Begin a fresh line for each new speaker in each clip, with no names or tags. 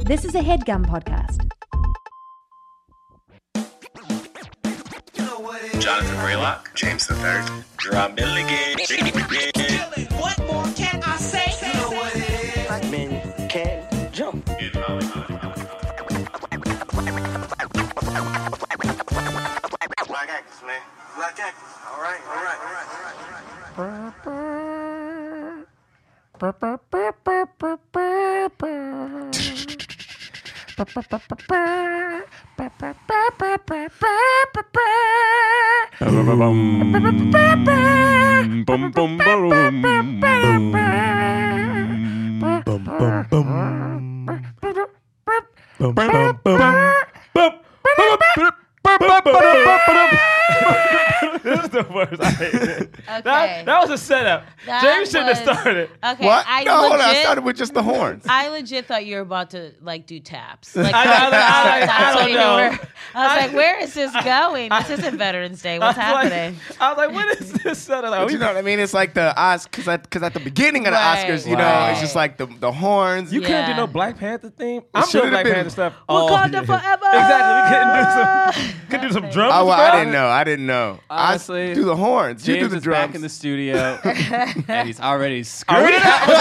This is a headgum podcast.
Jonathan Raylock, James the Third, Drum Milligan.
What more can I say?
men can't jump.
Black actors, man. Black actors. All right, all right, all right, all right. All right.
Boom, boom, boom, boom.
This is the worst. I hate it.
Okay.
That, that was a setup.
That
James shouldn't have
was-
started.
Okay.
What?
I
no, hold on. I
legit-
started with just the horns.
I legit thought you were about to like do taps. Like,
I- I- I- I
that's
don't
what you
know.
were- I was
I-
like, where is this going? This isn't Veterans Day. What's
I was
happening?
Like, I was like, what is this setup? Like,
But you know what I mean? It's like the Oscars, because at, 'cause at the beginning of the
Right,
Oscars, you know,
right.
it's just like the, the horns.
you couldn't do
Yeah.
no Black Panther theme. I'm
should've
doing Black
been-
Panther stuff. all
Wakanda
year.
forever.
Exactly. We couldn't do some. Could do some drums.
oh, well,
bro.
I didn't know. I didn't know. I
Honestly,
s- do the horns.
James
you do the
is
drums.
back in the studio, and he's already
Are we,
screwed.
happy-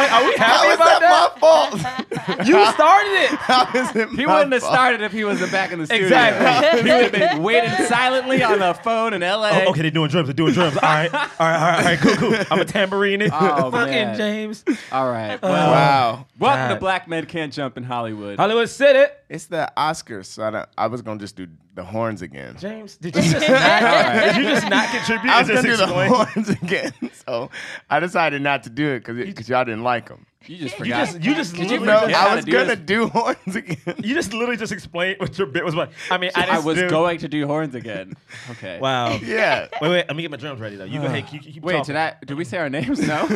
like, are we
How
happy
is
about
that,
that?
my fault?
You started it.
How is it
He
my
wouldn't have
fault?
started if he was back in the studio.
Exactly.
he would have been waiting silently on a phone in L.A.
Oh, okay, they're doing drums. They're doing drums. All right, all right, all right, all right. Cool, cool. I'm a tambourine. It.
Oh,
Fucking
man.
James. Oh,
All right. Well,
Wow.
welcome
God.
to Black Men Can't Jump in Hollywood.
Hollywood said it.
It's the Oscars, so I, don't, I was going to just do the horns again.
James, did you just not, did you just not contribute?
I
Is
was going to do
this
the
explain?
horns again. So I decided not to do it because y'all didn't like them.
You just
You
forgot.
just, you just,
Did you
You
literally
know,
forget how
I
to
was
do
going to
this?
do horns again.
You just literally just explained what your bit was about. I mean, I,
I
just
was
do-
going to do horns again. Okay.
Wow.
Yeah.
Wait, wait. Let me get my drums ready though. You go ahead. Keep, keep
Wait,
talking.
did I? Did we say our names? No.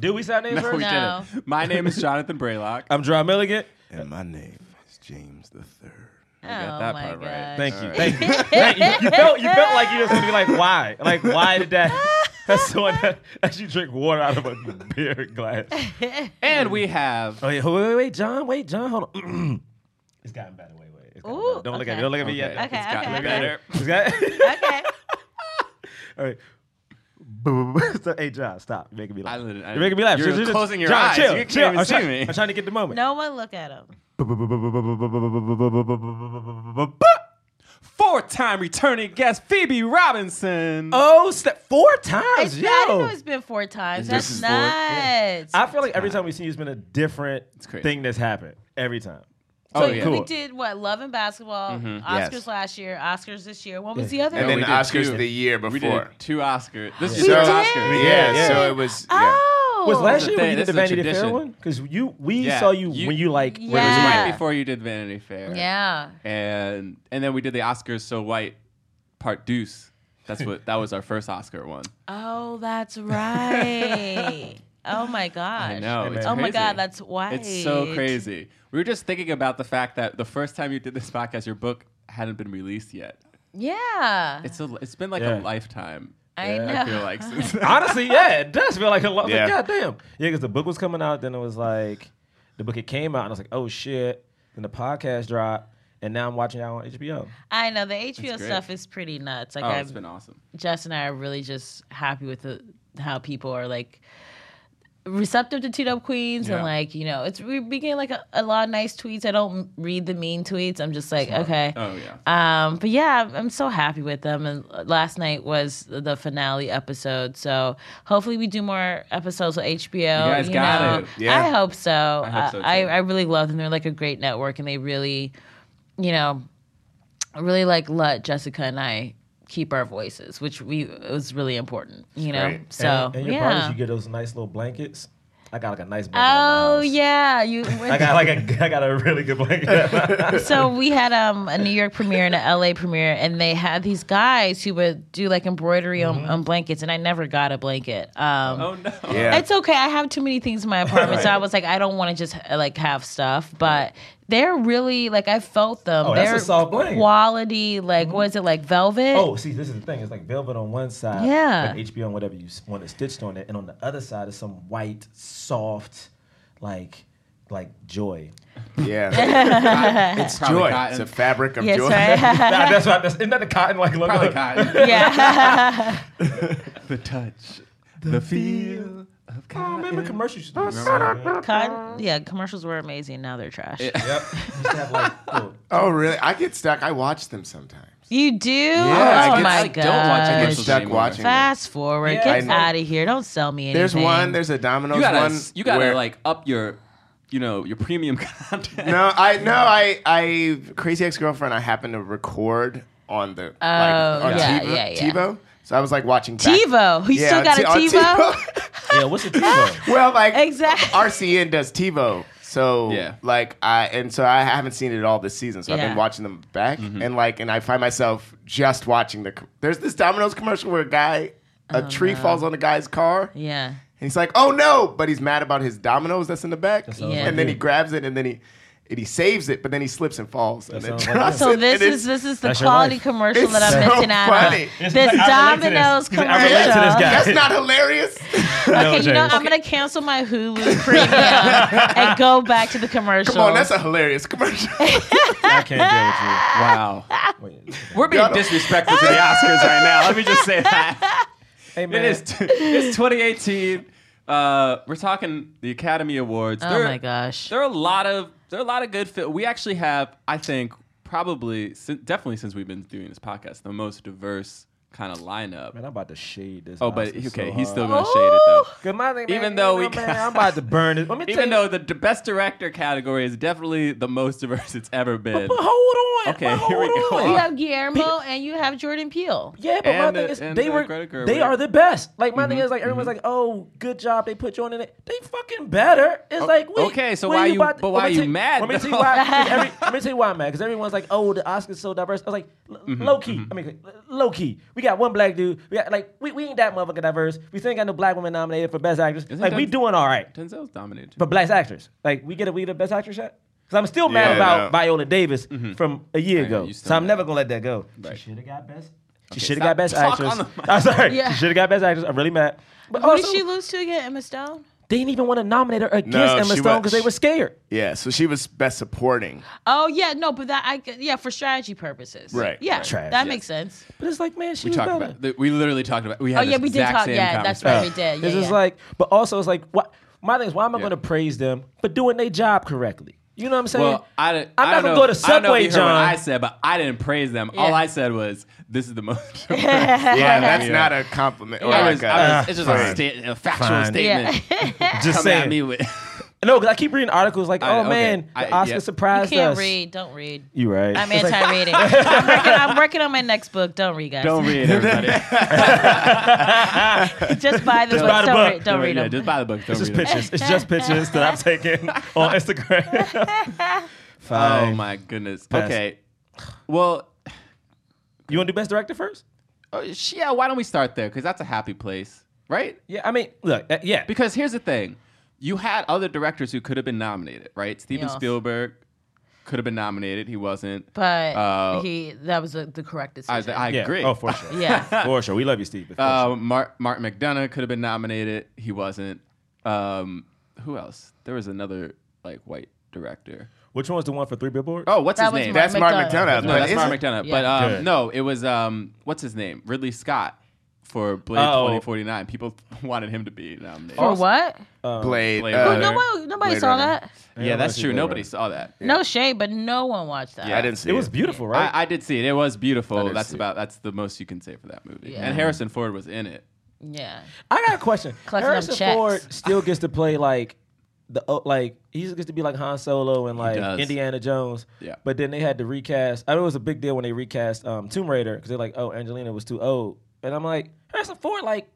Do we sound names
no,
first?
we
No.
didn't. My name is Jonathan Braylock.
I'm John Milligan.
And my name is James the Third.
Oh
got that
my
part
god.
right.
Thank you.
All right.
Thank you. Thank you. You felt you felt like you was gonna be like, why? Like, why did that? That's so that, that you drink water out of a beer glass.
And we have.
Oh yeah. Wait, wait, wait, John. Wait, John. Hold on. it's gotten better. Wait, wait. It's gotten
Ooh,
better. Don't look at
okay.
me. Don't look at me yet.
Okay.
Okay,
It's
okay,
gotten
okay.
better.
It's got-
Okay.
All right. Boom. so, hey, John, stop. You're making me laugh.
I didn't- I
You're making me laugh.
you're
Just- just-
closing your
John,
eyes.
Chill,
You can't
chill.
even
I'm
see
trying,
me.
I'm trying to get the moment.
No one look at him.
Four-time returning guest Phoebe Robinson.
Oh, step four times.
It's,
Yo.
I didn't know it's been four times.
This
That's
is four- yeah.
nuts.
I feel like every time we see you, it's been a different
crazy.
thing that's happened. Every time.
So
Oh, yeah. Mm-hmm.
we
Cool.
did what? Love and basketball. Oscars
Yes.
last year. Oscars this year. What was the other?
And
No,
then
we
the
did
Oscars
two.
the year
We did
before.
two Oscars. This
So,
is your
did?
Oscar.
Yeah,
Yeah.
so it was. Yeah.
oh,
Was last
thing.
year when you did
This
the
is a
Vanity Fair
tradition.
one? Because you, we
Yeah.
saw you,
You-
when you like.
Yeah.
were
It was
Yeah.
right before you did Vanity Fair.
yeah.
And and then we did the Oscars So White Part Deuce. That's what that was our first Oscar one.
Oh, that's right. oh my gosh.
I know.
Hey,
it's
Oh my
crazy.
god, that's why.
It's so crazy. We were just thinking about the fact that the first time you did this podcast, your book hadn't been released yet.
Yeah.
It's a, it's been like a
Yeah.
lifetime.
Uh-huh. I know.
I feel like since
Honestly, yeah, it does feel like a lot.
Yeah.
Like, God damn. Yeah, because the book was coming out, then it was like, the book it came out, and I was like, oh shit. Then the podcast dropped, and now I'm watching it on HBO.
I know the HBO
great.
stuff is pretty nuts. Like
Oh,
I'm,
it's been awesome.
Jess and I are really just happy with the, how people are like receptive to Two Dope Queens and
Yeah.
like you know it's we begin like a, a lot of nice tweets. I don't read the mean tweets. I'm just like okay.
Oh yeah.
Um, but yeah, I'm- I'm so happy with them. And last night was the finale episode, so hopefully we do more episodes with HBO. You
guys got
know.
it.
Yeah.
I hope so. I,
hope so,
I,
too.
I really love them. They're like a great network, and they really, you know, really like let Jessica and I keep our voices, which we it was really important. You know,
great.
so
and, and your
yeah.
brothers, you get those nice little blankets. I got like a nice blanket. at my
Oh
house.
yeah, you.
I got like a I got a really good blanket. at my house.
so we had um, a New York premiere and a LA premiere, and they had these guys who would do like embroidery on, on blankets, and I never got a blanket. Um,
Oh no.
Yeah.
It's okay. I have too many things in my apartment, so I was like, I don't want to just uh, like have stuff. But they're really like I felt them.
Oh, that's a
They're
soft blanket.
quality. Like what is it like velvet?
oh, see, this is the thing. It's like velvet on one side,
Yeah.
like HBO on whatever you s- want it stitched on it, and on the other side is some white, soft, like like joy.
Yeah.
it's
joy. It's a fabric of
Yes,
joy.
right.
Nah, that's what. That's, isn't that the cotton like logo?
Probably cotton.
yeah.
the touch, the, feel of
I
cotton.
remember commercials. Used to do that.
Con- yeah, commercials were amazing. Now they're trash.
Yep. Used to have like little
Oh, really? I get stuck. I watch them sometimes.
You do?
I
oh
get-
my
I
god.
don't watch
I get
commercials
stuck
anymore.
watching. them.
Fast forward.
Yeah.
Get
I know.
out of here. Don't sell me anything.
There's one. There's a Domino's
You gotta,
one.
you gotta
where-
like up your, you know, your premium content.
No, I no, I I crazy ex girlfriend. I happened to record on the like, on
Oh, yeah,
TiVo,
yeah, yeah.
TiVo. So I was like watching back-
TiVo. You still got a
on
TiVo?
yeah. What's the TiVo?
well, like
Exactly.
RCN does TiVo. So
Yeah.
like I and so I haven't seen it all this season. So I've
Yeah.
been watching them back and like and I find myself just watching the. co- There's this Domino's commercial where a guy.
Oh,
A tree falls on a guy's car, and
yeah.
he's like, "Oh no!" But he's mad about his dominoes that's in the back,
sounds
Yeah.
and then he grabs it, and then he and he saves it, but then he slips and falls, and then
sounds like
drops
me.
So
it,
this
and it's-
is this is the
That's your
quality
life.
commercial
It's
that I'm
so
missing out
funny.
on.
It's
This
like, I relate to
Domino's
this. I relate to
commercial.
this guy.
That's not hilarious.
Okay, you know
James.
I'm gonna cancel my Hulu premium and go back to the commercial.
Come on, that's a hilarious commercial.
I can't
Wow.
deal with you. Wait.
We're being disrespectful to the Oscars right now. Let me just say that.
Hey man.
It is t- it's 2018. Uh, we're talking the Academy Awards.
oh
There-
my gosh.
There are a lot of there are a lot of good fit. We actually have, I think, probably sin- definitely since we've been doing this podcast, the most diverse kind of lineup.
Man, I'm about to shade this.
Oh, but okay,
Oscar so
he's still
hard.
gonna shade it though.
Oh!
Good morning, man.
Even though
You
we
know, man,
got-
I'm about to burn it. Let me tell
Even
you-
though the d- best director category is definitely the most diverse it's ever been.
But hold on.
Okay,
but
here we
hold
go.
on.
you have Guillermo and you have Jordan Peele.
Yeah, but
And,
my
uh,
thing is,
and,
they
uh,
were
Greta Gerwig.
they are the best. Like my thing
Mm-hmm,
is, like everyone's like, oh, good job, they put you on in it. They fucking better. It's like wait,
okay, so
what
why you-
about
but
let
why
me
you
tell
mad,
Let me tell you
though?
why. 'cause every- Let me tell you why I'm mad because everyone's like, oh, the Oscars so diverse. I was like,
Mm-hmm,
low key. I mean, low key. We got one black dude. We got like we, we ain't that motherfucking diverse. We still ain't got no black women nominated for best actors. like we
that-
doing all right
Denzel's dominated.
for black actors. Like we get a we the best actress yet? Because I'm still mad
Yeah,
about
no.
Viola Davis from a year
know,
ago.
you still
So I'm
mad.
never gonna let that go.
Right.
Mm-hmm. She should have got best. She should have
stop-
got best
talk
actress.
on the mic.
I'm sorry.
Yeah.
She should have got best actress. I'm really mad. But
Who did
also,
she lose to again? Emma Stone?
they didn't even want to nominate her against
No,
Emma
she
Stone
wa-
because they were scared.
yeah, so she was best supporting.
Oh yeah, no, but that I could- yeah for strategy purposes.
Right,
Yeah,
right.
Trash.
that
Yes.
makes sense.
But it's like, man, she
we
was
talked
better.
about. th- We literally talked about. We had
Oh yeah,
this
we did
exact
talk.
same
Yeah, that's
conversation.
right, we did. Yeah,
it's
yeah.
just like, but also it's like, what? My thing is, why am I
Yeah.
going to praise them for doing their job correctly? You know what I'm saying?
Well, I, didn't-
I'm
I
not
don't
gonna
know
go to
if- I don't know if you
Subway,
heard what I
John.
said, but I didn't praise them.
Yeah.
All I said was, "This is the most."
Yeah, that's
Yeah.
not a compliment. Or
I
like
was,
a-
I was, it's just a,
Ah, fine.
sta- a factual
Fine.
statement.
Just
Come at
saying.
me with.
No, because I keep reading articles like,
I-
oh
okay.
man,
I-
the Oscar
yeah.
you
surprised
can't
us.
read. Don't read.
You right?
I'm
It's like,
anti-reading. I'm, working, I'm working on my next book. Don't read, guys.
Don't read everybody.
Just buy the book.
buy
don't
the book.
read. Don't read
yeah,
them.
Just buy the book. Don't
It's just
read it.
pictures. It's just pictures that I've taken on Instagram. Fine.
Oh my goodness.
Pass.
Okay. Well,
You want to do best director first?
uh, sh- yeah. Why don't we start there? Because that's a happy place, right?
Yeah, I mean, look, uh, yeah.
Because here's the thing: you had other directors who could have been nominated, right? Steven
Yes.
Spielberg could have been nominated. He wasn't.
but
Uh,
he that was the, the correct
I,
decision.
I
yeah.
agree.
Oh, for sure.
yeah.
For sure. We love you, Steve. but for
Uh, Mar- Martin McDonough could have been nominated. He wasn't. Um, who else? There was another like white director.
sure. Which one was the one for Three Billboards?
Oh, what's
That
his
was
name?
Martin
that's Mark
McDonough.
McDonough.
no,
but
that's
isn't-
Martin McDonough.
Yeah.
But um,
Good.
no, it was um, what's his name? Ridley Scott for Blade
Oh.
2049. People wanted him to be nominated.
Or what?
Blade.
Blade
uh,
Runner.
No, well, nobody
Blade
saw
Runner.
that.
Yeah, that's true.
Blade
Nobody
Runner.
saw that.
No shade, but no one watched that.
Yeah.
I didn't see
It was
it.
beautiful, right?
I, I did see it. It was beautiful.
did
That's
see it.
about that's the most you can say for that movie.
Yeah.
And Harrison Ford was in it.
Yeah.
I got a question.
Collecting them
Harrison
checks.
Ford still gets to play like the oh, like he gets to be like Han Solo and like
does.
Indiana Jones.
Yeah.
But then they had to recast. I know it was a big deal when they recast um, Tomb Raider because they're like, oh, Angelina was too old, and I'm like, Harrison Ford like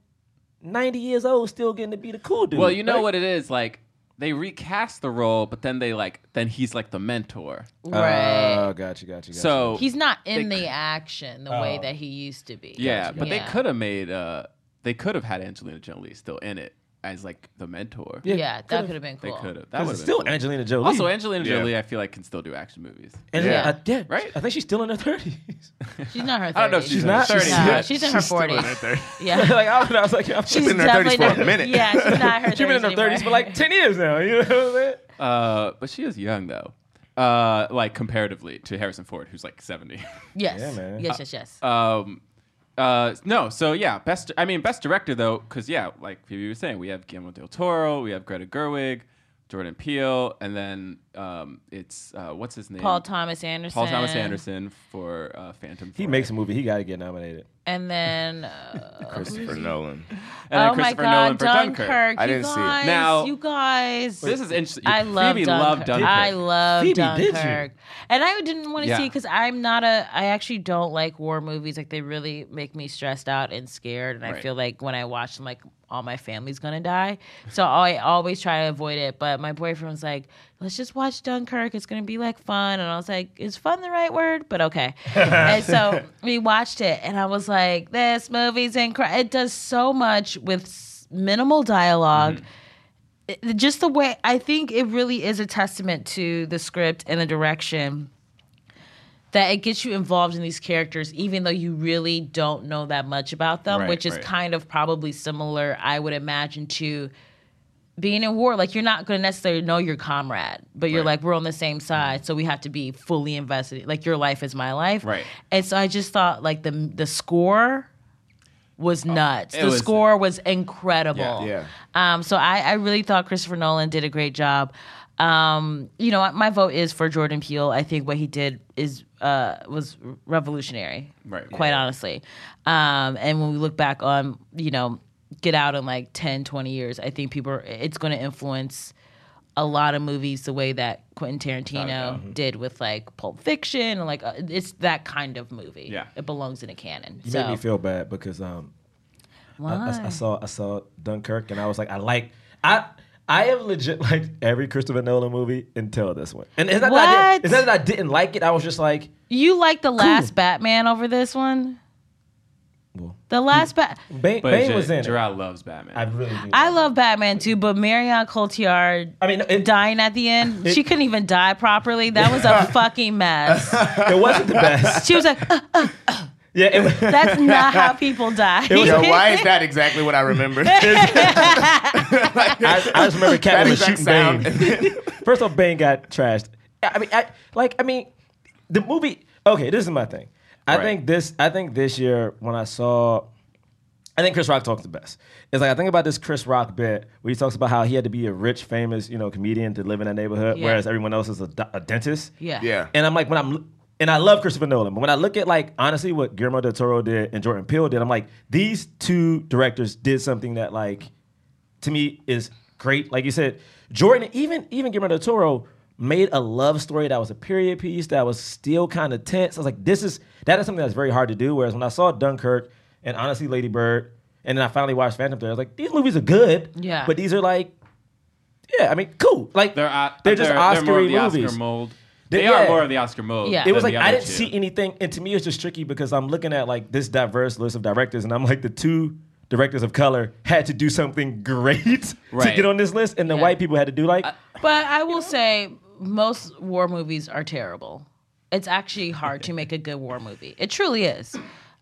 ninety years old still getting to be the cool dude.
Well, you know
Like,
what it is like. They recast the role, but then they like then he's like the mentor.
right.
Oh, gotcha, gotcha, gotcha.
So
He's not in
They
the action the way that he used to be.
yeah, but
Yeah.
they could have made uh they could have had Angelina Jolie still in it as like the mentor.
Yeah, that could have been
They
cool.
could have. That
Because
was
it's still Angelina Jolie.
Also, Angelina
Yeah.
Jolie, I feel like can still do action movies.
Angelina,
Yeah.
yeah. Uh, yeah,
Right?
I think she's still in her thirties.
She's not her 30s.
I don't know if she's, in her
not.
30s,
She's
No,
but-
she's in her
Still in
40s.
her thirties.
Yeah.
like I was, I was like, I'm
She's been in her 30s for a minute.
Yeah, she's not her 30s.
She's been in her
anymore.
thirties for like ten years now. You know what I'm saying?
Uh, but she is young though. Uh, like comparatively to Harrison Ford, who's like seventy.
Yes.
Yeah, man.
Yes, yes, yes.
um, uh, no, so yeah, best. I mean, best director though, because yeah, like Phoebe was saying, we have Guillermo del Toro, we have Greta Gerwig, Jordan Peele, and then um, it's uh, what's his name?
Paul Thomas Anderson.
Paul Thomas Anderson for uh, Phantom.
He
Thread.
makes a movie. He got to get nominated.
And then, uh,
Christopher Nolan.
and then
oh my
Christopher
God,
Nolan for
Dunkirk.
Dunkirk.
I
you
didn't see it.
guys,
Now-
you guys.
This is interesting.
I love
Phoebe
Dunkirk.
loved Dunkirk.
I love
Phoebe, did you?
Dunkirk. And I didn't want to
Yeah.
see because I'm not a. I actually don't like war movies. Like they really make me stressed out and scared. And I
Right.
feel like when I watch them, like all my family's gonna die. So I always try to avoid it. But my boyfriend's like, let's just watch Dunkirk. It's gonna be like fun. And I was like, is fun the right word? But okay. and so we watched it, and I was like, this movie's incredible. It does so much with s- minimal dialog it- just the way I think it really is a testament to the script and the direction that it gets you involved in these characters even though you really don't know that much about them
Right,
which is
right.
kind of probably similar I would imagine to being in war like you're not going to necessarily know your comrade but you're
Right.
like we're on the same side so we have to be fully invested like your life is my life
Right.
and so I just thought like the the score was nuts
Oh, it
the
was-
score was incredible
Yeah.
um, so I, I really thought Christopher Nolan did a great job. Um, you know, my vote is for Jordan Peele. I think what he did is uh, was revolutionary,
Right.
Quite honestly. Um, and when we look back on, you know, Get Out in like 10, 20 years, I think people are, it's going to influence a lot of movies the way that Quentin
Oh,
Tarantino
Mm-hmm.
did with like Pulp Fiction and like uh, it's that kind of movie.
Yeah.
it belongs in a canon.
You
so
made me feel bad because um, I- I, I
Why?
saw I saw Dunkirk and I was like, I like I I have legit liked every Christopher Nolan movie until this one. And it's not, That, I didn't,
What?
it's not that I didn't like it. I was just like,
you like the last Batman over this one?
well,
The last Bat.
Bane,
But
Bane
Ger-
was in it.
Gerard loves Batman.
I really do.
I love Batman too, but Marion Cotillard
I mean, it,
dying at the end,
It-
she couldn't even die properly. That was a fucking mess.
it wasn't the best.
She was like, "Uh, uh,
Yeah, it, was-
"That's not how people die."
Yo, why is that exactly what I remember?
I, I just remember
that
Catwoman
exact
shooting
sound.
Bane. First off, Bane got trashed. I mean, I, like, I mean, the movie. Okay, this is my thing. I
Right.
think this. I think this year when I saw, I think Chris Rock talks the best. It's like I think about this Chris Rock bit where he talks about how he had to be a rich, famous, you know, comedian to live in that neighborhood,
Yeah.
whereas everyone else is a, do- a dentist.
yeah.
yeah.
And I'm like, when I'm, and I love Christopher Nolan, but when I look at like honestly what Guillermo del Toro did and Jordan Peele did, I'm like, these two directors did something that like, to me is great. Like you said, Jordan, even even Guillermo del Toro made a love story that was a period piece that was still kind of tense. I was like, this is that is something that's very hard to do. Whereas when I saw Dunkirk and honestly Lady Bird, and then I finally watched Phantom Thread, I was like, these movies are good,
Yeah.
but these are like. Yeah, I mean, cool. Like
they're uh,
they're just
they're more of
Oscar-y
the Oscar
movies.
mold.
They-
They, are
yeah.
more of the Oscar mold.
Yeah.
It was
than
like
the
I
other
didn't
two.
see anything, and to me it's just tricky because I'm looking at like this diverse list of directors, and I'm like the two directors of color had to do something great to
Right.
get on this list, and the
Yeah. Uh,
white people had to do like
But I will say, most war movies are terrible. It's actually hard to make a good war movie. It truly is.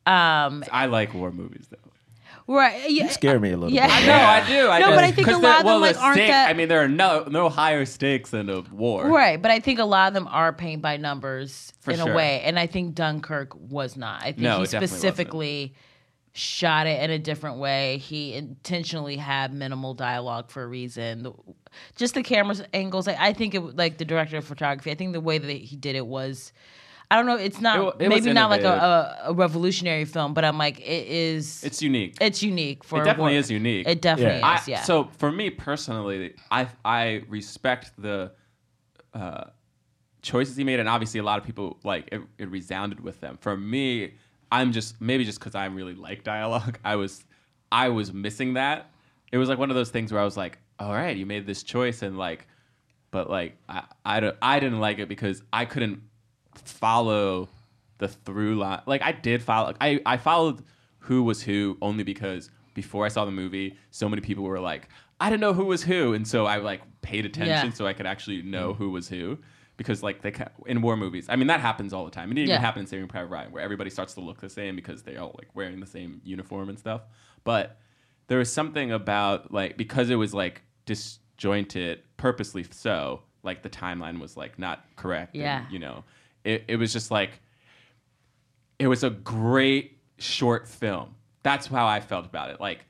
Um,
I like war movies though.
right? Yeah.
scare me a little
Yeah.
No, I do. I
No,
do.
but I think
'Cause
a lot
they're-
of
well,
them, like,
the
aren't
stake-
that-
I mean, there are no no higher stakes than a war.
Right, but I think a lot of them are painted by numbers
For
in a
sure.
way, and I think Dunkirk was not. I think
No,
he
it definitely wasn't.
specifically shot it in a different way. He intentionally had minimal dialogue for a reason. The- Just the camera's angles. I, I think it like the director of photography. I think the way that he did it was. I don't know. It's
It wa-
not
it was
maybe not like a, a,
innovative.
a revolutionary film, but I'm like it is.
It's unique.
it's unique for
It definitely
what-
is unique.
It definitely
Yeah.
is.
I-
Yeah.
So for me personally, I I respect the uh, choices he made, and obviously a lot of people like it, it resounded with them. For me, I'm just maybe just because I really like dialogue, I was I was missing that. It was like one of those things where I was like, all right, you made this choice, and like, but like I I don't I didn't like it because I couldn't follow the through line. Like I did follow. I I followed who was who only because before I saw the movie, so many people were like, I didn't know who was who, and so I like paid attention
Yeah. Mm.
so I could actually know who was who. Because like they ca- in war movies, I mean that happens all the time. It didn't
Yeah.
even happen in Saving Private Ryan, where everybody starts to look the same because they're all like wearing the same uniform and stuff. But there was something about like because it was like dis- disjointed, purposely so. Like the timeline was like not correct. and,
Yeah.
you know, it, it was just like it was a great short film. That's how I felt about it. Like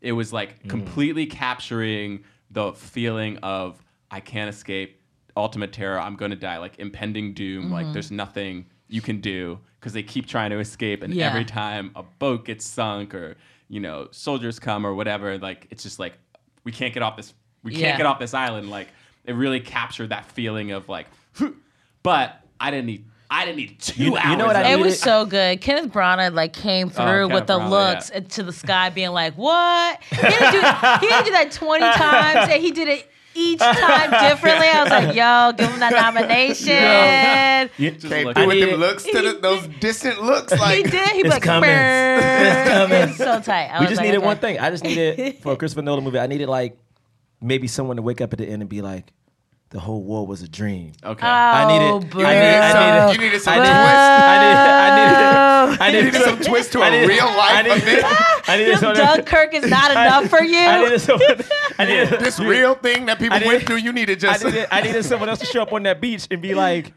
it was
Mm-hmm.
like completely capturing the feeling of I can't escape ultimate terror. I'm going to die. Like impending doom. Like
Mm-hmm.
there's nothing you can do because they keep trying to escape, and
Yeah.
every time a boat gets sunk or you know soldiers come or whatever, like it's just like we can't get off this. We can't
Yeah.
get off this island. Like it really captured that feeling of like, "Phew." but I didn't need. I didn't need two
You-
hours.
you know what I Oh,
of
It
needed-
was so good. Kenneth Branagh like came through
Kenneth
with the
Branagh,
looks
yeah.
to the sky, being like, "What?" He didn't do, he didn't do that twenty times, and he did it each time differently. I was like, "Yo, give him that nomination."
Just
Came
look-
through with
I
them
need-
looks to the, those distant looks.
He
Like
did. He was
It's
like,
coming. It's
"Brrr."
coming.
It's so tight. I
we
was
just
like,
needed
okay.
one thing. I just needed for a Christopher Nolan movie. I needed like maybe someone to wake up at the end and be like, the whole war was a dream.
okay.
I
Oh,
needed.
boo.
I needed. I
you
needed.
needed some
I needed.
twist.
I needed. I needed. I
You
needed
needed some twist to a real life event.
I needed someone.
Dunkirk is not enough for you.
I needed someone. I needed
This real thing that people
I
went
did-
through. You needed
I
just.
needed, I needed someone else to show up on that beach and be like,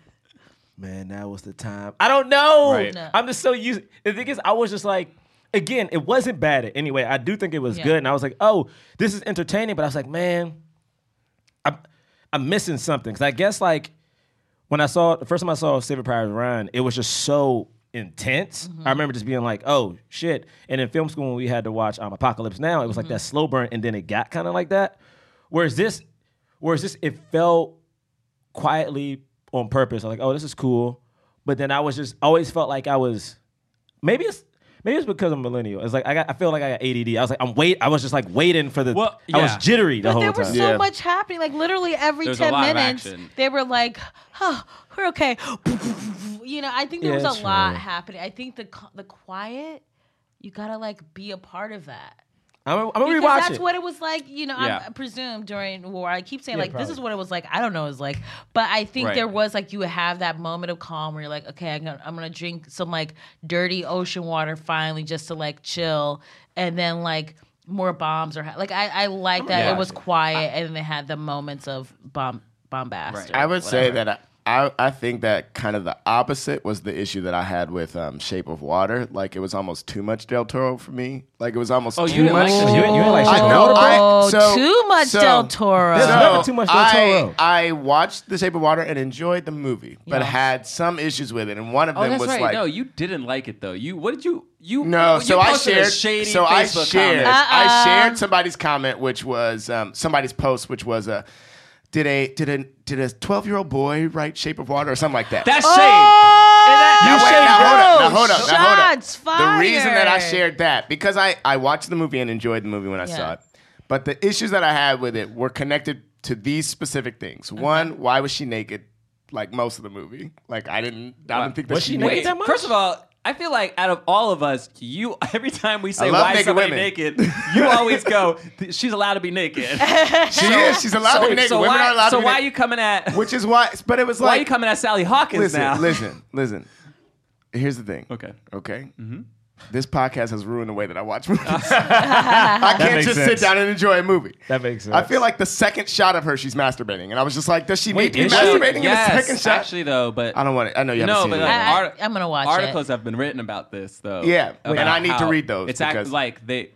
man, that was the time. I don't know.
Right. No.
I'm just so used. The thing is, I was just like, again, it wasn't bad anyway. I do think it was
Yeah.
good. And I was like, oh, this is entertaining. But I was like, man, I'm, I'm missing something. Because I guess, like, when I saw the first time I saw Saving Private Ryan, it was just so intense. I remember just being like, "Oh shit!" And in film school, when we had to watch um, Apocalypse Now, it was like that slow burn, and then it got kind of like that. Whereas this, whereas this, it felt quietly on purpose. I'm like, "Oh, this is cool," but then I was just always felt like I was maybe it's. Maybe it's because I'm millennial. It's like I got, I feel like I got ADD. I was like, I'm wait. I was just like waiting for the.
Well,
I was
yeah.
jittery the
But
whole
there
time.
was so
Yeah.
much happening. Like literally every
There's a
ten
lot of
minutes,
action.
they were like, "Oh, we're okay." You know, I think there
Yeah,
was
it's
a lot
true.
happening. I think the co- the quiet, you gotta like be a part of that.
I'm, I'm gonna
Because
rewatch
that's
it.
what it was like, you know.
Yeah.
I presume during war. I keep saying
Yeah,
like this is
probably.
what it was like. I don't know, it was like, but I think
Right.
there was like you would have that moment of calm where you're like, okay, I'm gonna, I'm gonna drink some like dirty ocean water finally just to like chill, and then like more bombs or like I I like that
Yeah.
it was quiet and they had the moments of bomb bombast.
Right.
or
I would say
whatever.
that I, I I think that kind of the opposite was the issue that I had with um, Shape of Water. Like it was almost too much Del Toro for me. Like it was almost
Oh,
too
you didn't
much.
like this? You didn't- you didn't
like
I
Shape of
know,
Water?
I-
Oh,
so-
too much
so-
Del Toro.
There's
So
never too much Del Toro.
I, I watched The Shape of Water and enjoyed the movie, but
Yeah.
had some issues with it, and one of
Oh,
them
that's
was
right.
like,
no, you didn't like it though. You what did you you
No,
you
so I
posted a
shared.
shady
so I
Facebook
shared. Uh,
comment.
Uh-uh.
I shared somebody's comment, which was um, somebody's post, which was a did a did a did a twelve year old boy write Shape of Water or something like that.
That's
Oh!
shade.
now,
You
wait,
shared
now, hold up, now hold up,
yours.
now hold up.
Shots fired.
The reason that I shared that because I I watched the movie and enjoyed the movie when I
Yeah.
saw it, but the issues that I had with it were connected to these specific things.
Uh-huh.
One, why was she naked? Like most of the movie, like I didn't, I don't think that
Was she naked
Wait,
that much?
first of all, I feel like out of all of us, you every time we say
love
why is
naked
somebody
women.
naked, you always go, "Th- she's allowed to be naked.
She is. She's allowed to be naked.
so
Women
why,
are allowed
so
to be
why
naked.
are you coming at
Which is why, but it was
why
like
are you coming at Sally Hawkins
listen,
now?
listen, listen. Here's the thing.
Okay. Mm-hmm.
Okay. This podcast has ruined the way that I watch movies. I can't
makes
just
sense.
sit down and enjoy a movie.
That makes
I
sense.
feel like the second shot of her, she's masturbating, and I was just like, does she
Wait,
need to
is
be
she?
masturbating in the
yes,
second shot?
actually though, but
I don't want it. I know you
no,
haven't
but
seen
like,
it.
I-
art-
I'm gonna watch it.
articles have been written about this though.
Yeah, and
about
I need to
how
read those
It's act-
because-
like they.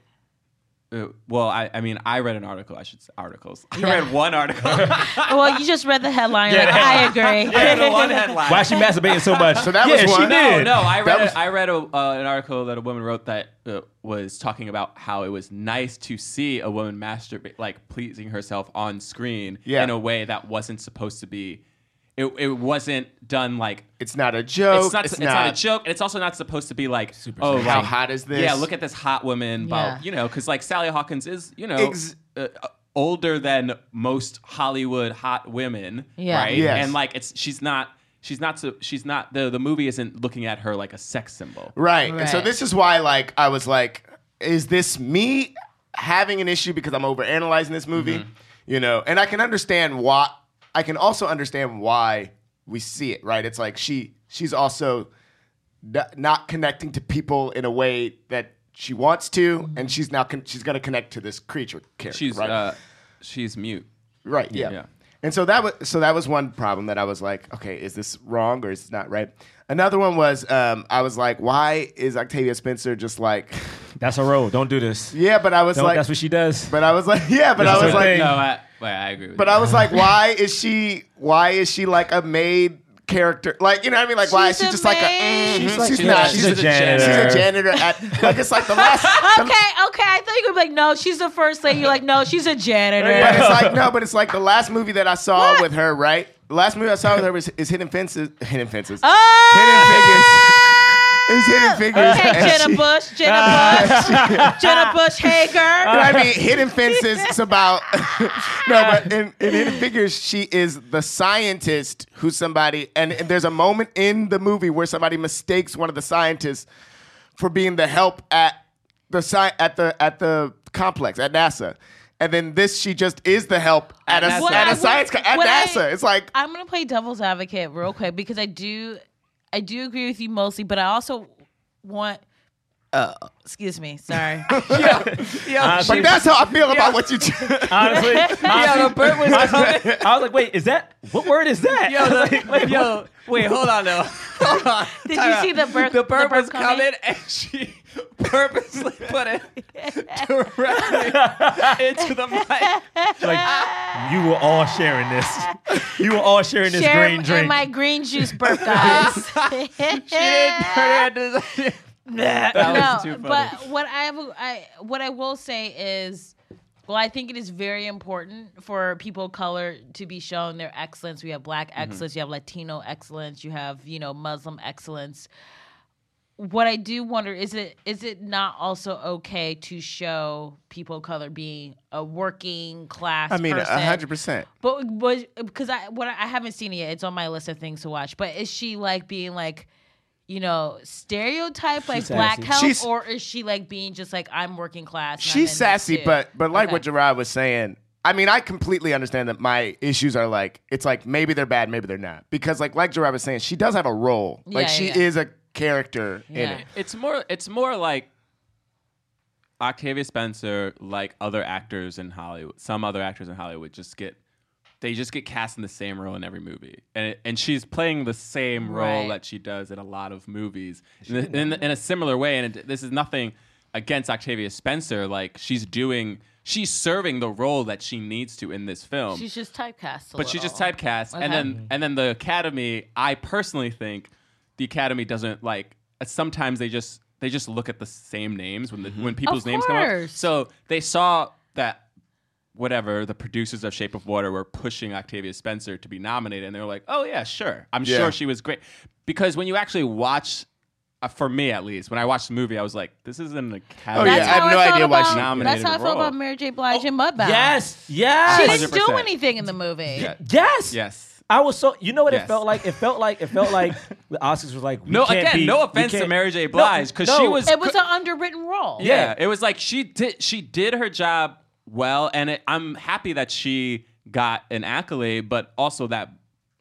uh, well, I, I mean, I read an article. I should say articles. I read one article. I
Well, you just read the headline. like, I agree.
read one headline. Oh,
Why is she masturbating so much?
So that
yeah,
was
she
one.
did.
No, no, I
That
read
was-
a, I read a, uh, an article that a woman wrote that uh, was talking about how it was nice to see a woman masturbate, like pleasing herself on screen
Yeah.
in a way that wasn't supposed to be. It, it wasn't done like
It's not a joke.
it's not, it's not a joke, and it's also not supposed to be like, oh,
sexy. How
like,
hot is this?
Yeah, look at this hot woman, blah,
Yeah.
you know, because like Sally Hawkins is, you know,
Ex-
uh, uh, older than most Hollywood hot women,
Yeah.
right?
Yes.
And like, it's she's not, she's not, so, she's not. The the movie isn't looking at her like a sex symbol.
Right. And so
Right.
this is why like I was like, is this me having an issue because I'm over analyzing this movie? You know, and I can understand why I can also understand why we see it, right? It's like she she's also n- not connecting to people in a way that she wants to, and she's now con- she's gonna connect to this creature character,
She's
right?
uh, she's mute.
Right. Yeah.
Yeah.
And so that was so that was one problem that I was like, okay, is this wrong or is this not right? Another one was um, I was like, why is Octavia Spencer just like,
That's her role. Don't do this.
yeah? But I was
Don't,
like,
that's what she does.
but I was like, yeah. But
That's
I was
her
like,
thing.
No, I, wait, I agree with
but
you.
I was like, why is she? Why is she like a maid character? Like you know what I mean? Like why is
She's
she
a
just like a?
maid.
mhm,
She's like-
she's
yeah,
not.
she's a janitor.
She's a janitor at like it's like the last. the-
Okay, okay. I thought you could be like, no, she's the first lady. You're like, no, she's a janitor.
But it's like no, but it's like the last movie that I saw with her, right? The last movie I saw with her was is Hidden Fences. Hidden Fences.
Oh,
Hidden Figures. It was Hidden Figures.
Okay,
And
Jenna
she-
Bush, Jenna Bush, Jenna Bush Hager.
But I mean, Hidden Fences is about no, but in, in Hidden Figures, she is the scientist who's somebody, and, and there's a moment in the movie where somebody mistakes one of the scientists for being the help at the sci- at the at the complex at NASA, and then this she just is the help at a
At NASA.
at a
What I-
science co- at
what I-
NASA. it's like
I'm gonna play devil's advocate real quick because I do, I do agree with you mostly, but I also want. Uh, excuse me, sorry.
Honestly,
But that's how I feel about what you do.
honestly,
Yo, the
honestly,
bird was coming.
I was like, wait, is that what word is that?
Yo, the, yo, wait, hold on though. Hold on.
Did
Time
you
out.
see the bird-
The
the
bird
bird
was
coming?
coming, and she purposely put it directly into the mic.
like you were all sharing this. You were all sharing this
Share
green
and
drink.
my green juice burp, guys.
Turn it into-
no,
was too funny.
but what I, have, I what I will say is, well, I think it is very important for people of color to be shown their excellence. We have Black
Mm-hmm.
excellence, you have Latino excellence, you have you know Muslim excellence. What I do wonder is it is it not also okay to show people of color being a working class?
I mean,
person?
hundred percent.
But was because I what I haven't seen it yet. It's on my list of things to watch. But is she like being like, you know, stereotype like black
sassy.
help,
She's-
or is she like being just like I'm working class? and I'm in
She's
this
sassy,
too?
but but like what
Okay.
Gerard was saying. I mean, I completely understand that my issues are like it's like maybe they're bad, maybe they're not. Because like like Gerard was saying, she does have a role. Like
Yeah,
she
yeah, yeah.
is a character in
Yeah.
it.
it's more it's more like Octavia Spencer, like other actors in Hollywood, some other actors in Hollywood just get they just get cast in the same role in every movie, and and she's playing the same role
Right.
that she does in a lot of movies in, in, in a similar way. And it, this is nothing against Octavia Spencer; like she's doing, she's serving the role that she needs to in this film
she's just typecast. A
but she just
little.
typecast
Okay.
and then and then the academy i personally think the academy doesn't like uh, sometimes they just they just look at the same names when the,
Mm-hmm.
when people's names come up
course.
so they saw that whatever the producers of shape of water were pushing octavia spencer to be nominated and they were like oh yeah sure i'm
Yeah.
sure she was great because when you actually watch uh, for me at least when i watched the movie i was like this isn't
Oh,
an academy
Oh, Yeah,
That's
I have
how
no
felt
idea why she
about-
nominated
That's how I
a
felt
role.
about Mary J.
Oh,
Blige and Mudbound.
yes,
she
yes,
didn't do
100%.
anything in the movie.
Yeah.
yes,
yes
I was so. You know what it
Yes.
felt like? It felt like it felt like the Oscars was like. we
no
can't
again
be-
no
we
offense to
can't-
mary j
No,
blige because she
no.
was
It was an underwritten role.
Yeah, it was like she did she did her job well, and it, I'm happy that she got an accolade, but also that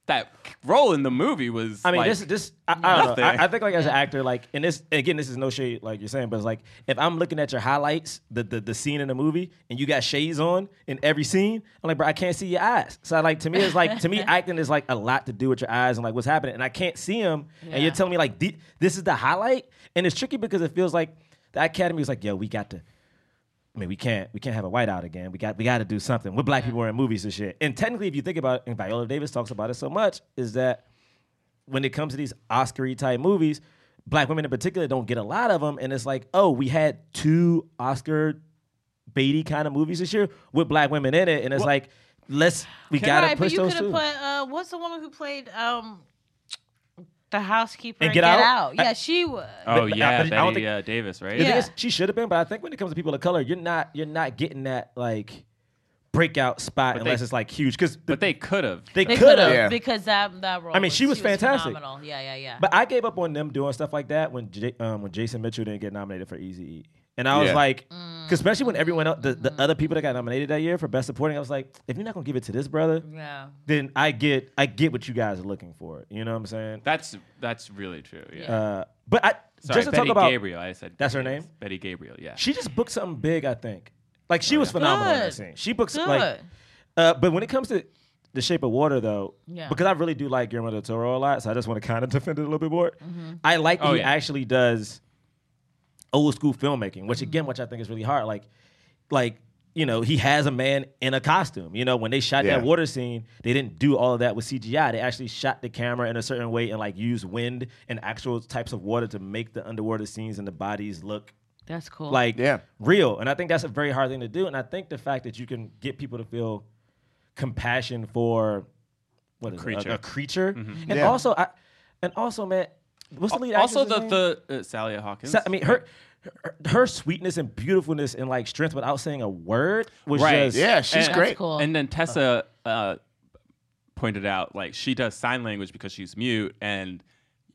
that role in the movie was.
I mean,
like,
this this I, I don't know.
nothing.
I, I think like as an actor, like and this again, this is no shade, like you're saying, but it's like if I'm looking at your highlights, the the, the scene in the movie, and you got shades on in every scene, I'm like, bro, I can't see your eyes. So like to me, it's like to me, acting is like a lot to do with your eyes and like what's happening, and I can't see them, and you're telling me like the- this is the highlight, and it's tricky because it feels like the academy is like, yo, we got to. I mean, we can't we can't have a whiteout again. We got we got to do something. What black people are in movies and shit. And technically, if you think about it, and Viola Davis talks about it so much, is that when it comes to these Oscar type movies, black women in particular don't get a lot of them. And it's like, oh, we had two Oscar baity kind of movies this year with black women in it. And it's like, let's, we got to
right, but
push
you
those
coulda
two.
Put, uh, what's the woman who played um, the housekeeper?
And
in
Get Out?
Yeah, she was.
oh
but-
yeah,
but
Betty
I don't think-
uh, Davis, right?
The thing
Yeah.
is, she should have been, but I think when it comes to people of color, you're not, you're not getting that like breakout spot
But they-
unless it's like huge. Cause the-
But they could have.
they,
They
could
could
have.
Yeah.
have because that that role.
I mean, she was fantastic.
phenomenal. Yeah, yeah, yeah.
But I gave up on them doing stuff like that when J- um, when Jason Mitchell didn't get nominated for Easy E. And I was
Yeah.
like, 'cause especially when everyone else, the, the other people that got nominated that year for Best Supporting, I was like, if you're not gonna give it to this brother,
yeah.
then I get I get what you guys are looking for. You know what I'm saying?
That's that's really true. Yeah.
Uh, but I
Sorry,
just to
Betty
talk about
Gabriel. I said
That's her
Davis.
name?
Betty Gabriel. Yeah.
she just booked something big. I think Like she was phenomenal in that
Oh, Good.
scene. She books like
Good.
uh, but when it comes to the Shape of Water, though,
Yeah.
because I really do like Guillermo del Toro a lot, so I just want to kind of defend it a little bit more.
Mm-hmm.
I like that
Oh,
he
yeah.
actually does old school filmmaking, which again,
Mm-hmm.
which I think is really hard. Like, like you know, he has a man in a costume. You know, when they shot
Yeah.
that water scene, they didn't do all of that with CGI. They actually shot the camera in a certain way and like used wind and actual types of water to make the underwater scenes and the bodies look
That's cool.
like
Yeah.
real. And I think that's a very hard thing to do. And I think the fact that you can get people to feel compassion for what is creature.
Creature. Mm-hmm.
a, creature, and
Yeah.
also, I, and also, man, what's the lead
also,
actress's
the
name?
the uh, Sally Hawkins.
Sa- I mean, her, her her sweetness and beautifulness and like strength without saying a word was
Right.
just
Yeah, she's
And-
great.
cool.
And then Tessa uh, pointed out, like she does sign language because she's mute, and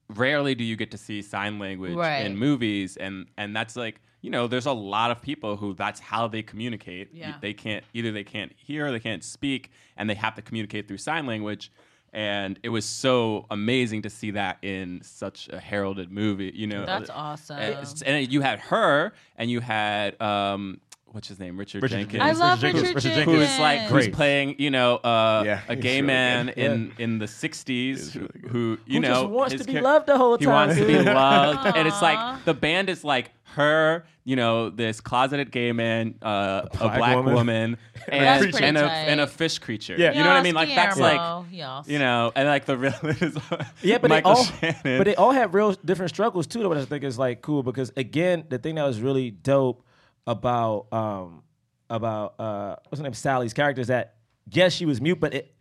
rarely do you get to see sign language
Right.
in movies, and and that's like you know, there's a lot of people who that's how they communicate. Y-
Yeah.
They can't either they can't hear, they can't speak, and they have to communicate through sign language. And it was so amazing to see that in such a heralded movie. You know,
That's awesome.
And, uh, it's- and you had her, and you had um, what's his name, Richard,
Richard
Jenkins
I
Jenkins.
love
Richard
Richard,
Jenkins. Richard
Jenkins.
Jenkins.
who's like
Great.
who's playing you know uh,
Yeah,
a
he's
gay
really
man
good.
in in the 60s who you
Who
know
just wants
his
to be
char-
loved the whole
he
time,
wants to be
dude.
loved and
Aw.
it's like the band is like her you know this closeted gay man uh, a black,
black
woman,
woman.
That's
and
pretty
and a,
tight.
and a fish creature
Yeah.
you know what I mean like that's like
yes.
you know and like the real is
Yeah, but
Michael
they all
Shannon.
but they all have real different struggles too, which I think is like cool because again, the thing that was really dope about um about uh what's her name Sally's character is that yes, she was mute, but it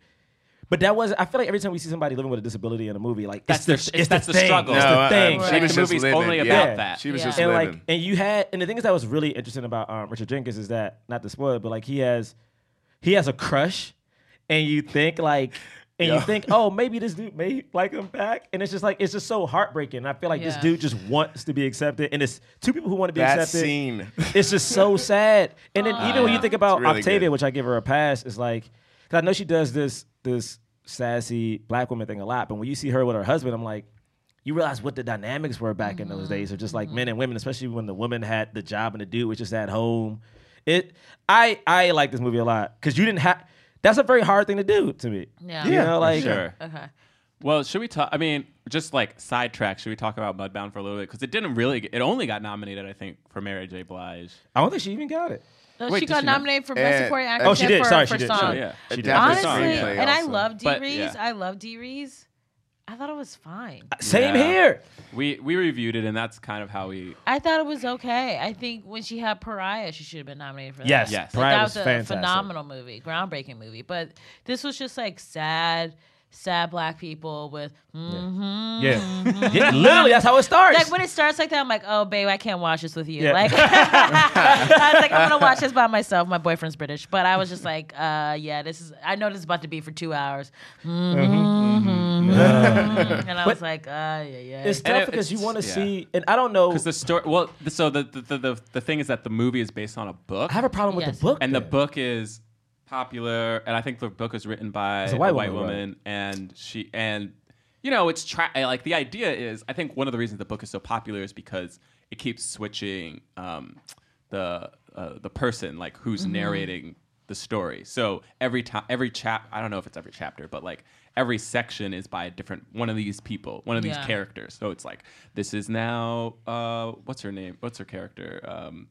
but that was I feel like every time we see somebody living with a disability in a movie, like
That's
the
the- it's- that's the
thing.
struggle.
It's
No,
the
I- I-
thing.
Right.
uh, She was
The
just
movie's
living.
only
yeah.
about that.
She was
Yeah.
just
and
living.
like and you had and the thing is that was really interesting about um, Richard Jenkins is that not to spoil it, but like he has he has a crush, and you think like and you think oh maybe this dude may like him back, and it's just like it's just so heartbreaking. And I feel like this
Yeah.
dude just wants to be accepted, and it's two people who want to be
that
accepted.
scene.
It's just so sad. And then even when you think about
It's really
Octavia,
good.
which I give her a pass, is like, because I know she does this this sassy black woman thing a lot, but when you see her with her husband, I'm like, you realize what the dynamics were back in those days of just like men and women, especially when the woman had the job and the dude was just at home. It, I, I like this movie a lot because you didn't have. That's a very hard thing to do to me.
Yeah.
you
Yeah,
know, like
sure
Okay.
Well, should we talk? I mean, just like sidetrack, should we talk about Mudbound for a little bit? Because it didn't really, get, it only got nominated, I think, for Mary J. Blige.
I don't think she even got it.
No,
Wait,
she
did
got
she not?
nominated for Best
Eh,
Supporting
eh,
Actress.
Oh, she did.
For,
Sorry,
for
she did.
Song.
Oh,
Sorry.
yeah.
She did.
Adapted
Honestly,
Sorry,
screenplay
and I
also.
love D
But,
Rees.
yeah.
I love D Rees. I thought it was fine.
Same
Yeah.
here.
We we reviewed it, and that's kind of how we.
I thought it was okay. I think when she had Pariah, she should have been nominated for that.
Yes,
Yes.
Pariah
that
was
was, a
fantastic.
phenomenal movie, groundbreaking movie. But this was just like sad, sad black people with. mhm.
Yeah, Yeah, literally, that's how it starts.
Like when it starts like that, I'm like, oh babe, I can't watch this with you.
Yeah.
Like I was like, I'm gonna watch this by myself. My boyfriend's British, but I was just like, uh, yeah, this is. I know this is about to be for two hours,
Mm-hmm.
Mm-hmm. and I was like, uh, yeah, yeah.
It's
And
tough
it-
because you
it's-
want to
yeah.
see, and I don't know.
Because the story, well, the- so the, the, the, the, the thing is that the movie is based on a book.
I have a problem with
Yes.
the book.
and the
then.
book is popular, and I think the book is written by
a
a
white
white,
woman,
woman,
right?
and she and you know it's try like the idea is I think one of the reasons the book is so popular is because it keeps switching um, the uh, the person like who's narrating the story. So every time every chap I don't know if it's every chapter, but like every section is by a different one of these people, one of these
Yeah.
characters. So it's like this is now uh, what's her name? What's her character? Um,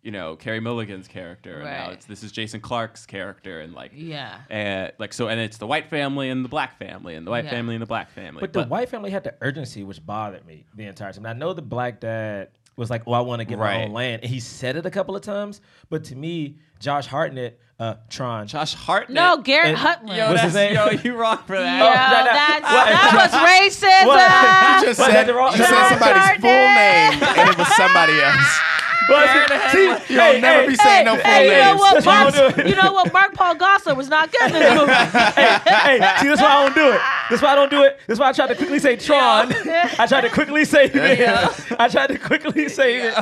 you know Carrie Mulligan's character, and now
Right.
it's this is Jason Clark's character, and like
Yeah.
uh, like so, and it's the white family and the black family, and the white
Yeah.
family and the black family.
But the white family had the urgency, which bothered me the entire time. And I know the black dad was like, "Oh, I want to get my
Right.
own land," and he said it a couple of times. But to me, Josh Hartnett, uh, Tron,
Josh Hartnett,
no, Garrett
and-
Hutland.
yo,
What's
that's,
his name?
yo, you wrong for
Yo,
that.
Oh, no, no.
that's,
What?
that was racism.
just
Was that
said,
the wrong-
you said
Josh
somebody's full
Hartnett.
name and it was somebody else.
See,
You'll never be saying no full
Hey, you know
names.
what,
That's what I'm
Mark,
doing.
you know what? Mark Paul Gossler was not good in this movie.
hey, see, that's why I don't do it. That's why I don't do it. That's why I tried to quickly say Tron. I tried to quickly say it. I tried to quickly say it.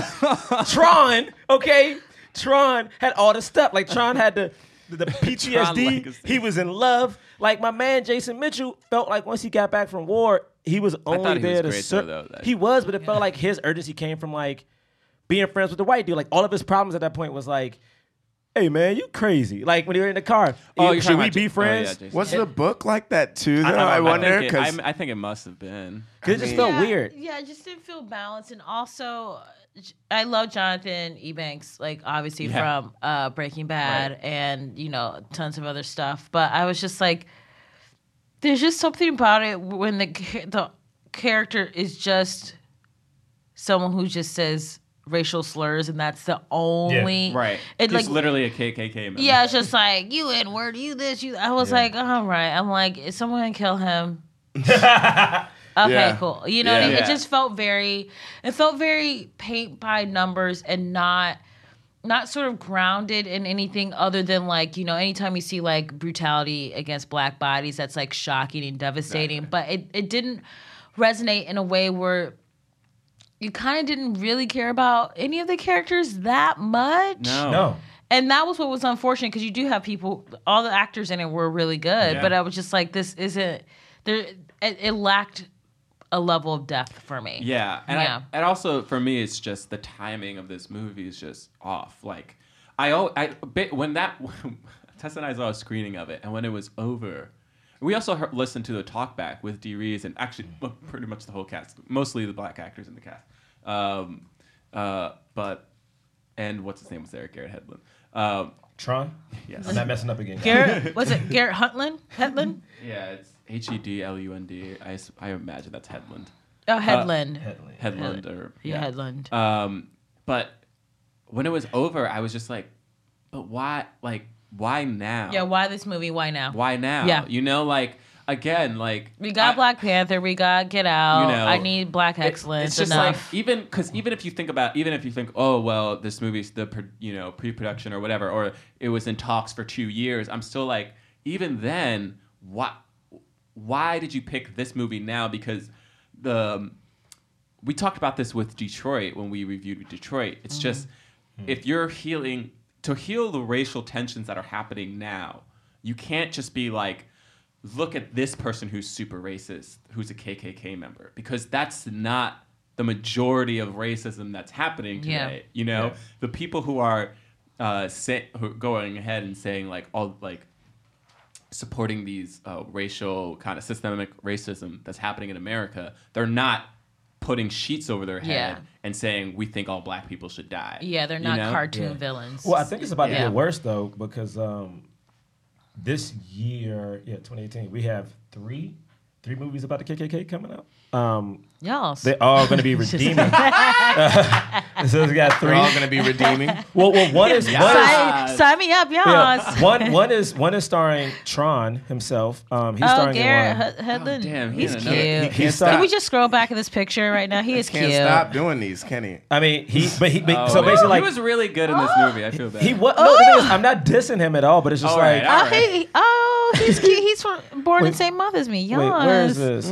Tron, okay? Tron had all the stuff. Like Tron had the the, the PTSD.
legacy.
he was in love. Like my man Jason Mitchell felt like once he got back from war, he was only
thought he
there
was
to
great,
ser-
though, though. Like-
He was, but it felt like his urgency came from like being friends with the white dude. Like all of his problems at that point was like "Hey man, you crazy!" Like when you're in the car,
Oh,
you-
you're
should
talking
we
about
be
Ja- oh, yeah,
friends?
Jason.
Was the book like that too? Though
don't know,
I,
I
wonder
think it-
because
I, I think it must have been.
'Cause it just felt
yeah,
weird.
Yeah, it just didn't feel balanced. And also, J- I love Jonathan Ebanks, like obviously
Yeah.
from uh, Breaking Bad
Right.
and, you know, tons of other stuff. But I was just like, there's just something about it when the ca- the character is just someone who just says racial slurs and that's the only
Right.
It,
It's
like,
literally a KKK member.
yeah, it's just like you N word, you this, you. I was like, all right. I'm like, is someone gonna kill him? okay,
Yeah.
cool. You know, what
Yeah.
I mean?
Yeah.
it just felt very, it felt very paint by numbers and not. Not sort of grounded in anything other than like you know anytime you see like brutality against black bodies that's like shocking and devastating, but it, it didn't resonate in a way where you kind of didn't really care about any of the characters that much
No.
No,
and that was what was unfortunate because you do have people all the actors in it were really good
Yeah.
but i was just like this isn't there it, it lacked a level of depth for me
Yeah, and
Yeah.
I, and also for me, it's just the timing of this movie is just off. Like, I al- I bit when that Tessa and I saw a screening of it, and when it was over, we also heard, listened to the talkback with D. Rees and actually well, pretty much the whole cast, mostly the black actors in the cast. Um, uh, but and what's his name was there, Garrett Hedlund. Um,
Tron.
Yes.
I'm not messing up again.
garrett was it garrett huntland hetland
yeah, it's H E D L U N D. I s- I imagine that's Headland.
oh headland
Headland or
yeah, headland
Um, but when it was over, I was just like, but why? Like, why now?
yeah why this movie why now
Why now?
Yeah.
You know, like again, like
we got
I-
black panther we got get out
You know,
i need black
it-
excellence
It's just
enough
like even because even if you think about even if you think, oh well, this movie's the pro- you know pre-production or whatever, or it was in talks for two years. I'm still like, even then, why why did you pick this movie now? Because the we talked about this with Detroit when we reviewed Detroit.
Mm-hmm.
It's just if you're healing to heal the racial tensions that are happening now, you can't just be like, look at this person who's super racist, who's a KKK member, because that's not the majority of racism that's happening
Yeah.
today. You know, the people who are uh, say, who are going ahead and saying like all like supporting these uh, racial kind of systemic racism that's happening in America, they're not putting sheets over their head
Yeah.
and saying we think all black people should die.
yeah they're
You
not
know?
cartoon
Yeah.
villains
Well, I think it's about to
Yeah.
get worse though because um, this year, yeah, 2018, we have three three movies about the KKK coming out. Um,
y'all
they're all going to be redeeming. so we got
we're
three.
all going to be redeeming.
well, well, one is one is
sign, sign me up y'all
yeah, one one is one is starring Tron himself. Um, he's
Oh,
starring
Garrett
in one.
Hud- Hudlin.
Oh, damn, he
he's
had
cute.
another-
He
he can't
star-
Can
stop.
we just scroll back at this picture right now? He is
can't
cute.
stop doing these, can he?
I mean, he but he but,
Oh,
so
man.
basically like
he was really good in this movie. I feel bad.
he was no. The thing is, I'm not dissing him at all, but it's just
All
like
right, all
Oh, he, oh, he's cute. He's from, born in
Wait.
the same month as me. Yes.
Wait, where is this?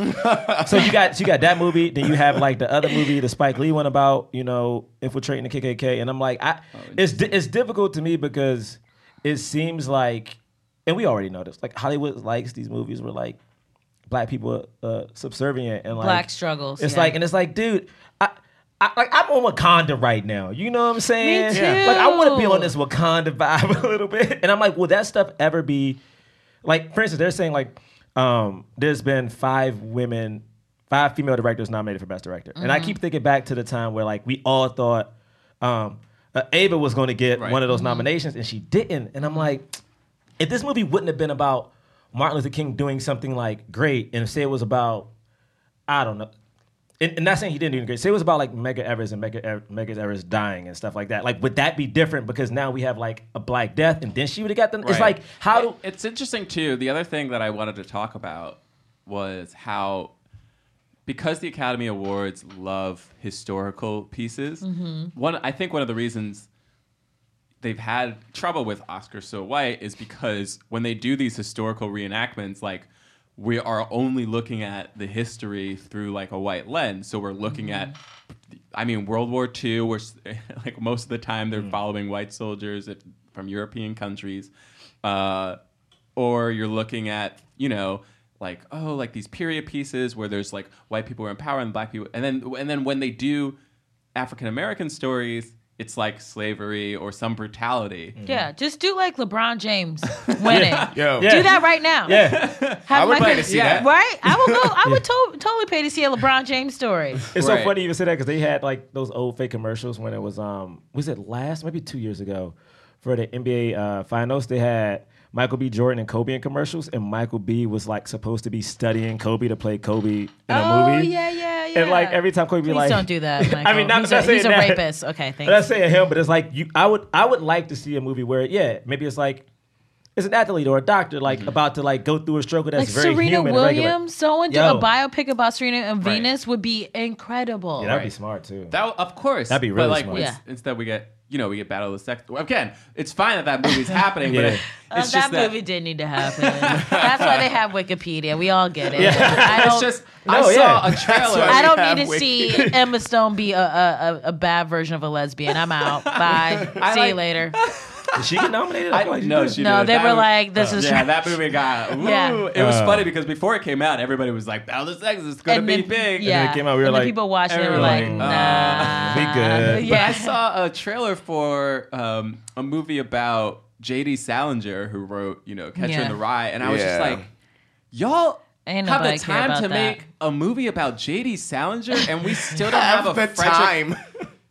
so you got so you got that movie, then you have like the other movie, the Spike Lee one about you know infiltrating the KKK, and I'm like, I it's di- it's difficult to me because it seems like, and we already know this, like Hollywood likes these movies where like black people are uh, subservient and like
Black struggles,
It's
yeah.
like and it's like, dude, I. I, like I'm on Wakanda right now, you know what I'm saying?
too.
Like I want to be on this Wakanda vibe a little bit, and I'm like, will that stuff ever be like for instance they're saying like um there's been five women five female directors nominated for best director and i keep thinking back to the time where like we all thought um uh, ava was going to get
Right.
one of those nominations and she didn't and i'm like if this movie wouldn't have been about martin luther king doing something like great and say it was about i don't know and, and not saying he didn't do great. Say it was about like Mega Evers and Mega Ev- Mega Evers dying and stuff like that. Like, would that be different? Because now we have like a Black Death, and then she would have got them. It's
Right.
like how do
It- it's interesting too. The other thing that I wanted to talk about was how because the Academy Awards love historical pieces.
Mm-hmm.
One, I think one of the reasons they've had trouble with Oscar So White is because when they do these historical reenactments, like we are only looking at the history through like a white lens. So we're looking
Mm-hmm.
at, I mean, World War II, where s- like most of the time
Hmm.
they're following white soldiers if, from European countries, uh, or you're looking at, you know. Like oh, like these period pieces where there's like white people are in power and black people, and then and then when they do African American stories, it's like slavery or some brutality.
Hmm.
Yeah, just do like LeBron James winning.
Yo,
Yeah.
Do that right now.
Yeah,
Have
I would
Michael-
pay to see
Yeah.
that.
Right? I will go. I would to- totally pay to see a LeBron James story.
it's so
Right.
funny you even say that because they had like those old fake commercials when it was um was it last maybe two years ago for the NBA uh, finals they had Michael B. Jordan and Kobe in commercials and Michael B. was like supposed to be studying Kobe to play Kobe in a
oh
movie.
yeah, yeah, yeah.
And like every time Kobe be
Please
like,
don't do that. Michael.
I mean, not,
he's,
not
a,
saying
he's a
that.
rapist. Okay,
I'm not
thanks.
saying him, but it's like you. I would I would like to see a movie where yeah, maybe it's like it's an athlete or a doctor like
Mm-hmm.
about to like go through a struggle
Like
that's very
Serena
human. and regular.
Williams, someone do
Yo.
a biopic about Serena and
Right.
Venus would be incredible.
Yeah, that'd be
Right.
smart too.
That w- of course
That'd be
but,
really
like,
smart.
we-
Yeah.
Instead, we get you know we get Battle of the Sex. Again, it's fine that that movie's happening, but
Yeah.
it, it's
Uh,
just
that,
that,
movie didn't need to happen. That's why they have Wikipedia. We all get it. I
It's
don't,
just
No,
I saw
Oh, yeah.
a trailer.
why
I
we
don't
have
need to
Wiki.
see Emma Stone be a, a, a, a bad version of a lesbian. I'm out. Bye. see
I
you
like-
later.
Did she get nominated? I,
I
feel like
don't
she
know.
did.
She
No,
did.
they
That
were
was-
like, this is
Yeah,
trash.
that movie got. Ooh,
Yeah.
It was
Uh.
funny because before it came out, everybody was like, "Battle of the Sexes is going to
And
be
then-
big."
Yeah.
it came out, we were
and the
like-
people watching it were
everyone
like,
was like, "Oh,
nah.
uh, we good.
But I
Yeah.
saw a trailer for um, a movie about J.D. Salinger, who wrote, you know, Catcher
Yeah.
in the Rye, and I was just
Yeah.
like, y'all
Ain't
have the
nobody care
time
about
to
that.
make a movie about J.D. Salinger, and we still don't have,
Have
a
the
friendship-
time.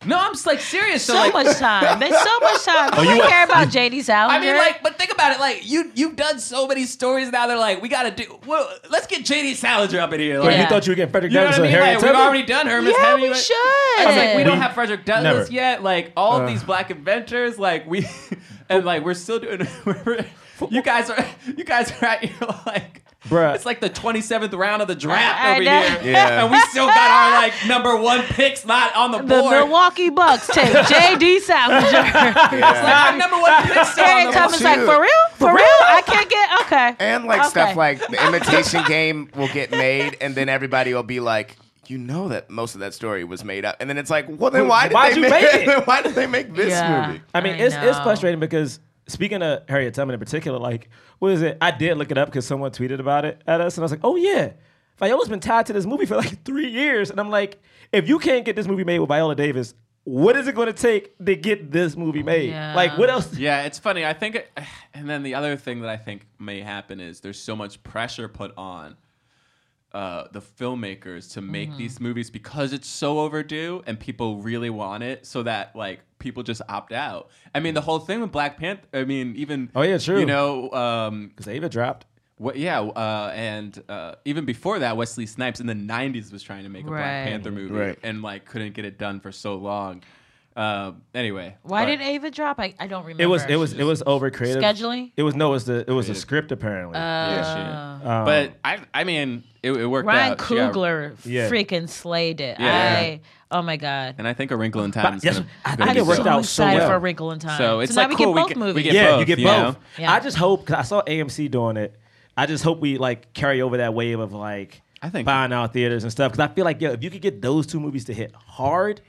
No, I'm just like serious. So,
So
like,
much time. There's so much time.
Oh,
Oh,
you-
you care about JD Salinger?
I mean, like, but think about it. Like, you you've done so many stories now. They're like, we gotta do. Well, let's get J.D. Salinger up in here.
But
Like,
you
Yeah.
thought you were getting Frederick
You know
Douglass
what I
or
mean?
Harriet
Like, we've
Tubman?
already done Herman
yeah, we
Hemingway.
should.
I was like, we don't have Frederick
Never.
Douglass yet. Like all
Uh.
these black inventors, like we, and like we're still doing. We're, you guys are, you guys are at your like.
Bruh.
It's like the 27th round of the draft
I
over
know.
here,
Yeah.
and we still got our like number one picks not on the
the
board.
Milwaukee Bucks take JD Salinger.
Like, our number one picks still on
Harriet
the
Tubman's
board.
like,
Shoot.
for real? For real? I can't get okay.
And like
Okay.
stuff like the imitation game will get made, and then everybody will be like, you know that most of that story was made up. And then it's like, well, then why did
Why'd
they
you
make,
make it?
why did they make this
Yeah.
movie?
I mean,
I
it's it's
know.
frustrating because speaking of Harriet Tubman in particular, like, what is it? I did look it up because someone tweeted about it at us, and I was like, oh yeah, Viola's been tied to this movie for like three years, and I'm like, if you can't get this movie made with Viola Davis, what is it going to take to get this movie made?
Yeah.
Like, what else?
Yeah, it's funny. I think, it, and then the other thing that I think may happen is there's so much pressure put on uh, the filmmakers to make
Mm-hmm.
these movies because it's so overdue and people really want it, so that like people just opt out. I mean, the whole thing with Black Panther. I mean, even
Oh, yeah, true.
You know, um,
Because Ava dropped.
what, yeah, uh, and uh, even before that, Wesley Snipes in the '90s was trying to make a
Right.
Black Panther movie
Right.
and like couldn't get it done for so long. Um, anyway,
Why
but-
did Ava drop? I, I don't remember.
It was it was it was over creative
Scheduling?
It was no, it was the it was the script apparently.
Uh, Yeah, shit. but I, I mean, it, it worked
Ryan
out. She got-
Coogler
Yeah.
freaking slayed it.
Yeah.
I oh my god.
and I think A Wrinkle in Time. Is
yes,
gonna,
I
gonna
think
be
it worked
good.
so
out so
excited
well.
for a wrinkle in time.
So it's
now
like,
we
cool,
get
we
both
get- we
movies.
get
yeah,
both,
you get
you
both.
know?
Yeah.
I just hope because I saw AMC doing it. I just hope we like carry over that wave of like
I think-
buying out theaters and stuff because I feel like yo, if you could get those two movies to hit hard,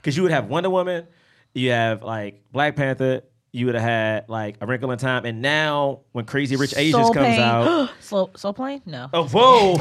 because you would have Wonder Woman, you have like Black Panther, you would have had like A Wrinkle in Time, and now when Crazy Rich Asians
Soul
comes
Plane.
out,
Soul, Soul Plane? No.
oh whoa,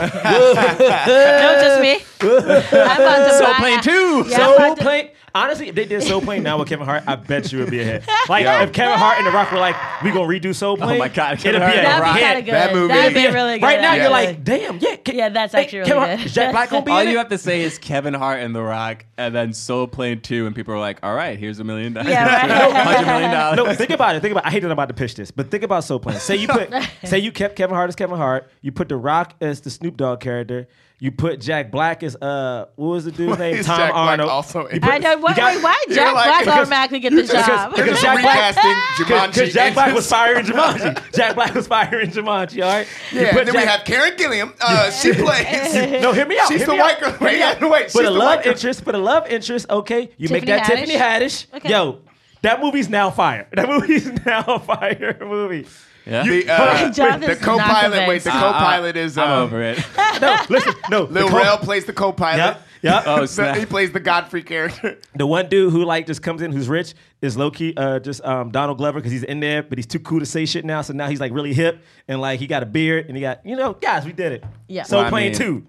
No, just me. I'm about to
Soul
buy-
Plane 2!
Yeah, I'm
Soul
about to-
Plane. Honestly, if they did Soul Plane now with Kevin Hart, I bet you it would be a hit. Like
Yeah.
if Kevin Hart and The Rock were like, we gonna redo Soul Plane.
Oh my God,
it'd
Kevin
be
Hart
a
and The
That'd be
hit.
kind of good.
That movie.
That'd be really good.
Right now,
That'd
you're
be
like,
really-
damn, yeah, Ke-
Yeah, that's
hey,
actually
Kevin
really
Hart-
good.
Jack Black gonna be
All
in
you
it?
have to say is Kevin Hart and The Rock, and then Soul Plane 2, and people are like, all right, here's a million dollars.
Yeah, right.
$100 million. dollars.
No, think about it. Think about. I hate that I'm about to pitch this, but think about Soul Plane. Say you put, say you kept Kevin Hart as Kevin Hart. You put The Rock as the Snoop Dogg character. You put Jack Black as uh, what was the dude's name?
is
Tom
Jack Black
Arnold.
also
You
in it?
put-
I know. Why,
you got-
wait, why
you're
Jack
like-
Black
because-
automatically get the job?
because
There's a
Jack Black-
recasting Jumanji.
Because Jack
into-
Black was firing Jumanji. Jack Black was firing Jumanji. All right. You
Yeah,
put
then we
Jack-
have Karen Gilliam. Uh, she plays.
No, hear me out.
She's
hear
the
me
white
out,
girl.
hear me
Wait,
out.
wait, she's
for the
the
love
white girl.
interest, for the love interest, okay, you make
Tiffany
that
Haddish?
Tiffany Haddish.
Okay.
Yo, that movie's now fire. That movie's now a fire movie.
Yeah.
The, uh,
Jonathan's
the
not
co-pilot. Wait,
convinced.
the co-pilot is
I'm
um,
over it.
No, listen, no. the
Lil
co-
Rel plays the co-pilot.
Yep, yep. Um,
Oh,
The- he
snap.
plays the Godfrey character.
The one dude who like just comes in who's rich is low key uh, just um, Donald Glover because he's in there, but he's too cool to say shit now. So now he's like really hip and like he got a beard and he got you know guys we did it.
Yeah.
So
Well, I
playing
mean-
two.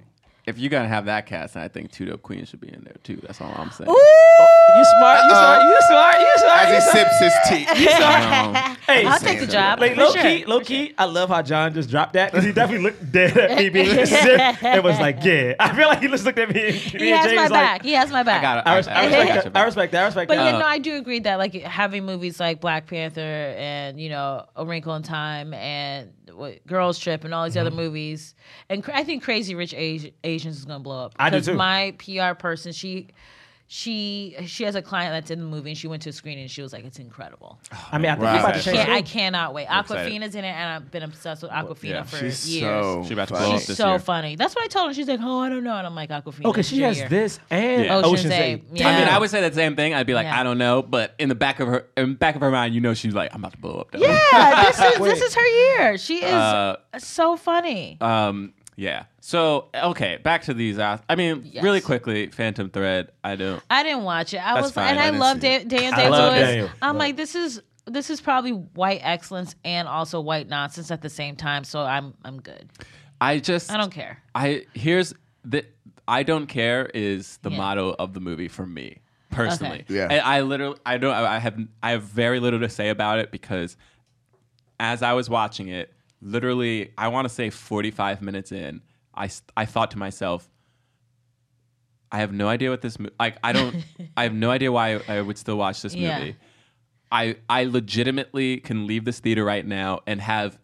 If you're going to have that cast, then I think Two Dope Queens should be in there, too. That's all I'm saying.
Ooh,
You smart. You smart. You smart. You smart.
As he
You smart.
sips his tea.
Um,
Hey,
I'll take the job.
Like
for
low
sure.
key, low key. I love how John just dropped that because he definitely looked dead at me being sick and was like, "Yeah." I feel like he just looked at me. And,
He has my back.
James Like,
he has my back.
I got it.
I, res- I respect
got
that.
you.
I respect that. I respect
But
that. Uh,
yeah, no, I do agree that like having movies like Black Panther and you know A Wrinkle in Time and what, Girls Trip and all these
Mm-hmm.
other movies, and cra- I think Crazy Rich Asi- Asians is gonna blow up.
I do
Because
too.
My PR person, she. She she has a client that's in the movie and she went to a screening and she was like, It's incredible.
I mean, I think
Wow.
you're about to
Can't- I
change.
cannot wait.
excited.
Aquafina's in it and I've been obsessed with Aquafina
yeah.
for
She's
years.
so.
She about to
funny.
blow up
She's
this
so
year.
funny. That's what I told her. She's like, Oh, I Oh, don't know. And I'm like, Aquafina.
Okay, she has this and
Yeah.
Ocean's,
Ocean's
Eight.
Eight,
I mean,
Yeah.
I would say that same thing. I'd be like,
Yeah.
I don't know, but in the back of her, in the back of her mind, you know, she's like, I'm about to blow up. though.
Yeah, this is this is her year. She is
Uh,
so funny.
Um, yeah. So okay, back to these. ath- I mean,
Yes.
really quickly, Phantom Thread. I don't.
I didn't watch it. I
That's
was
fine.
and
I
I,
didn't
love
see
da- Daniel
I
Day
love
Lewis.
Daniel.
I'm like, this is this is probably white excellence and also white nonsense at the same time. So I'm I'm good.
I just.
I don't care.
I here's the. I don't care is the
Yeah.
motto of the movie for me personally.
Okay. Yeah.
And I literally. I don't. I have. I have very little to say about it because, as I was watching it, literally, I want to say 45 minutes in, I s- I thought to myself. I have no idea what this mo- like. I don't. I have no idea why I would still watch this
Yeah.
movie. I I legitimately can leave this theater right now and have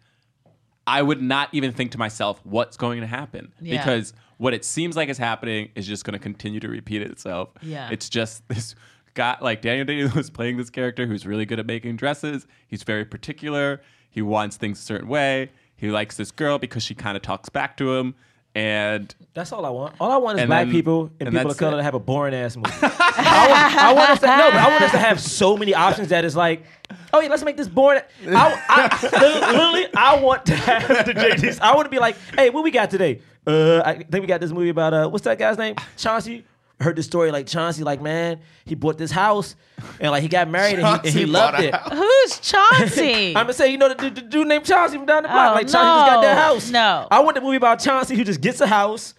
I would not even think to myself what's going to happen
Yeah.
because what it seems like is happening is just going to continue to repeat itself.
Yeah.
It's just this guy like Daniel Day Lewis playing this character who's really good at making dresses. He's very particular. He wants things a certain way. He likes this girl because she kind of talks back to him and
That's all I want. All I want is
And
black
then-
people
and
and, people of
that's
color
it.
to have a boring ass movie. I, want, I want us to no, but I want us to have so many options that is like, oh yeah, let's make this boring. I, I- li- literally, I want to have the JDs. I want to be like, hey, what we got today? Uh, I think we got this movie about uh, what's that guy's name? Chauncey. Heard the story like Chauncey, like man, he bought this house and like he got married and he, and he
Chauncey
loved
bought a
it.
house.
Who's Chauncey?
I'm gonna say, you know, the, the, the dude named Chauncey from down the block.
Oh,
like Chauncey just got that
no,
house.
no.
I want the movie about Chauncey who just gets a house.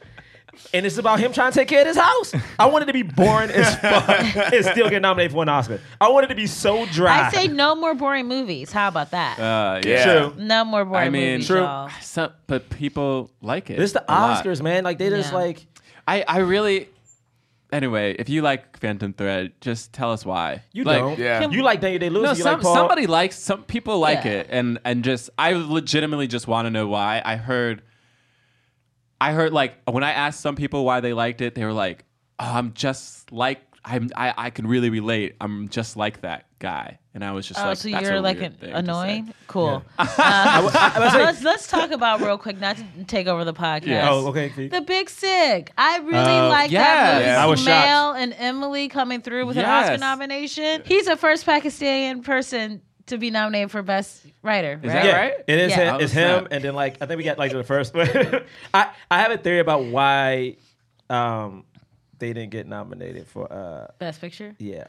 And it's about him trying to take care of his house. I want it to be boring as fuck and still get nominated for an Oscar. I want it to be so dry.
I say no more boring movies. How about that?
uh, yeah.
Yeah.
no more boring
I mean,
movies. y'all.
Some, but people like it.
It's the
a lot.
Oscars, man. Like they just
Yeah.
like
I, I really. Anyway, if you like Phantom Thread, just tell us why.
you
like,
don't.
Yeah.
You like Day Day Lewis.
No,
you
some,
like Paul.
somebody likes some people like
Yeah.
it, and and just I legitimately just want to know why. I heard, I heard like when I asked some people why they liked it, they were like, oh, "I'm just like I'm I, I can really relate. I'm just like that guy," and I was just
Oh,
like,
so
"That's
you're
a
like an
weird thing to say."
annoying? Cool.
I,
Uh,
I- I was like,
let's let's talk about real quick, not to take over the podcast.
Yeah.
oh, okay. Keith.
The Big Sick. I really
Uh,
like
Oh, yes.
that movie.
Yeah,
I was shocked.
Mel and Emily coming through with an
Yes.
Oscar nomination. He's the first Pakistani person to be nominated for Best Writer. Right?
that
yeah,
right?
It is
Yeah.
him,
Oh,
it's him,
snap.
and then like I think we got like the first one. I I have a theory about why um they didn't get nominated for uh
Best Picture.
yeah.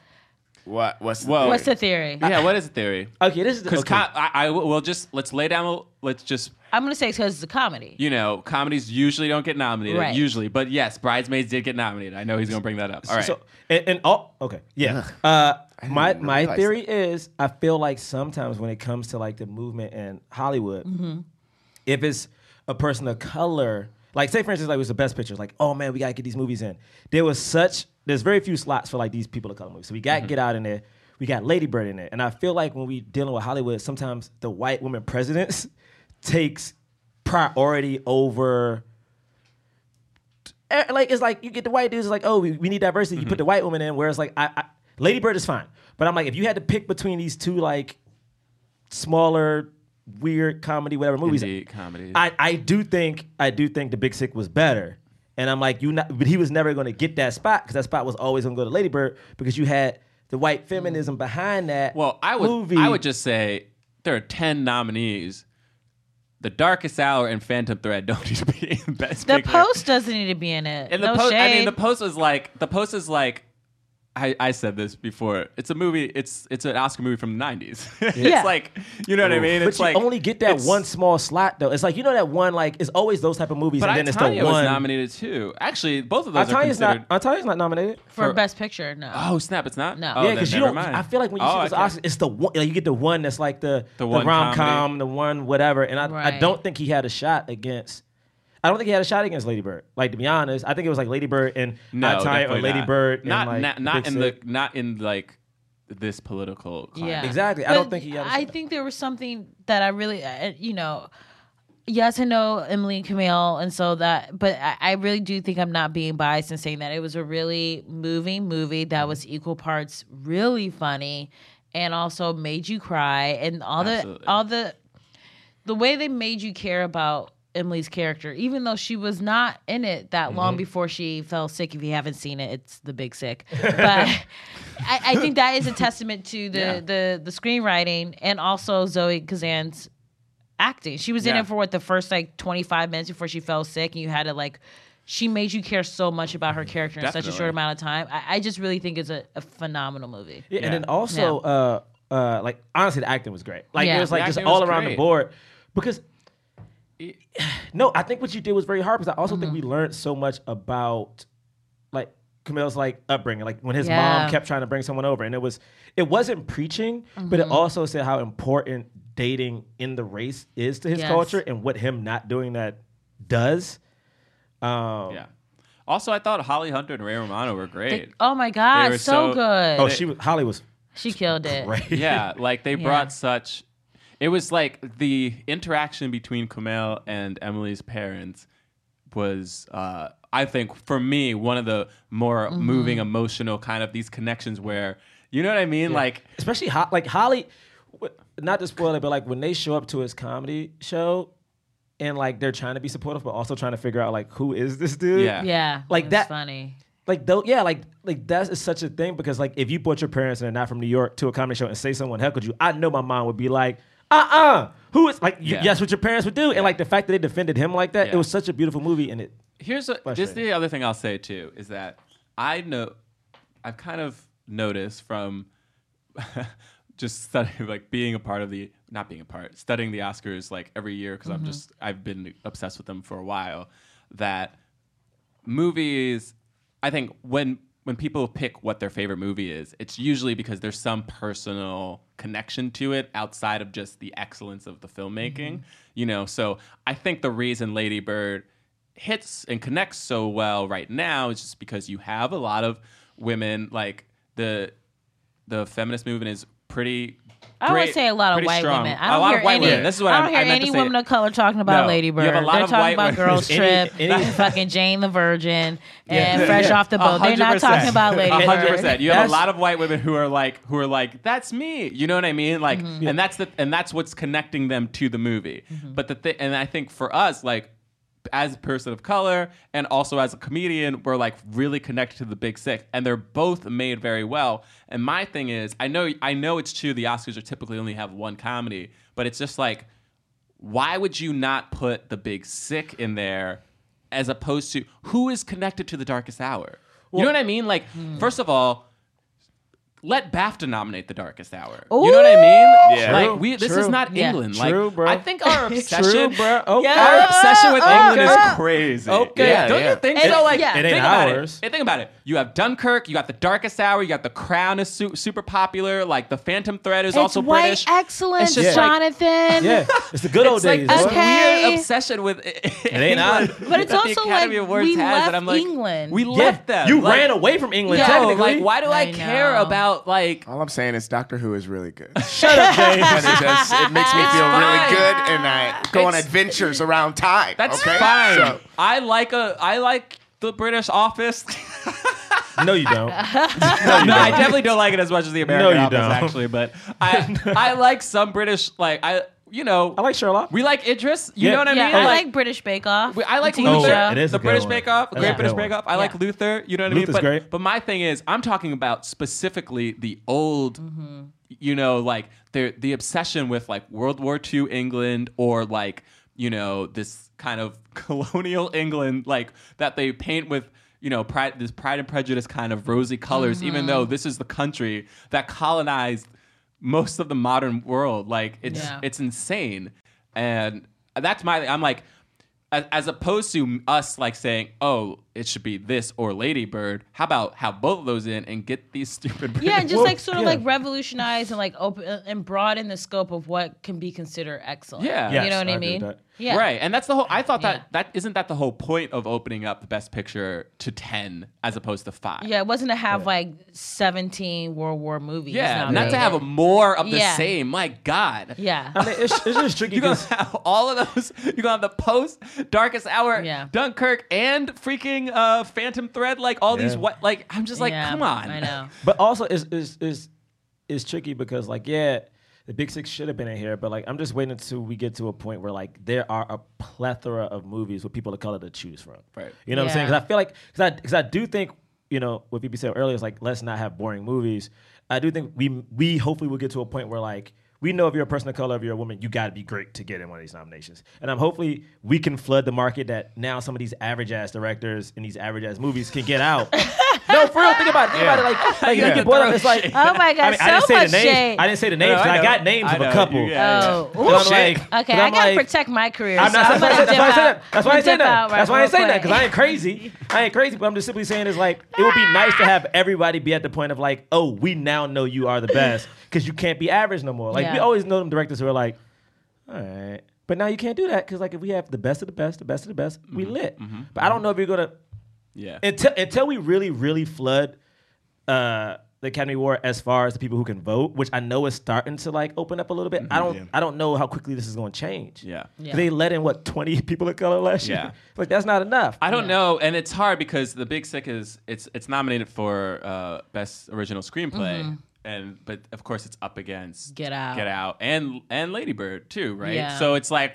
What? What's? the
Whoa.
What's the theory?
Yeah, what is the theory?
Okay, this is
Because
okay.
I, I will just let's lay down. Let's just
I'm gonna say because it's a comedy.
you know, comedies usually don't get nominated.
Right.
Usually, but yes, Bridesmaids did get nominated. I know he's gonna bring that up. All right.
So and, and oh okay yeah. Uh, my
even
my
realize
theory is I feel like sometimes when it comes to like the movement in Hollywood, if it's a person of color, like say for instance like it was the best pictures, like oh man we gotta get these movies in. There was such there's very few slots for like these people of color movies, so we
Mm-hmm.
got Get Out in there, we got Lady Bird in there, and I feel like when we dealing with Hollywood, sometimes the white woman presidents takes priority over eh, like it's like you get the white dudes it's like oh we, we need diversity you
Mm-hmm.
put the white woman in whereas like I, I lady bird is fine but i'm like if you had to pick between these two like smaller weird comedy whatever movies
Indie comedies.
I, I do think i do think the big sick was better and i'm like you not but he was never going to get that spot because that spot was always going to go to lady bird because you had the white feminism behind that
Well, I would
movie.
I would just say there are ten nominees. The Darkest Hour and Phantom Thread don't need to be in best.
The
Picture.
Post doesn't need to be in it.
and the
no
post.
shade.
I mean, the post was like the post is like I, I said this before. It's a movie. It's it's an Oscar movie from the '90s.
Yeah.
it's like you know what I mean.
but
It's
you
like
only get that
it's-
one small slot though. It's like you know that one like it's always those type of movies,
But
and then it's
Itania
the one.
was nominated too. Actually, both of those are
Italia's
considered.
not. Italia's not nominated.
for,
for-
best picture. No.
oh snap! It's not.
No.
Oh,
Yeah,
then
you
never
don't.
mind.
I feel like when you
Oh,
see those
okay.
Oscars, it's the one. Like you get the one that's like the the,
one
rom com,
comedy.
the one whatever. And I, I
Right.
don't think he had a shot against. I don't think he had a shot against Lady Bird. Like to be honest, I think it was like Lady Bird and
no,
Itania or
definitely
Lady
not.
Bird. and,
Not
like,
not, not
Big
in
Sick.
the not in like this political. Climate.
Yeah,
Exactly. I don't
But
think he had a
I
shot.
think there was something that I really, uh, you know, yes, I know Emily and Camille, and so that, but I, I really do think I'm not being biased in saying that it was a really moving movie that was equal parts really funny and also made you cry and all
Absolutely.
the all the the way they made you care about Emily's character, even though she was not in it that long before she fell sick. If you haven't seen it, it's the big sick. But I, I think that is a testament to the the the screenwriting and also Zoe Kazan's acting. She was in
Yeah.
it for what the first like twenty five minutes before she fell sick, and you had to like. She made you care so much about her character in such a
Definitely.
short amount of time. I, I just really think it's a, a phenomenal movie.
Yeah, and then also, uh, uh, like honestly, the acting was great. Like
Yeah.
it was like
The
just
acting was
all around the
great.
board because. No, I think what you did was very hard because I also think
Mm-hmm.
we learned so much about, like Camille's like upbringing, like when his
Yeah.
mom kept trying to bring someone over, and it was it wasn't preaching, but
Mm-hmm.
it also said how important dating in the race is to his
Yes.
culture and what him not doing that does. Um,
Yeah. Also, I thought Holly Hunter and Ray Romano were great.
Oh my god,
were
so,
so-
good.
Oh, she was Holly was
she killed it.
great.
yeah, like they brought such. It was like the interaction between Kumail and Emily's parents was, uh, I think, for me, one of the more moving, emotional kind of these connections where you know what I mean, like
especially Ho- like Holly. wh- Not to spoil it, but like when they show up to his comedy show, and like they're trying to be supportive, but also trying to figure out like who is this dude?
Yeah.
Yeah, it
Like
was
that-
Funny.
Like though, yeah, like like that is such a thing because like if you brought your parents and they're not from New York to a comedy show and say someone heckled you, I know my mom would be like, uh uh who is like
Yeah.
yes, that's what your parents would do, and like the fact that they defended him like that, it
Yeah.
was such a beautiful movie, and it
here's a, this is the other thing I'll say too is that I know I've kind of noticed from just studying like being a part of the not being a part studying the Oscars like every year because I'm just I've been obsessed with them for a while that movies I think when when people pick what their favorite movie is it's usually because there's some personal connection to it outside of just the excellence of the filmmaking you know so I think the reason Lady Bird hits and connects so well right now is just because you have a lot of women like the the feminist movement is pretty
I would
great-
say a lot of
pretty
white
strong.
women.
A
I don't
lot
hear
of white
any.
women. This is what
I don't
I-
hear
I meant to
any
say.
woman of color talking about
No,
Lady
you
Bird.
have a lot
They're
of
talking
white
about
women.
Girls
Any-
Trip
any-
and fucking Jane the Virgin and
Yeah.
Fresh Off the Boat. They're not
100%.
talking about Lady
A hundred
Bird.
percent. You have
That's-
a lot of white women who are like, who are like, that's me. You know what I mean? Like,
Mm-hmm.
and that's the, and that's what's connecting them to the movie. But the thing, and I think for us, like, as a person of color and also as a comedian, we're like really connected to the big six, and they're both made very well. And my thing is, I know, I know it's true. The Oscars are typically only have one comedy, but it's just like why would you not put the big sick in there as opposed to who is connected to the darkest hour? you know what I mean? Like, first of all, let BAFTA nominate the darkest hour. You know what I mean?
Yeah.
Like
True,
we this
true.
is not
Yeah. Uh,
England.
True,
like
bro.
I think our
true,
obsession
bro. Okay,
our obsession with England
okay.
is crazy.
Okay. Yeah,
don't
yeah.
you think
It-
so? Like,
yeah. It
ain't
think about
ours.
it. And Think about it. You have Dunkirk. You got The Darkest Hour. You got The Crown is su- super popular. Like The Phantom Thread is
It's
also
white
British.
excellence,
It's just like-
Jonathan.
yeah, it's the good old
It's like
days.
this
boy.
Okay.
weird obsession with it.
ain't ours.
But it's also like we left England.
We
Yeah,
left them.
You
Like,
ran away from England.
Yeah.
So,
technically.
like, why do I,
I
care
know.
about like?
All I'm saying is Doctor Who is really good.
Shut up, James.
And it just it makes me feel really
fine.
good, and I go on adventures around time.
That's
okay?
fine.
So,
I like a. I like the British Office.
No, you don't.
no, I definitely don't like it as much as the American
you
Office
don't.
actually, but I I like some British like I you know
I like Sherlock.
we like Idris. You
Yeah.
know what I
yeah,
mean?
I like British Bake Off.
We- I like
the TV
Luther,
show.
it is a
the
good
British
one.
Bake Off,
That's a
Great
good
British
one.
Bake Off. I
Yeah.
like Luther. You know what
Luther's
I mean? But,
great.
but my thing is, I'm talking about specifically the old, you know, like the the obsession with like World War II England or like you know this kind of colonial England, like that they paint with you know, pride, this Pride and Prejudice kind of rosy colors, even though this is the country that colonized most of the modern world. Like it's
Yeah.
it's insane, and that's my. I'm like, as, as opposed to us like saying, oh, it should be this or Ladybird. How about have both of those in and get these stupid.
Yeah, and just
Well,
like sort of
yeah.
like revolutionize and like open and broaden the scope of what can be considered excellent.
Yeah.
you
Yes,
know what
I
I,
agree with
mean.
that.
Yeah,
Right. And that's the whole I thought that
Yeah.
that isn't that the whole point of opening up the best picture to 10 as opposed to 5.
Yeah, it wasn't to have like seventeen World War movies.
Yeah, not
nominated.
to have a more of the
Yeah.
same. My god.
Yeah,
I mean, it's, it's just tricky
You're gonna
'cause-
have all of those. You're gonna have the post, Darkest Hour,
Yeah.
Dunkirk, and freaking uh, Phantom Thread. Like all these,
Yeah.
what? Like I'm just like,
Yeah,
come on.
I know.
But also, it's, it's, it's, it's tricky because, like, yeah, the Big Six should have been in here, but, like, I'm just waiting until we get to a point where, like, there are a plethora of movies with people of color to choose from.
Right.
You know what I'm saying?
Yeah.
Because I feel like, because I, because I do think, you know, what BP said earlier is, like, let's not have boring movies. I do think we, we hopefully will get to a point where, like, we know if you're a person of color, if you're a woman, you got to be great to get in one of these nominations. And I'm hopefully we can flood the market that now some of these average ass directors and these average ass movies can get out. no, for real, think about it. Think about it. Like, like you
Yeah.
get bored of it. It's like,
Oh my
I
god,
mean,
so
I didn't say
much
the names.
shade.
I didn't say the names.
No, I
'cause I,
know.
got names
I
of a
know.
couple.
You- yeah, yeah.
Oh,
And I'm
ooh.
like-
okay.
and
I
I'm
gotta
like-
protect my career.
I'm
so
not,
I'm gonna
that's,
dip
why I said
out.
that. that's why I say
Dip
that.
out right
That's why I
real
say that.
quick.
Because I ain't crazy. I ain't crazy. But I'm just simply saying is like it would be nice to have everybody be at the point of like, oh, we now know you are the best because you can't be average no more. Like we
Yeah.
always know them directors who are like, all right, but now you can't do that because like if we have the best of the best, the best of the best, we lit. But I don't know if you're gonna
Yeah.
until until we really really flood uh, the Academy Award as far as the people who can vote, which I know is starting to like open up a little bit. I don't I don't know how quickly this is going to change.
Mm-hmm. Yeah.
Yeah.
they let in what twenty people of color last
Yeah.
year. Like that's not enough.
I don't know, and it's hard because the Big Sick is it's it's nominated for uh, best original screenplay, and but of course it's up against
Mm-hmm. Get Out.
Get Out, and and Lady Bird too, right?
Yeah.
So it's like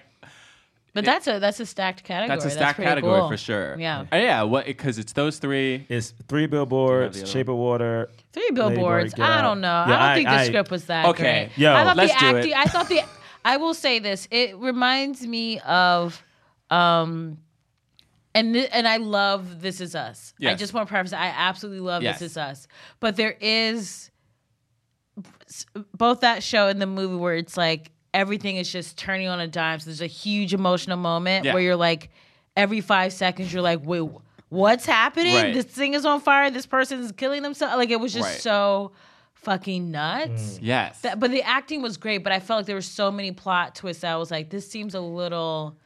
But that's a that's a stacked category.
that's a stacked
pretty
category
cool.
for sure.
Yeah.
Uh, yeah. What? Because it's those three.
It's three
Do you have the
billboards,
other
Shape of Water,
Three
Bird,
billboards.
Get
I
Out.
don't know. I
Yeah,
don't
I-
think the
I-
script was that
Okay.
great.
Yo,
I thought
let's
the
do it.
acting. I thought the. I will say this. It reminds me of, um, and th- and I love This Is Us. I
Yes.
just want to preface. I absolutely love
Yes.
This Is Us, but there is s- both that show and the movie where it's like everything is just turning on a dime. So there's a huge emotional moment
Yeah.
where you're like, every five seconds you're like, wait, what's happening?
Right.
This thing is on fire. This person is killing themselves. Like it was just
Right.
so fucking nuts.
Yes.
That- but the acting was great. But I felt like there were so many plot twists. That I was like, this seems a little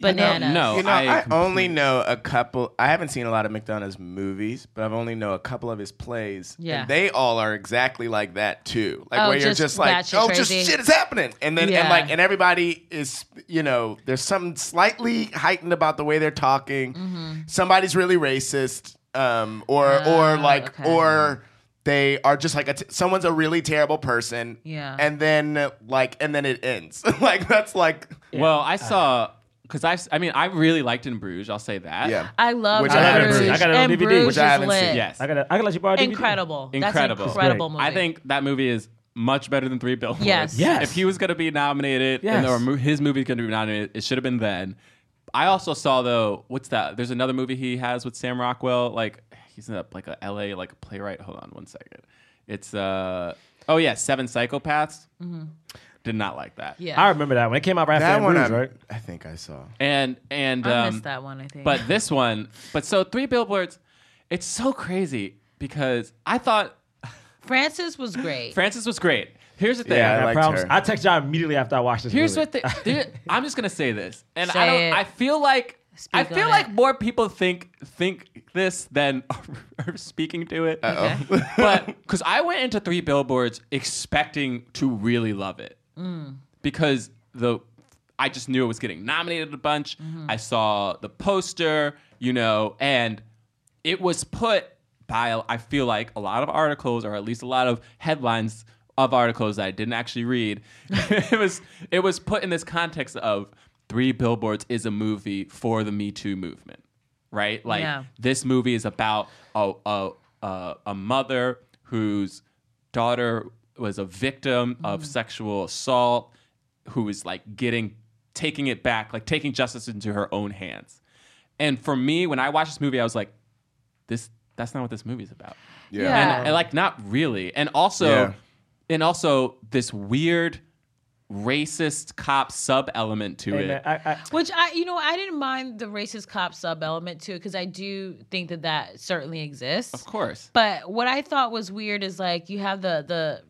bananas.
no.
You know,
I
I,
complete-
only know a couple. I haven't seen a lot of McDonough's movies, but I've only know a couple of his plays.
Yeah.
and they all are exactly like that too. Like
Oh,
where you're
just
just like,
batshit
oh,
crazy.
just shit is happening, and then
Yeah.
and like and everybody is, you know, there's something slightly heightened about the way they're talking.
Mm-hmm.
Somebody's really racist, um, or or
Oh,
like
okay.
or. They are just like a t- someone's a really terrible person,
Yeah.
And then uh, like, and then it ends. like that's like,
Well, I saw because I, s- I mean I really liked In Bruges. I'll say that.
yeah.
I love
Which I haven't
Bruges.
seen.
I got it on
And
DVD.
Bruges
Which I
is
haven't
lit.
seen.
Yes.
I gotta I gotta let you borrow. a DVD.
Incredible.
Incredible.
That's an incredible movie.
I think that movie is much better than Three Billboards.
Yes.
Yes.
If he was going to be nominated and
Yes.
or mo- his movie's going to be nominated, it should have been then. I also saw though, what's that? There's another movie he has with Sam Rockwell. Like he's in a, like a LA like playwright. Hold on one second. It's uh oh yeah, Seven Psychopaths. Did not like that.
Mm-hmm. Yeah.
I remember that one. It came out right
That
after
one,
Bruges,
I,
right?
I think I saw.
And and
I
um,
missed that one. I think.
But this one, but so Three Billboards, it's so crazy because I thought
Francis was great.
Francis was great. Here's the thing.
Yeah, I
I,
liked
promise.
her.
I text y'all immediately after I watched this.
Here's
movie.
what the, there- I'm just gonna say this, and
Say
I don't.
it.
I feel like I
Speak
feel
on
like
it.
more people think think this than are, speaking to it.
Okay.
But because I went into Three Billboards expecting to really love it, because the I just knew it was getting nominated a bunch. I saw the poster, you know, and it was put by I feel like a lot of articles or at least a lot of headlines of articles that I didn't actually read. it was it was put in this context of Three Billboards is a movie for the Me Too movement, right? Like
Yeah.
this movie is about a a a, a mother whose daughter was a victim
Mm.
of sexual assault who is like getting taking it back like taking justice into her own hands and for me when i watched this movie i was like this that's not what this movie's about.
Yeah.
And, and, like not really. And also
Yeah.
and also this weird racist cop sub element to
Hey,
it.
man, I, I,
Which I, you know, I didn't mind the racist cop sub element too, because I do think that that certainly exists.
of course.
But what I thought was weird is like you have the the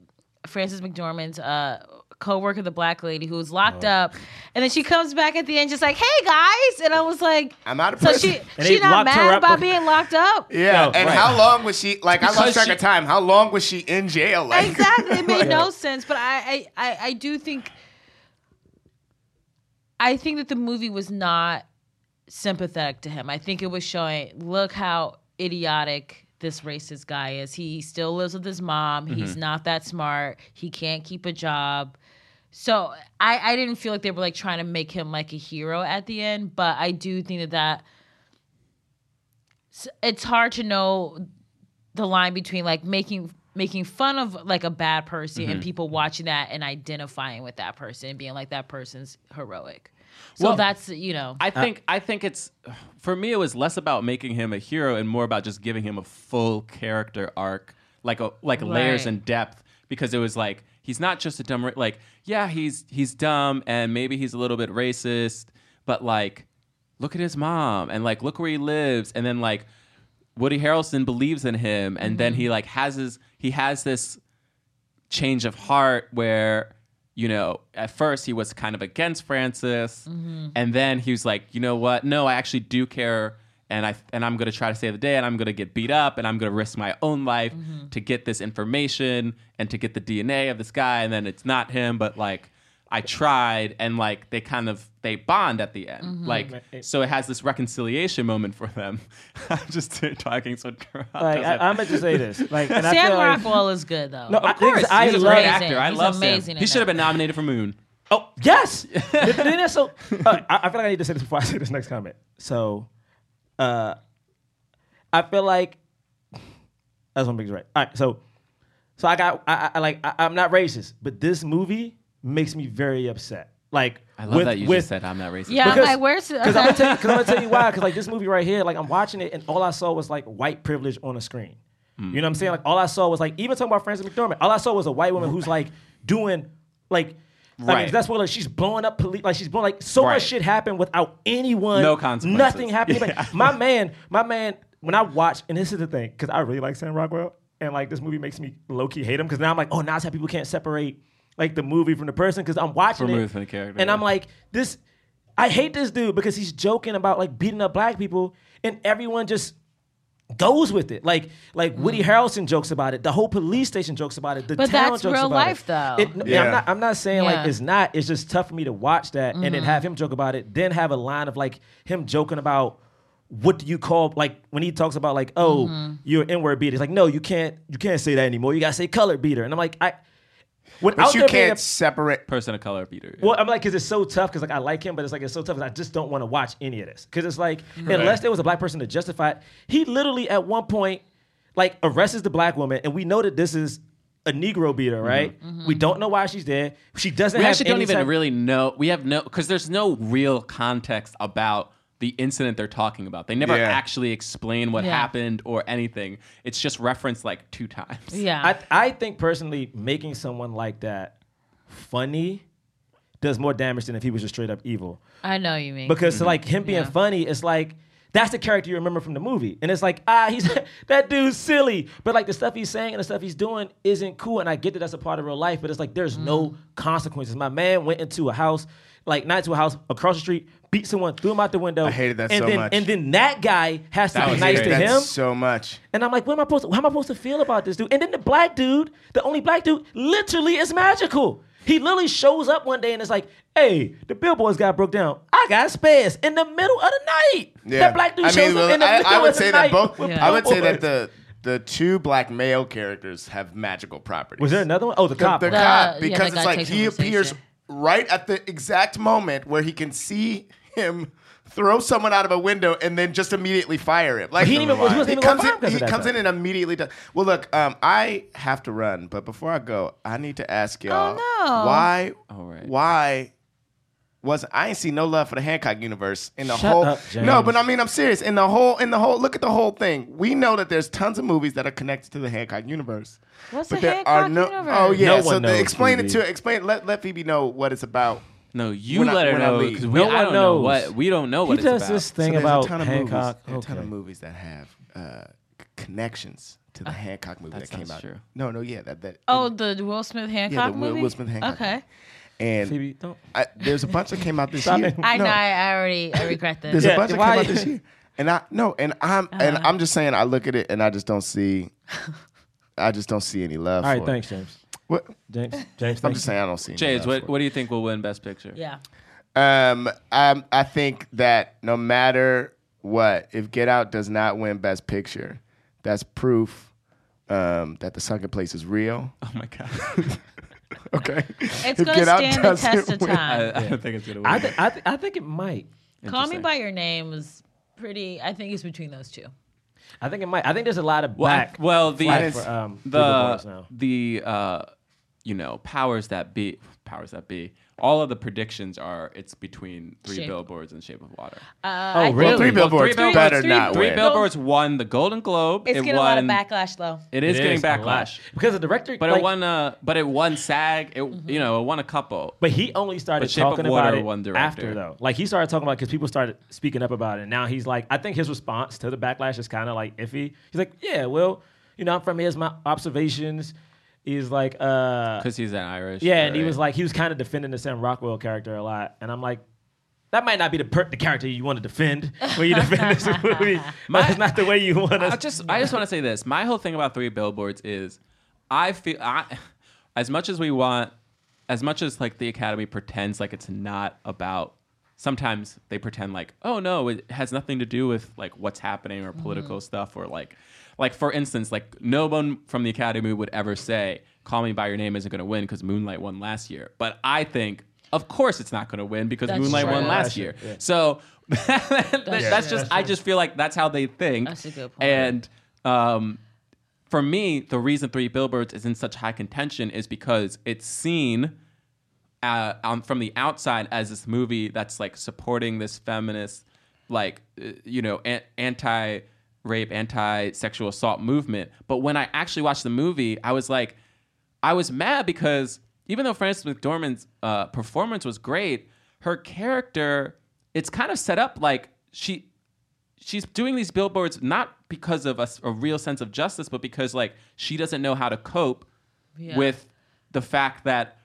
Frances McDormand's uh co-worker, the black lady who was
Oh.
locked up, and then she comes back at the end just like, "Hey guys," and I was like,
I'm out of
So
prison.
she
And
she
they
not
locked her
mad
up
about
be-
being locked up.
Yeah,
Yeah,
and
right.
how long was she like? I
Because
lost track
she-
of time. How long was she in jail? Like,
Exactly. It made no sense. But I, I, I, I do think I think that the movie was not sympathetic to him. I think it was showing look how idiotic this racist guy is. He still lives with his mom. He's not that smart. He can't keep a job. So I, I didn't feel like they were like trying to make him like a hero at the end, but I do think that that s- it's hard to know the line between like making making fun of like a bad person
Mm-hmm.
and people watching that and identifying with that person and being like that person's heroic. So
Well,
that's you know
I think I think it's for me it was less about making him a hero and more about just giving him a full character arc, like a like layers
Right.
and depth because it was like he's not just a dumb ra- like yeah, he's he's dumb and maybe he's a little bit racist, but like look at his mom and like look where he lives and then like Woody Harrelson believes in him and then
Mm-hmm.
he like has his he has this change of heart where you know at first he was kind of against Francis
Mm-hmm.
and then he was like you know what no I actually do care and I and I'm going to try to save the day and I'm going to get beat up and I'm going to risk my own life
Mm-hmm.
to get this information and to get the DNA of this guy and then it's not him but like I tried and like they kind of they bond at the end
Mm-hmm.
like so it has this reconciliation moment for them I'm just talking so drunk
like, I, I'm gonna just say this. Like, and I
Sam
feel like,
Rockwell is good though.
No,
Of course,
I,
he's a
love.
great
amazing.
actor. I
He's
love
amazing
Sam. He
in
should have
that.
been nominated for Moon.
Oh yes, Th- then that's so. uh, I, I feel like I need to say this before I say this next comment. So, uh, I feel like that's one big right. All right, so, so I got I, I- I like I, am not racist, but this movie makes me very upset. Like
I love
with,
that you
with,
just said I'm not racist.
yeah,
because-
I'm like where's
Because I'm, gonna tell you- 'cause I'm gonna tell you why. Because like this movie right here, like I'm watching it, and all I saw was like white privilege on a screen.
Mm.
You know what I'm saying? Like all I saw was like even talking about Frances McDormand. All I saw was a white woman who's like doing like. I mean,
Right.
that's what like, she's blowing up police. Like she's blowing like so
Right.
much shit happened without anyone.
No consequences.
Nothing happened.
Yeah.
Like, my man, my man. When I watch, and this is the thing, because I really like Sam Rockwell, and like this movie makes me low key hate him because now I'm like, oh, now it's how people can't separate like the movie from the person because I'm watching
Remove
it,
from the character,
and I'm
yeah.
like, this. I hate this dude because he's joking about like beating up black people, and everyone just goes with it. Like like Woody Harrelson jokes about it. The whole police station jokes about it. The
Mm. But
town
that's
jokes
real
about
life,
it.
though.
It- no,
Yeah.
I'm not. I'm not saying
Yeah.
like it's not. It's just tough for me to watch that and then have him joke about it. Then have a line of like him joking about what do you call like when he talks about like oh you're n word beater. He's like no you can't you can't say that anymore. You gotta say color beater. And I'm like I.
but
Without
you
there being
can't
a-
separate.
person of color, Peter.
well, I'm like, because it's so tough. Because like I like him, but it's like it's so tough. 'cause I just don't want to watch any of this. Because it's like unless there was a black person to justify it, he literally at one point like arrests the black woman, and we know that this is a Negro beater, right? We don't know why she's there. She doesn't.
Mm-hmm. we
have
actually don't
any
even
type-
really know. We have no because there's no real context about the incident they're talking about. They never
Yeah.
actually explain what
Yeah.
happened or anything. It's just referenced like two times.
yeah.
I I think personally, making someone like that funny does more damage than if he was just straight up evil.
I know you mean.
because so, like him being
Yeah.
funny it's like that's the character you remember from the movie and it's like ah he's that dude's silly but like the stuff he's saying and the stuff he's doing isn't cool and i get that that's a part of real life but it's like there's
Mm.
no consequences my man went into a house like not into a house across the street beat someone threw him out the window i
hated that
and
so
then
much.
and then that guy has to
That
be
was
nice
great.
to
That's
him
so much.
and i'm like what am i supposed to, how am i supposed to feel about this dude and then the black dude the only black dude literally is magical he literally shows up one day and it's like, hey, the billboards got broke down. I got spares in the middle of the night.
Yeah,
That black dude
I
shows
well,
up in the
I,
middle
I would
of the
say
night.
that both.
with
I would say that
billboards.
the the two black male characters have magical properties.
Was there another one? Oh, the,
the,
cop.
the
one.
cop
yeah, that
because
guy
it's like
takes
he
him to station.
appears right at the exact moment where he can see him throw someone out of a window and then just immediately fire him. Like
he didn't even- he wasn't even
comes
gonna fire him
in,
because
he
of that,
comes in
though.
and immediately does. Well, look, um, I have to run,
Oh,
but before I go, I need to ask y'all
no.
why
right.
why wasn't. I ain't see no love for the Hancock universe in the
Shut
whole.
up,
no,
James.
but I mean, I'm serious. In the whole, in the whole, look at the whole thing. We know that there's tons of movies that are connected to the Hancock universe.
What's
but
the
there are
Hancock
no.
universe?
Oh yeah.
No
so
one
the-
knows,
explain it
Phoebe.
to explain. Let let Phoebe know what it's about.
No, you
When I-
let her
when I
know
leave.
because we
No
I
one
don't know
knows.
what we don't know
He
what
does
it's about.
this thing
So there's
about
a ton of
Hancock.
Movies, there's a ton of
Okay.
movies that have uh, c- connections to the
Ah,
Hancock movie that came
sounds
out.
true.
No, no, yeah, that that.
Oh, the Will Smith Hancock
Will-
movie.
Will Smith Hancock
Okay,
and
Phoebe, don't.
I, there's a bunch that came out this
Stop
year.
it.
I
No,
know. I already I regret this.
There's
Yeah,
a bunch that
why-
came out this year, and I no, and I'm
Uh-huh.
and I'm just saying, I look at it and I just don't see, I just don't see any love.
All right,
for
thanks, James.
It. What,
James, James,
I'm
thank
just
you.
saying, I don't see. Any
James,
love
what,
for
what do you think will win Best Picture?
Yeah.
it. Um, I'm, I think that no matter what, if Get Out does not win Best Picture, that's proof um, that the sunken place is real.
Oh my god,
Okay.
It's
If
gonna
Get Out
stand the
doesn't
test of
win-
time.
I, I don't think it's gonna win.
I, th- I, th- I think it might.
Call Me
Interesting.
by Your Name was pretty. I think it's between those two.
I think it might. I think there's a lot of
well, I-
back.
well, the
flag for, um, Billboard Boys
the
now.
the uh, you know powers that be powers that be. All of the predictions are it's between Three
Shape.
Billboards and Shape of Water.
Uh,
Oh,
I
really?
think
Three billboards
Three
better
Billboards,
not
Three
win.
Bill-
Billboards won the Golden Globe.
It's
it
getting
won,
a lot of backlash though.
It is
It
getting
is a lot.
backlash.
because the director.
But
like,
it won a, but it won SAG. It
Mm-hmm.
you know, it won a couple.
But he only started
But Shape of
talking
Water
about it
won director.
after though. Like he started talking about because people started speaking up about it. Now he's like, I think his response to the backlash is kind of like iffy. He's like, Yeah, well, you know, from his my observations, he's like, uh,
Because he's an Irish.
yeah, and he
right?
was like, he was kind of defending the Sam Rockwell character a lot, and I'm like. That might not be the per- the character you want to defend when you defend this movie. That's not the way you want
I
to.
just I just want to say this. My whole thing about three billboards is I feel I as much as we want as much as like the academy pretends like it's not about sometimes they pretend like oh no it has nothing to do with like what's happening or political
Mm-hmm.
stuff or like like for instance like no one from the academy would ever say call me by your name isn't going to win because moonlight won last year but i think of course it's not going to win because
That's
moonlight won
true.
last year so that's,
true.
just i just feel like that's how they think
That's a good point.
and um, for me, the reason Three Billboards is in such high contention is because it's seen uh, um, from the outside as this movie that's like supporting this feminist, like, uh, you know, an- anti rape, anti sexual assault movement. But when I actually watched the movie, I was like, I was mad because even though Frances McDormand's uh, performance was great, her character, it's kind of set up like she she's doing these billboards not because of a, s- a real sense of justice, but because like she doesn't know how to cope
Yeah.
with the fact that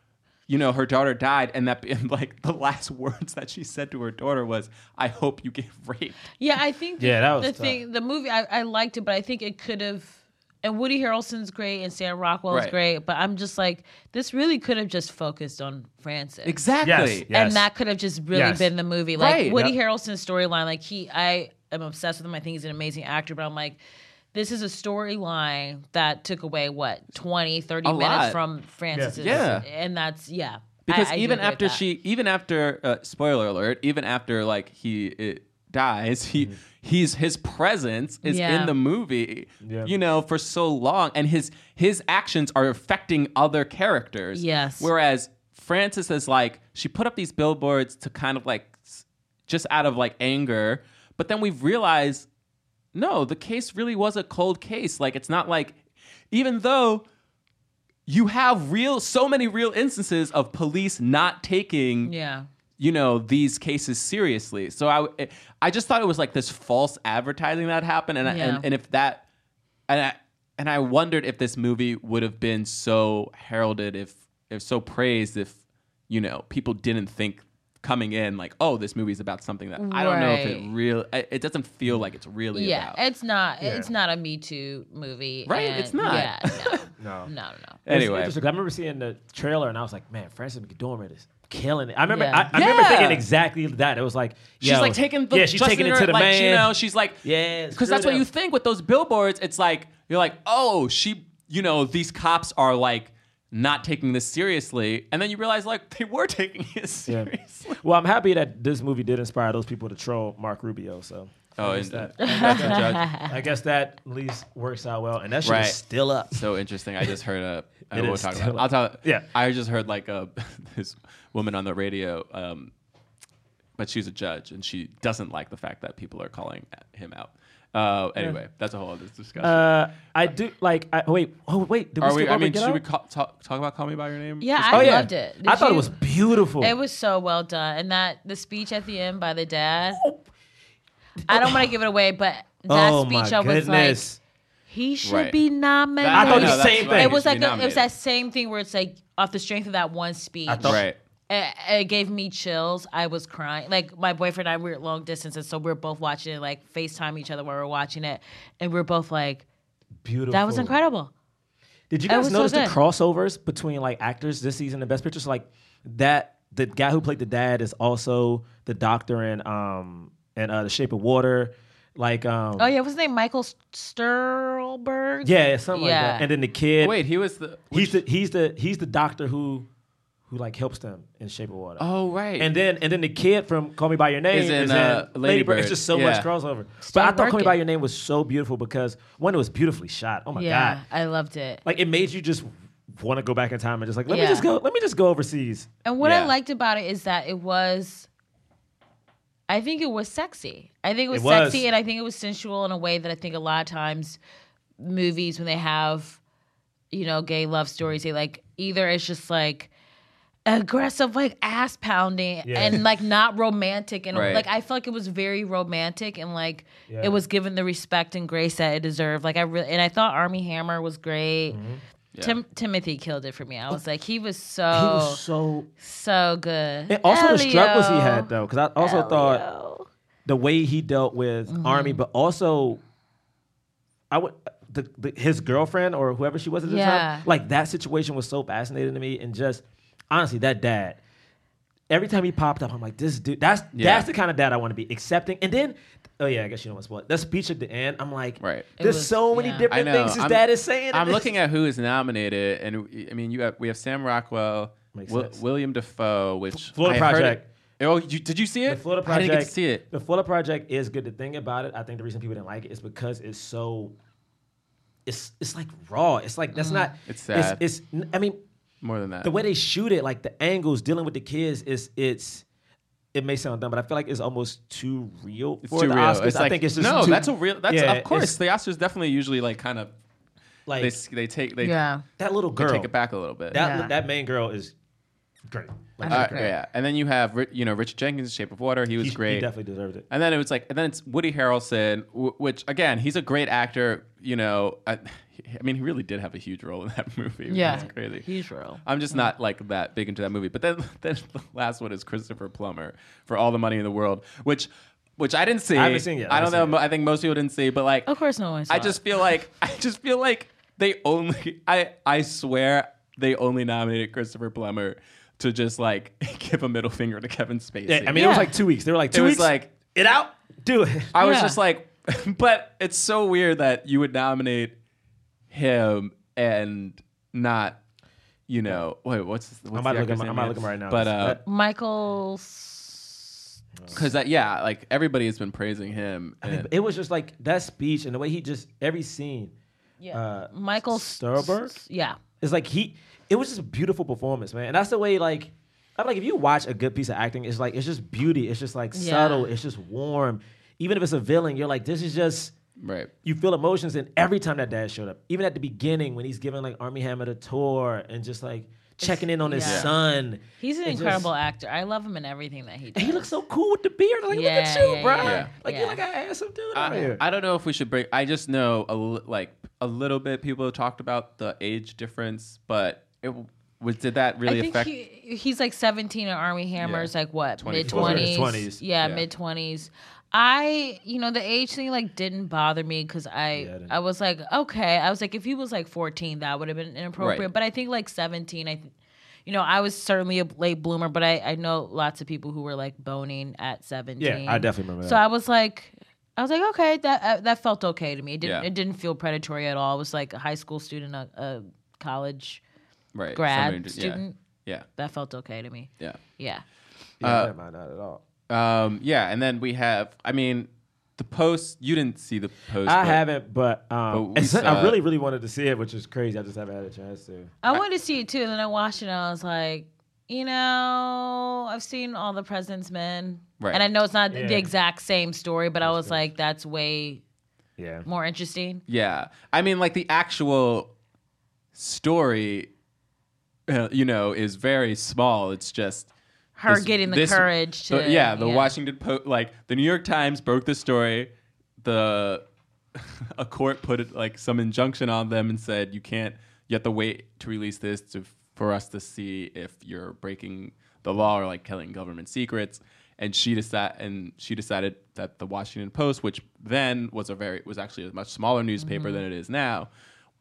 you know her daughter died, and that and, like the last words that she said to her daughter was, "I hope you get raped."
Yeah, I think
Yeah, that was
the
tough.
thing. The movie, I, I liked it, but I think it could have. And Woody Harrelson's great, and Sam Rockwell's
Right.
great, but I'm just like, this really could have just focused on Francis.
Exactly.
Yes.
And that could have just really
Yes.
been the movie. Like
Right.
Woody Harrelson's storyline, like he, I am obsessed with him. I think he's an amazing actor, but I'm like, this is a storyline that took away what 20, 30
A
minutes
lot.
from Francis.
Yeah.
And that's, yeah. I-
because
I do
even
agree with
after
that.
she even after uh, spoiler alert even after like he uh dies he he's his presence is
Yeah.
in the movie you know for so long and his his actions are affecting other characters
Yes.
whereas Frances is like she put up these billboards to kind of like s- just out of like anger but then we've realized no, the case really was a cold case. Like it's not like even though you have real so many real instances of police not taking
yeah.
you know these cases seriously. So I I just thought it was like this false advertising that happened and I,
Yeah.
and, and if that and I and I wondered if this movie would have been so heralded if if so praised if you know people didn't think coming in like oh this movie's about something that I don't know if it
Right.
real it it doesn't feel like it's really
Yeah,
about.
it's not. It's not a Me Too movie,
Right,
and-
it's not.
Yeah, no, no, no,
No.
no.
It's
Anyway.
interesting, 'cause I remember seeing the trailer and I was like, man, Frances McDormand is killing it. I remember,
Yeah.
I, I remember
Yeah.
thinking exactly that. It was like,
She's
yo,
like taking the
yeah, she's
Justin
taking it
Bieber,
to the
like,
man.
You know, she's like
Yeah,
because that's
screw
what you
them.
think with those billboards. It's like you're like oh she you know these cops are like not taking this seriously, and then you realize like they were taking it
Yeah.
seriously.
Well, I'm happy that this movie did inspire those people to troll Mark Rubio. So
Oh,
I guess,
and,
that,
that's a judge.
I guess that at least works out well. And that shit
Right.
is still up.
So interesting. I just heard a. I
It
will
is
talk
still-
about. I'll talk.
Yeah.
I just heard like a this woman on the radio um, but she's a judge and she doesn't like the fact that people are calling him out. Uh, anyway, that's a whole other discussion.
Uh, I do like. I, wait, oh wait. Did we
Are
skip
we? I
over
mean,
Get
should we
Out?
ca- talk, talk about "Call Me by Your Name"?
Yeah,
Just-
I
oh yeah,
loved it. Did
I thought
you?
it was beautiful.
It was so well done, and that the speech at the end by the dad. I don't want to give it away, but that
oh
speech
my
I was like,
goodness.
he should
Right.
be nominated.
I thought
no,
the
that's
same
right.
thing.
He
it was
should be
like a, it was
nominated.
that same thing where it's like off the strength of that one speech.
thought-
right.
it, it gave me chills. I was crying. Like my boyfriend and I we were long distances, so we are both watching it, like FaceTime each other while we are watching it, and we are both like,
beautiful.
that was incredible.
Did you
It
guys
was so
notice
good.
the crossovers between like actors this season and Best Picture? So, like that, the guy who played the dad is also the doctor in um in uh, The Shape of Water. Like um
Oh yeah, what's his name? Michael Sturlberg.
yeah, something like
Yeah.
that. And then the kid,
Wait, he was the.
he's the he's the he's the doctor who who like helps them in Shape of Water.
oh right.
And then and then the kid from Call Me by Your Name
Is
is
in,
in,
uh, Lady
Lady Bird.
Bird.
It's just so
Yeah.
much crossover.
Still
but I thought Call Me
working.
by Your Name was so beautiful because one, it was beautifully shot. Oh my
yeah,
god!
I loved it.
Like it made you just want to go back in time and just like let
Yeah.
me just go let me just go overseas.
And what
Yeah.
I liked about it is that it was, I think it was sexy. I think it was,
It was.
sexy, and I think it was sensual in a way that I think a lot of times movies when they have, you know, gay love stories, they like either it's just like aggressive, like ass pounding,
Yeah.
and like not romantic, and
Right.
like I feel like it was very romantic, and like
Yeah.
it was given the respect and grace that it deserved. Like I really, and I thought Army Hammer was great. Tim- Timothy killed it for me. I was like, he was so
Mm-hmm. Oh. He was so
so good.
and also the
Elio.
struggles he had though because I also thought
Elio.
the way he dealt with
Mm-hmm.
Army, but also I would the, the his girlfriend or whoever she was at the
Yeah.
time. Like that situation was so fascinating to me, and just honestly, that dad. Every time he popped up, I'm like, this dude. That's
Yeah.
that's the kind of dad I want to be accepting. And then, oh yeah, I guess you know what's what. That speech at the end, I'm like,
Right. It
There's
was-
so many
yeah.
different things his
I'm-
dad is saying. in
I'm
this.
looking at who is nominated, and I mean, you have we have Sam Rockwell,
Makes
Wil-
sense.
William Defoe, which
Florida
I heard
Project.
it- Oh, you, did you see it?
The Florida
I
Project.
didn't get to see it.
The Florida Project is good. The thing about it, I think the reason people didn't like it is because it's so. It's it's like raw. It's like that's not.
Mm, It's sad.
It's, it's I mean
More than that.
the way they shoot it, like the angles dealing with the kids is it's. It may sound dumb, but I feel like it's almost too real
it's
for
too
the
real.
Oscars.
It's
I
like,
think it's just
no.
too-
that's a real. That's
Yeah,
of course
it's
the Oscars definitely usually like kind of
Like
they s- they take they
Yeah.
that little
they
girl.
take it back a little bit.
That
Yeah.
that main girl is great. Like,
Uh,
she's great.
yeah, and then you have Ri- you know Richard Jenkins, Shape of Water. He was
He-
great.
He definitely deserved it.
And then it was like, and then it's Woody Harrelson, w- which again, he's a great actor. You know, I, I mean, he really did have a huge role in that movie. which
Yeah.
is crazy.
He's real.
I'm just not like that big into that movie. But then, then the last one is Christopher Plummer for All the Money in the World, which, which I didn't see.
I haven't seen it. I
I don't
haven't
know.
seen
mo- I think most people didn't see, but like,
Of course, no one. Saw
I just feel like I just feel like they only I I swear they only nominated Christopher Plummer to just like give a middle finger to Kevin Spacey.
Yeah, I mean, it was
Yeah.
like two weeks. They were like two
it was
weeks.
like
it out. Do it.
I was
Yeah.
just like, but it's so weird that you would nominate him and not, you know, wait, what's what's
I'm about
the
to look at
actor's
my-
name
I'm about to
again?
look at him right now.
But uh,
That-
it. Michael. S-
because that yeah, like everybody has been praising him.
I mean,
and-
it was just like that speech and the way he just every scene.
Yeah.
Uh,
Michael S-
Sturberg.
Yeah.
It's like he. It was just a beautiful performance, man. And that's the way like. I'm like if you watch a good piece of acting, it's like it's just beauty. It's just like
Yeah.
subtle. It's just warm. Even if it's a villain, you're like this is just
right.
you feel emotions and every time that dad showed up even at the beginning when he's giving like army hammer the tour and just like checking in on his
yeah.
son
He's an
It just-
incredible actor. I love him in everything that he does.
and he looks so cool with the beard like look
Yeah,
at you
yeah,
bro
yeah,
like
yeah.
you're like an handsome dude out
I,
here.
I don't know if we should break. I just know a li- like a little bit. People have talked about the age difference, but it was did that really
I think
affect?
he, he's like 17 and Army Hammer's
Yeah.
like what
24.
mid 20s.
20s.
Yeah,
Yeah.
mid 20s. I you know the age thing like didn't bother me because I
I didn't.
I, was like okay I was like if he was like 14 that would have been inappropriate
Right.
but I think like 17 I th- you know I was certainly a late bloomer but I I know lots of people who were like boning at 17
Yeah, I definitely remember
so
that.
I was like I was like okay that uh, that felt okay to me it didn't
Yeah.
it didn't feel predatory at all it was like a high school student a, a college
right,
grad
somebody did- yeah,
student
Yeah,
that felt okay to me.
yeah.
Yeah.
yeah, never mind, not at all
Um, yeah, and then we have. I mean, the post. You didn't see the post.
I
but-
haven't, but, um,
But we saw
I really,
it.
really wanted to see it, which is crazy. I just haven't had a chance to.
I wanted to see it too, and then I watched it and I was like, you know, I've seen all the President's Men,
Right.
and I know it's not
Yeah.
the exact same story, but I was like, that's way
Yeah.
more interesting.
Yeah. I mean, like the actual story, uh, you know, is very small. It's just
Her
this-
getting the
this-
courage to
the- yeah, the Washington Post, like the New York Times broke the story. The a court put it like some injunction on them and said you can't. You have to wait to release this to for us to see if you're breaking the law or like killing government secrets. And she decided, and she decided that the Washington Post, which then was a very was actually a much smaller newspaper
Mm-hmm.
than it is now,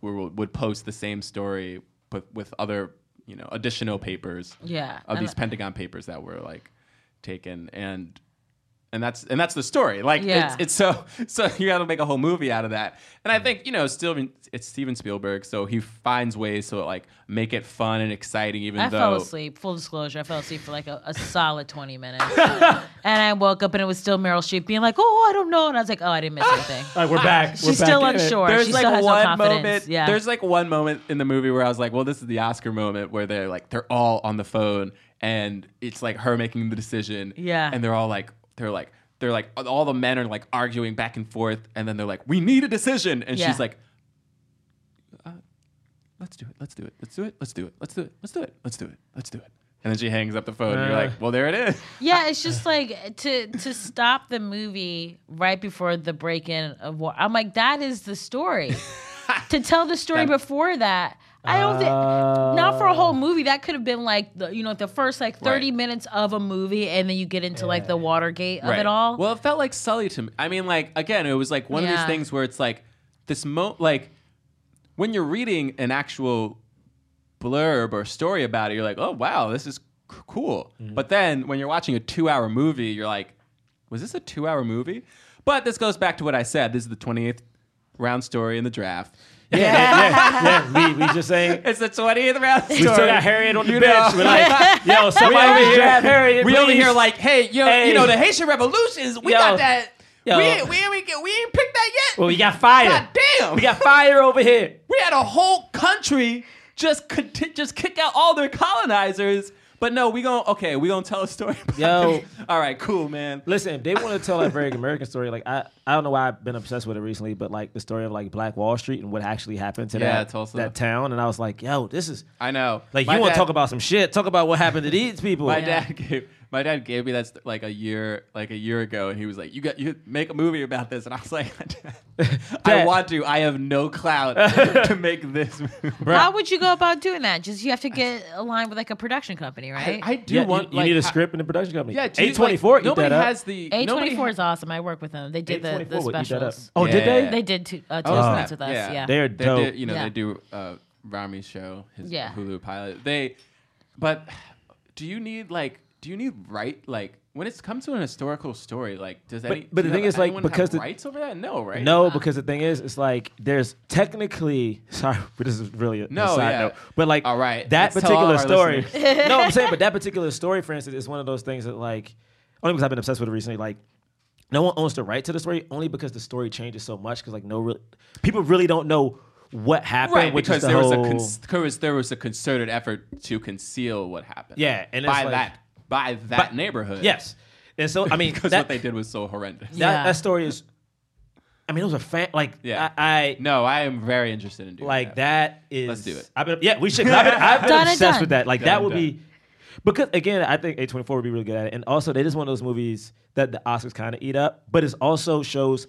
were, would post the same story, but with other you know additional papers
Yeah,
of
and-
these Pentagon papers that were like taken and and that's and that's the story. Like
Yeah.
it's, it's so so you got to make a whole movie out of that. And I think you know Steven it's Steven Spielberg, so he finds ways to like make it fun and exciting, even
I
though
fell asleep. Full disclosure, I fell asleep for like a, a solid twenty minutes, and I woke up and it was still Meryl Streep being like, "Oh, I don't know," and I was like, "Oh, I didn't miss anything."
All right, we're back. We're
She's
back
still
in it.
unsure.
There's
she
like
still has
one
no confidence.
moment.
yeah.
There's like one moment in the movie where I was like, "Well, this is the Oscar moment where they're like they're all on the phone and it's like her making the decision."
Yeah.
And they're all like they're like they're like all the men are like arguing back and forth and then they're like, "We need a decision." And
Yeah.
she's like, uh, "Let's do it. Let's do it. Let's do it. Let's do it. Let's do it. Let's do it. Let's do it. Let's do it." And then she hangs up the phone. and you're
Uh.
like, "Well, there it is."
Yeah, it's just like to to stop the movie right before the break in of war. I'm like, that is the story. to tell the story
That- Oh.
before that, I don't think not for a whole movie. That could have been like the, you know the first like 30
Right.
minutes of a movie, and then you get into like the Watergate of
Right.
it all.
Well, it felt like Sully to me. I mean, like again, it was like one of
Yeah.
these things where it's like this mo like when you're reading an actual blurb or story about it, you're like, oh wow, this is c- cool.
Mm-hmm.
But then when you're watching a two-hour movie, you're like, was this a two-hour movie? But this goes back to what I said. This is the 28th round story in the draft.
Yeah, yeah, yeah. yeah. We, we just saying.
It's the 20th round story.
We still got Harriet on the
You
bench.
know.
We're like, yo, somebody
over
over
here-
Harriet.
we over
please.
here like, hey, yo,
Hey.
you know, the Haitian revolutions, we
Yo.
got that.
Yo.
We ain't, we ain't, we, get, we ain't picked that yet.
Well, we got fire.
God damn.
We got fire over here.
we had a whole country just conti- just kick out all their colonizers. But no, we gonna okay, we gonna tell a story. About
Yo.
this. all right, cool, man.
Listen, if they want to tell a very American story, like I, I don't know why I've been obsessed with it recently, but like the story of like Black Wall Street and what actually happened to
Yeah,
that
Tulsa.
that town, and I was like, yo, this is
I know.
like
My
you want
dad-
to talk about some shit? Talk about what happened to these people.
My dad gave my dad gave me that st- like a year like a year ago, and he was like, "You got you make a movie about this," and I was like, "I
Dad.
want to. I have no clout to make this." Movie.
How would you go about doing that? Just you have to get aligned with like a production company, right?
do
Yeah, you, you need a script and a production company.
Yeah, do you-
eight twenty four.
like, Nobody has the
A twenty four
nobody-
is awesome. I work with them. They did the, the
824 would eat that up.
specials.
Oh, did they?
Yeah.
They did two, uh, two
Oh,
nights
snap.
with us.
Yeah.
Yeah,
They're
They
dope.
do, you know,
Yeah.
they do uh, Rami's show, his
Yeah.
Hulu pilot. They, but do you need like, do you need right like when it comes to an historical story? Like, does any
but
does
the thing
have-
is, like,
anyone have
because the-
rights over that? No, right?
No, because the thing is, it's like there's technically sorry, but this is really a a
No,
side
yeah.
note. But like
All right,
that
let's tell all
particular
our
story. no, I'm saying, but that particular story, for instance, is one of those things that like only because I've been obsessed with it recently, like no one owns the right to the story only because the story changes so much because like no real people really don't know what happened
Right,
which
because
is the
there was, a
whole-
cons- there was there was a concerted effort to conceal what happened.
Yeah, and it's
by
like-
that by that neighborhood.
yes and so i mean
because
that,
what they did was so horrendous.
that,
Yeah.
that story is i mean it was a fan like
Yeah.
i, I
No, I am very interested in doing
Like that is.
Let's do it.
I've been, yeah, we should. 'cause I've been, I've been
Done and
obsessed
done.
with that. Like
Done
that
and
would be because again, I think A twenty four would be really good at it. And also, they just one of those movies that the Oscars kind of eat up, but it also shows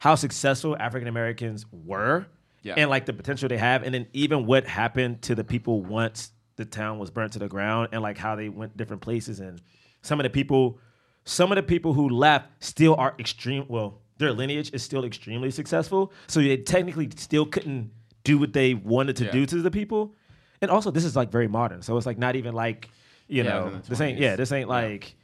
how successful African Americans were
Yeah.
and like the potential they have, and then even what happened to the people once the town was burnt to the ground, and like how they went different places, and some of the people, some of the people who left still are extreme. Well, their lineage is still extremely successful, so they technically still couldn't do what they wanted to
Yeah.
do to the people. And also, this is like very modern, so it's like not even like
Yeah,
you
it was
know
in the
this ain't
20s.
yeah this ain't like.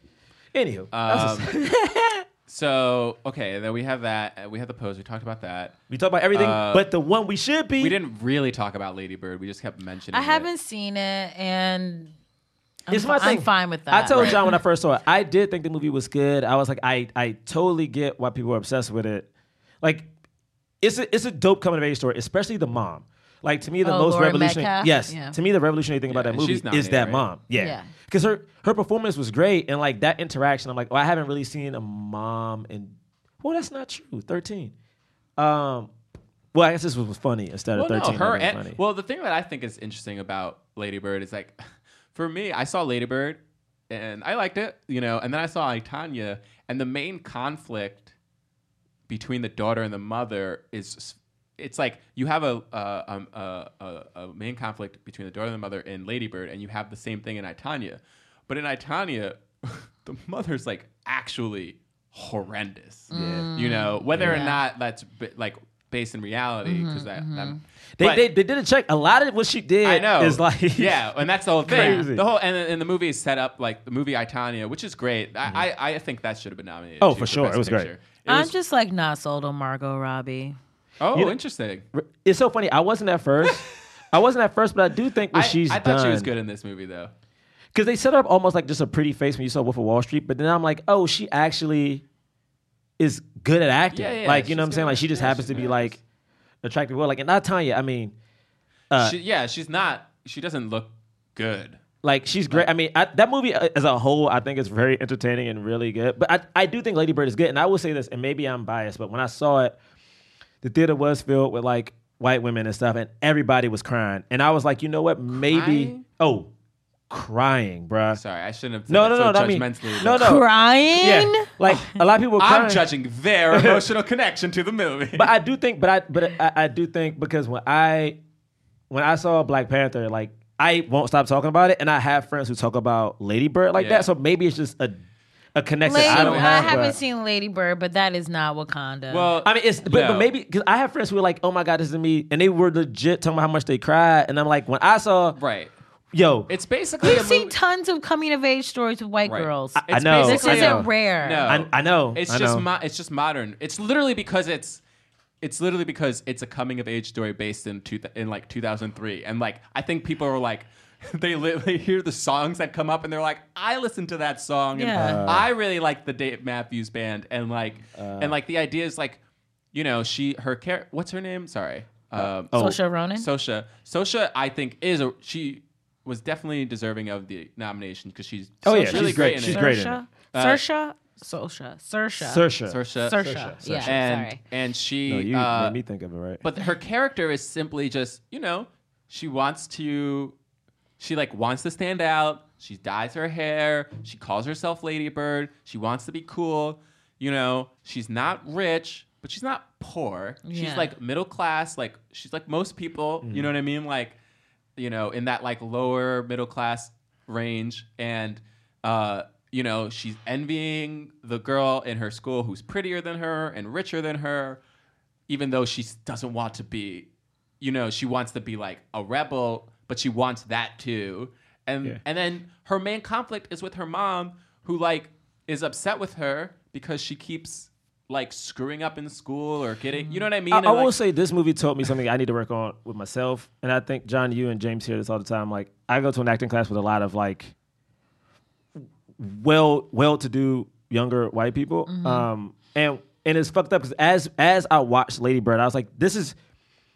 Anywho, that's just-
Um, so okay, then we have that. uh, We have the pose. We talked about that.
we talk about everything,
uh,
but the one we should be.
We didn't really talk about Lady Bird. We just kept mentioning.
I
it.
haven't seen it, and I'm,
It's my
I'm
thing.
fine with that.
I told John when I first saw it, I did think the movie was good. I was like, I, I totally get why people are obsessed with it. Like, it's a, it's a dope coming of age story, especially the mom. Like to me, the
Oh,
most
Lauren
revolutionary.
Metcalf?
Yes,
Yeah.
to me, the revolutionary thing about
Yeah,
that
and
movie
she's
is
nominated,
that
right?
mom.
Yeah.
Yeah, because her her performance was great, and like that interaction, I'm like, oh, I haven't really seen a mom in. Well, that's not true. Thirteen. Um, well, I guess this was funny instead of
Well, no,
thirteen.
her
that'd be
and
funny.
well, the thing that I think is interesting about Lady Bird is like, for me, I saw Lady Bird and I liked it, you know, and then I saw like, Tanya, and the main conflict between the daughter and the mother is it's like you have a a, um, a, a, a main conflict between the daughter and the mother in Lady Bird, and you have the same thing in Itanya, but in Itanya, the mother's like actually horrendous,
Mm.
you know, whether or not that's b- like based in reality because that, that
they,
but-
they they did a check. A lot of what she did
I know.
is like
yeah, and that's the whole thing.
Crazy.
The whole and, and the movie is set up like the movie Itania, which is great. I I, I think that should have been nominated.
Mm-hmm. Oh,
too
for sure.
Best
It was great.
Picture. It
I'm
was-
just like not sold on Margot Robbie.
oh,
you know-
interesting.
It's so funny. I wasn't at first. I wasn't at first, but I do think what
I,
she's
I thought she was
done-
good in this movie though.
because they set her up almost like just a pretty face when you saw Wolf of Wall Street, but then I'm like, oh, she actually is good at acting.
Yeah, yeah,
like you know what I'm
she's
saying?
good
Like
at-
she just
yeah,
happens to
she's
be
good at
like attractive. Well, like and not Tanya. I mean, Uh,
she, yeah, she's not. She doesn't look good.
like she's great. I mean, I, that movie uh, as a whole, I think is very entertaining and really good. But I, I do think Lady Bird is good, and I will say this, and maybe I'm biased, but when I saw it, the theater was filled with like white women and stuff, and everybody was crying, and I was like, you know what? Maybe
Crying?
oh, crying, bruh.
Sorry, I shouldn't have. Said
No,
that
no,
so
no, no. I mean,
judgmentally.
no,
but
no.
Crying?
Yeah, Oh, like a lot of people. Were crying.
I'm judging their emotional connection to the movie.
but I do think, but I, but I, I do think because when I, when I saw Black Panther, like I won't stop talking about it, and I have friends who talk about Lady Bird like
Yeah.
that. So maybe it's just a, a connection
Lady,
I don't have.
not
but-
seen Lady Bird, but that is not Wakanda.
well,
I mean, it's but, but
no.
maybe because I have friends who are like, "Oh my god, this is me," and they were legit talking about how much they cried, and I'm like, when I saw,
right.
yo,
It's basically
we've
a
seen
movie-
tons of coming of age stories with white
Right.
girls.
I
It's
know,
this
basically
I know.
isn't rare.
No,
I- I know,
It's
I
just
know.
Mo- it's just modern. It's literally because it's it's literally because it's a coming of age story based in two, in like 2003, and like I think people are like. They literally hear the songs that come up, and they're like, "I listened to that song, and
Uh.
Yeah.
I really like the Dave Matthews Band, and like, and like the idea is like, you know, she her care, what's her name? Sorry,
Uh,
um,
oh.
Saoirse Ronan?
Sosha, Sosha, I think is a she was definitely deserving of the nomination because she's
Oh, yeah,
she's
she's
really
great.
in
She's
it.
great in
Sersha?
Uh,
Sersha? Sersha. Sersha.
Saoirse.
Saoirse.
Sersha. Yeah,
and
sorry.
and she
No, you
uh,
made me think of it, right?
but her character is simply just you know she wants to she like wants to stand out she dyes her hair she calls herself ladybird she wants to be cool you know she's not rich but she's not poor she's
Yeah.
like middle class like she's like most people you know what i mean like you know in that like lower middle class range and uh you know she's envying the girl in her school who's prettier than her and richer than her even though she s- doesn't want to be, you know, she wants to be like a rebel, but she wants that too. And
Yeah.
and then her main conflict is with her mom, who like is upset with her because she keeps like screwing up in school or getting, you know what I mean?
I,
And,
I will
like,
say this movie taught me something I need to work on with myself, and I think John, you and James hear this all the time. Like I go to an acting class with a lot of like well well to do younger white people,
Mm-hmm.
um, and and it's fucked up because as as I watched Lady Bird, I was like, this is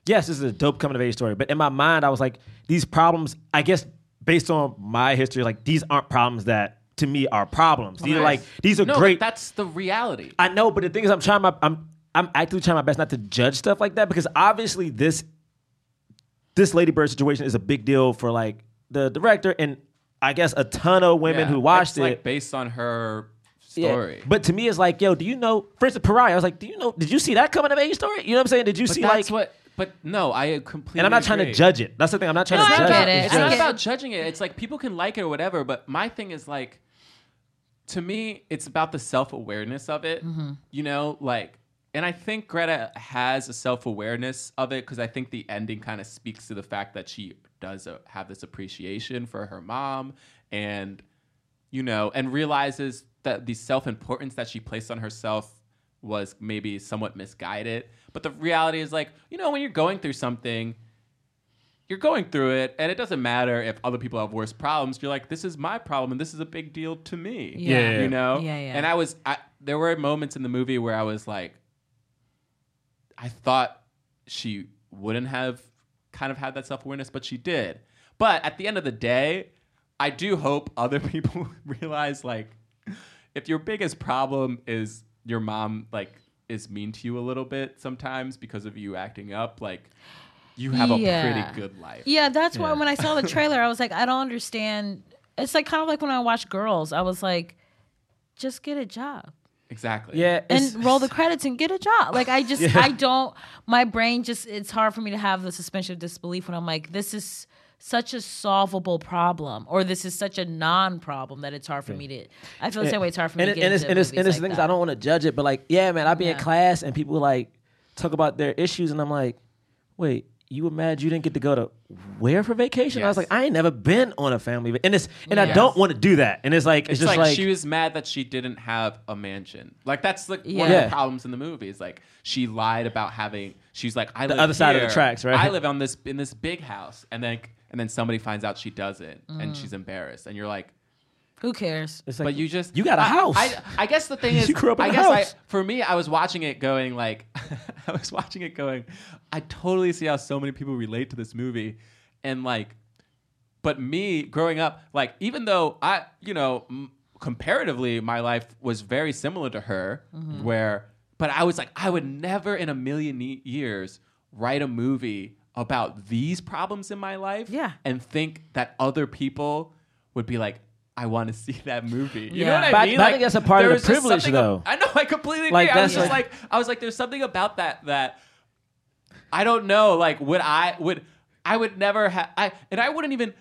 yes, this is a dope coming of age story. But in my mind, I was like, these problems, I guess based on my history, like these aren't problems that to me are problems. These are like these are
no, but
great.
That's the reality.
I know, but the thing is, I'm trying my, I'm, I'm actively trying my best not to judge stuff like that because obviously this, this Ladybird situation is a big deal for like the director and I guess a ton of women
Yeah.
who watched
It's,
it.
like based on her story.
But to me, it's like, yo, do you know? For instance, Pariah, I was like, do you know? Did you see that coming of age story? You know what I'm saying? Did you
But
see
that's
like?
what. But no, I completely.
and I'm not trying
agree.
to judge it. That's the thing. I'm not trying
No,
to
I
judge
get it.
It's
It's
I
just-
not
get
about
it.
judging it. It's like people can like it or whatever, but my thing is like to me, it's about the self awareness of it.
Mm-hmm.
You know, like and I think Greta has a self awareness of it because I think the ending kind of speaks to the fact that she does uh, have this appreciation for her mom and you know, and realizes that the self importance that she placed on herself was maybe somewhat misguided. But the reality is, like, you know, when you're going through something, you're going through it, and it doesn't matter if other people have worse problems. You're like, this is my problem, and this is a big deal to me.
Yeah. Yeah, yeah,
You know?
yeah. Yeah, yeah.
And I was, I, there were moments in the movie where I was like, I thought she wouldn't have kind of had that self awareness, but she did. But at the end of the day, I do hope other people realize like if your biggest problem is your mom like is mean to you a little bit sometimes because of you acting up, like you have a
Yeah.
pretty good life.
Yeah, that's why when I saw the trailer, I was like, I don't understand. It's like kind of like when I watched Girls. I was like, just get a job
Exactly.
Yeah, it's-
and roll the credits and get a job. Like I just, I don't. My brain just, it's hard for me to have the suspension of disbelief when I'm like, this is such a solvable problem, or this is such a non-problem that it's hard for me to. I feel the same way. It's hard for me
and,
to
it-
get
and it's
into
and it's,
movies
and it's
like
things
that.
I don't want to judge it, but like, yeah, man, I be in
Yeah.
class and people like talk about their issues, and I'm like, wait, you were mad you didn't get to go to where for vacation? I was
Yes.
like, I ain't never been on a family, va- and it's and I
Yes.
don't want to do that, and it's like it's,
It's
just
like,
like,
she was mad that she didn't have a mansion. Like that's like one of
Yeah.
the problems in the movie is like she lied about having. She's like I the live
other side of the
here.
tracks, right?
I live on this in this big house, and then and then somebody finds out she doesn't, and she's embarrassed, and you're like,
Who cares?
it's Mm. like,
but you just
you got a
I-
house.
I, I guess the thing is,
You grew up in
I
a
guess I,
house.
for me, I was watching it going like, I was watching it going, I totally see how so many people relate to this movie, and like, but me growing up, like even though I, you know, m- comparatively, my life was very similar to her,
Mm-hmm.
where, but I was like, I would never in a million ye- years write a movie about these problems in my life,
Yeah.
and think that other people would be like. I want to see that movie. You
Yeah.
know what I
But I-
mean?
but I think that's a part
there
of the
was just
privilege,
something
though.
ab- I know. I completely agree.
Like,
I was
that's
just like, I was like, there's something about that that I don't know. Like, would I would I would never have I and I wouldn't even.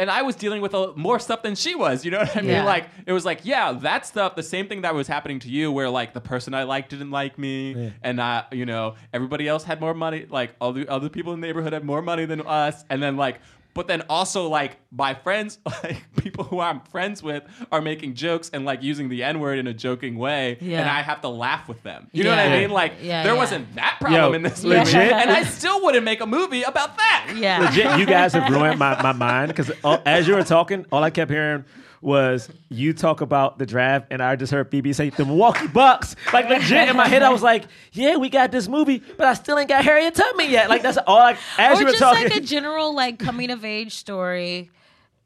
And I was dealing with a, more stuff than she was. You know what I mean?
Yeah.
Like it was like, yeah, that stuff, the same thing that was happening to you, where like the person I liked didn't like me, and I, you know, everybody else had more money. Like all the other people in the neighborhood had more money than us, and then like. But then also like my friends, like people who I'm friends with, are making jokes and like using the N word in a joking way, and
Yeah.
I have to laugh with them. You know what I
Yeah.
mean? Like
Yeah,
there
yeah.
wasn't that problem
Yo,
in this movie,
legit?
and I still wouldn't make a movie about that.
Yeah.
legit, you guys have ruined my, my mind because as you were talking, all I kept hearing was you talk about the draft, and I just heard Phoebe say the Milwaukee Bucks. Like legit in my head, I was like, yeah, we got this movie, but I still ain't got Harriet Tubman yet. Like that's all. I, as
or
you were
just
talking,
like a general like coming of age story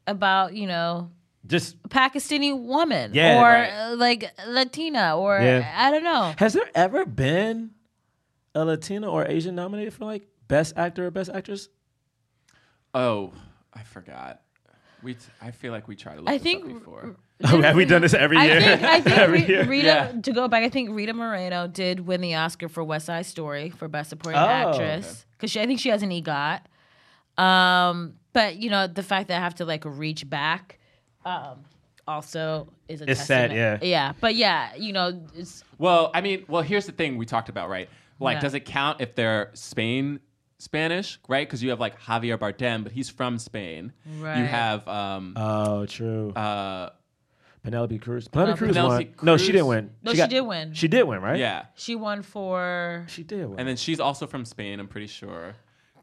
about you know
just
Pakistani woman
Yeah,
or
right.
uh, like Latina or
Yeah.
I don't know.
has there ever been a Latina or Asian nominated for like best actor or best actress?
Oh, I forgot. We t- I feel like we tried to look
I
this
think
up before.
Oh, have we done this every
I
year?
think I think Re- Rita
Yeah.
to go back. I think Rita Moreno did win the Oscar for West Side Story for Best Supporting
Oh,
Actress because I think she has an EGOT. Um, but you know the fact that I have to like reach back, um, also is a
It's sad,
testament.
yeah.
yeah. But yeah, you know, it's,
Well, I mean, well, here's the thing we talked about, right? Like,
Yeah.
does it count if they're Spain Spanish, right? Because you have like Javier Bardem, but he's from Spain. You
Right.
have um,
Oh, true.
uh,
Penelope Cruz. Penelope Cruz
Penelope
won. No,
Cruz.
she didn't win.
No, she did win.
She did win, right?
yeah,
she won for
She did win.
and then she's also from Spain. I'm pretty sure.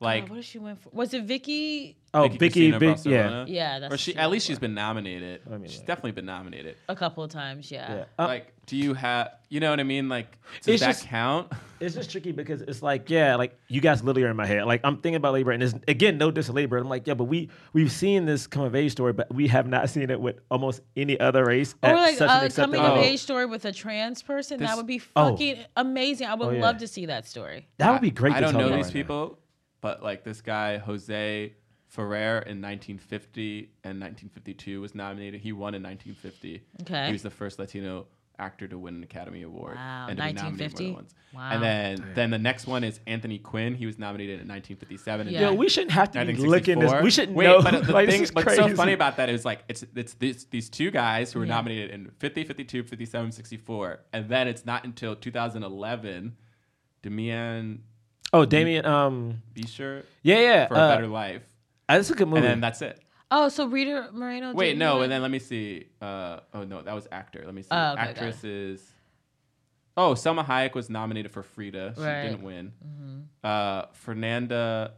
Like,
what did she win for? Was it Vicky?
Oh,
Vicky
Vicky,
Cristina
Vic, yeah.
Barcelona.
Yeah, that's
or
what
she
she
at
won
least she's been nominated.
me
She's
look.
definitely been nominated.
A couple of times, yeah.
yeah. Uh,
like, do you have? You know what I mean? Like, does
It's
that
just-
count?
it's just tricky because it's like, yeah, like you guys literally are in my head. Like I'm thinking about labor, and it's again no diss to labor. I'm like, yeah, but we we've seen this come of age story, but we have not seen it with almost any other race at
Or like
such an
a
acceptable
coming of
level.
age story with a trans person.
This-
that would be
Oh.
fucking amazing. I would
yeah.
love to see that story.
That would be great.
I
to
don't
talk
know
about
these
right now.
people, but like this guy Jose Ferrer in 1950 and 1952 was nominated. He won in 1950.
Okay.
he was the first Latino actor to win an Academy Award
Wow,
and to be nominated more
1950?
than once.
Wow.
And then then the next one is Anthony Quinn. He was nominated in 1957. and
Yeah.
Yo, we shouldn't have to be
1964.
looking this. We should
Wait,
know.
But uh, the
like,
thing,
this is
what's
crazy.
so funny about that is like it's it's these these two guys who were nominated in 50, 52, 57, 64, and then it's not until 2011, Demian
Oh, Damien. Um,
Bishop
yeah, yeah.
for
uh,
a better life,
uh, That's a good movie.
and then that's it.
Oh, so Rita Moreno.
Wait,
did
no,
one?
and then let me see. Uh, oh no, that was actor. Let me see.
Oh, okay, got it.
Actresses. Oh, Selma Hayek was nominated for Frida. She
Right. Mm-hmm.
didn't win. Uh, Fernanda.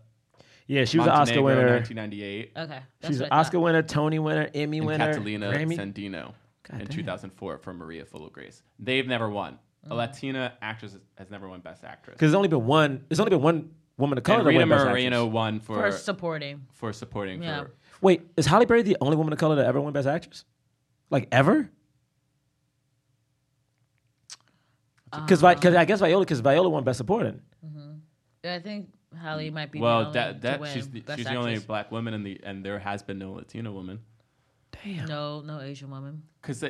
yeah, she was an Oscar
Montenegro,
winner.
1998.
Okay, that's
She's an
what I
Oscar
thought.
winner, Tony winner, Emmy
and
winner,
Catalina
Grammy.
Sandino
God
in
damn.
2004 for Maria Full of Grace. They've never won. A Latina actress has never won Best Actress.
Because there's only been one. There's only been one woman of color
And
that
Rita
won Best
Moreno
Actress.
won for
for
for,
supporting.
supporting
Yeah.
for
Wait, is Halle Berry the only woman of color that ever won Best Actress? Like ever?
Uh,
Because I guess Viola, because Viola won Best Supporting.
I think Holly might be. the
well
only
that
to
that
win
she's the,
Best
she's the only
Actress.
black woman in the and there has been no Latina woman
No, no Asian woman.
because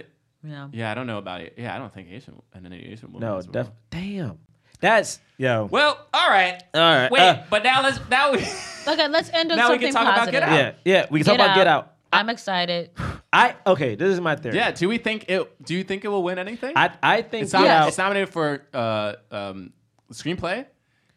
Yeah.
yeah I don't know about it yeah I don't think Asian and any Asian woman
No,
has won.
def- damn. That's yo.
Well, all right.
All right.
Wait,
uh,
but now let's now we.
Okay, let's end on
Now we
something
can talk about
positive.
Get Out.
yeah, yeah. We can talk about Get Out.
I'm excited.
I okay. This is my theory.
yeah do we think it do you think it will win anything
I I think
it's,
Get
nom-
Out.
it's nominated for uh um screenplay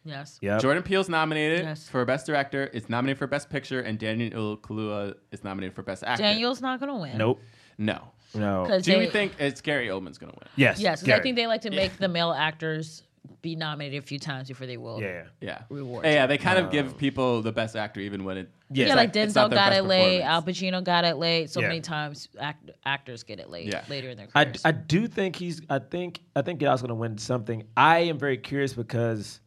Yes.
Yep.
Jordan Peele's nominated
Yes.
for Best Director. It's nominated for Best Picture, and Daniel Kaluuya is nominated for Best Actor.
Daniel's not gonna win.
Nope.
No.
No.
'Cause
Do we
they-
think it's Gary Oldman's gonna win?
Yes.
Yes, 'cause I
Gary.
think they like to make the male actors be nominated a few times before they will.
Yeah.
Yeah.
Rewards.
Yeah, yeah, they kind of give people the Best Actor even when it.
Yeah.
Yeah,
It's
like
like- it's not
Denzel
their
got
best
it late, Al
performance.
Pacino got it late. So
Yeah.
many times act- actors get it late
Yeah.
later in their careers.
I, I do think he's. I think I think Get Out's gonna win something. I am very curious because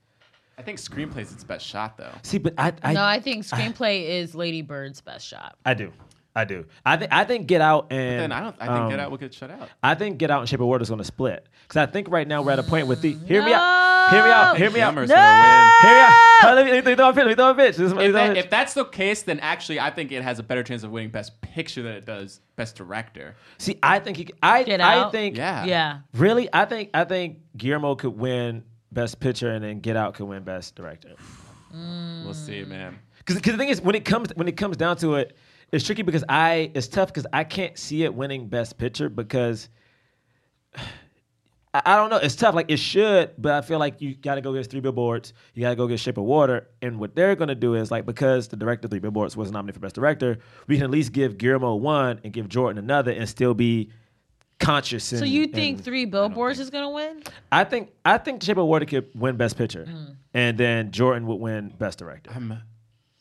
I think screenplays its best shot though.
see, but I I Ah.
no, I think screenplay is Lady Bird's best shot.
I do. I do. I think I think Get Out and
Then I don't. I think
um,
Get Out will get shut out.
I think Get Out and Shape of Water is going to split because I think right now we're at a point with the. Hear me out. Hear me out. Hear me out.
Summer's gonna
Hear me out. Let me, let me throw a pitch. Let me throw a pitch. This is- let me
win. If,
throw a
that-
pitch.
if that's the case, then actually I think it has a better chance of winning Best Picture than it does Best Director.
See, I think he. I
Get
I
Out?
think.
Yeah.
Yeah.
Really, I think I think Guillermo could win Best Picture and then Get Out could win Best Director.
We'll see,
Mm.
man.
Because the thing is, when it comes when it comes down to it, it's tricky because I it's tough because I can't see it winning Best Picture because I, I don't know. It's tough. Like it should, but I feel like you got to go get Three Billboards. You got to go get Shape of Water. And what they're gonna do is like because the director of Three Billboards was nominated for Best Director, we can at least give Guillermo one and give Jordan another and still be conscious. And,
So you think
and-
Three Billboards is gonna win?
I think I think Shape of Water could win Best Picture,
Mm.
and then Jordan would win Best Director.
I'm.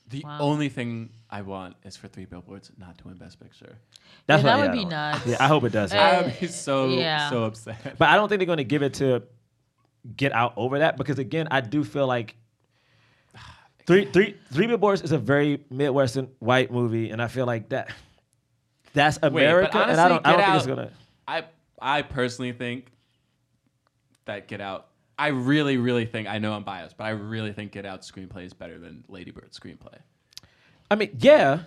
The only thing I want is for Three Billboards not to win Best Picture.
That's
Yeah, that
what-
would
I
be
don't-
nuts.
Yeah, I hope it does.
Uh,
I'd be Um, so
yeah.
so upset.
But I don't think they're going to give it to get out over that because again, I do feel like three three three billboards is a very midwestern white movie, and I feel like that that's
but
America, and I
honestly,
don't I
Get
don't think it's
Out-
gonna.
I I personally think that Get Out. I really, really think I know I'm biased, but I really think Get Out screenplay is better than Lady Bird screenplay.
I mean, yeah,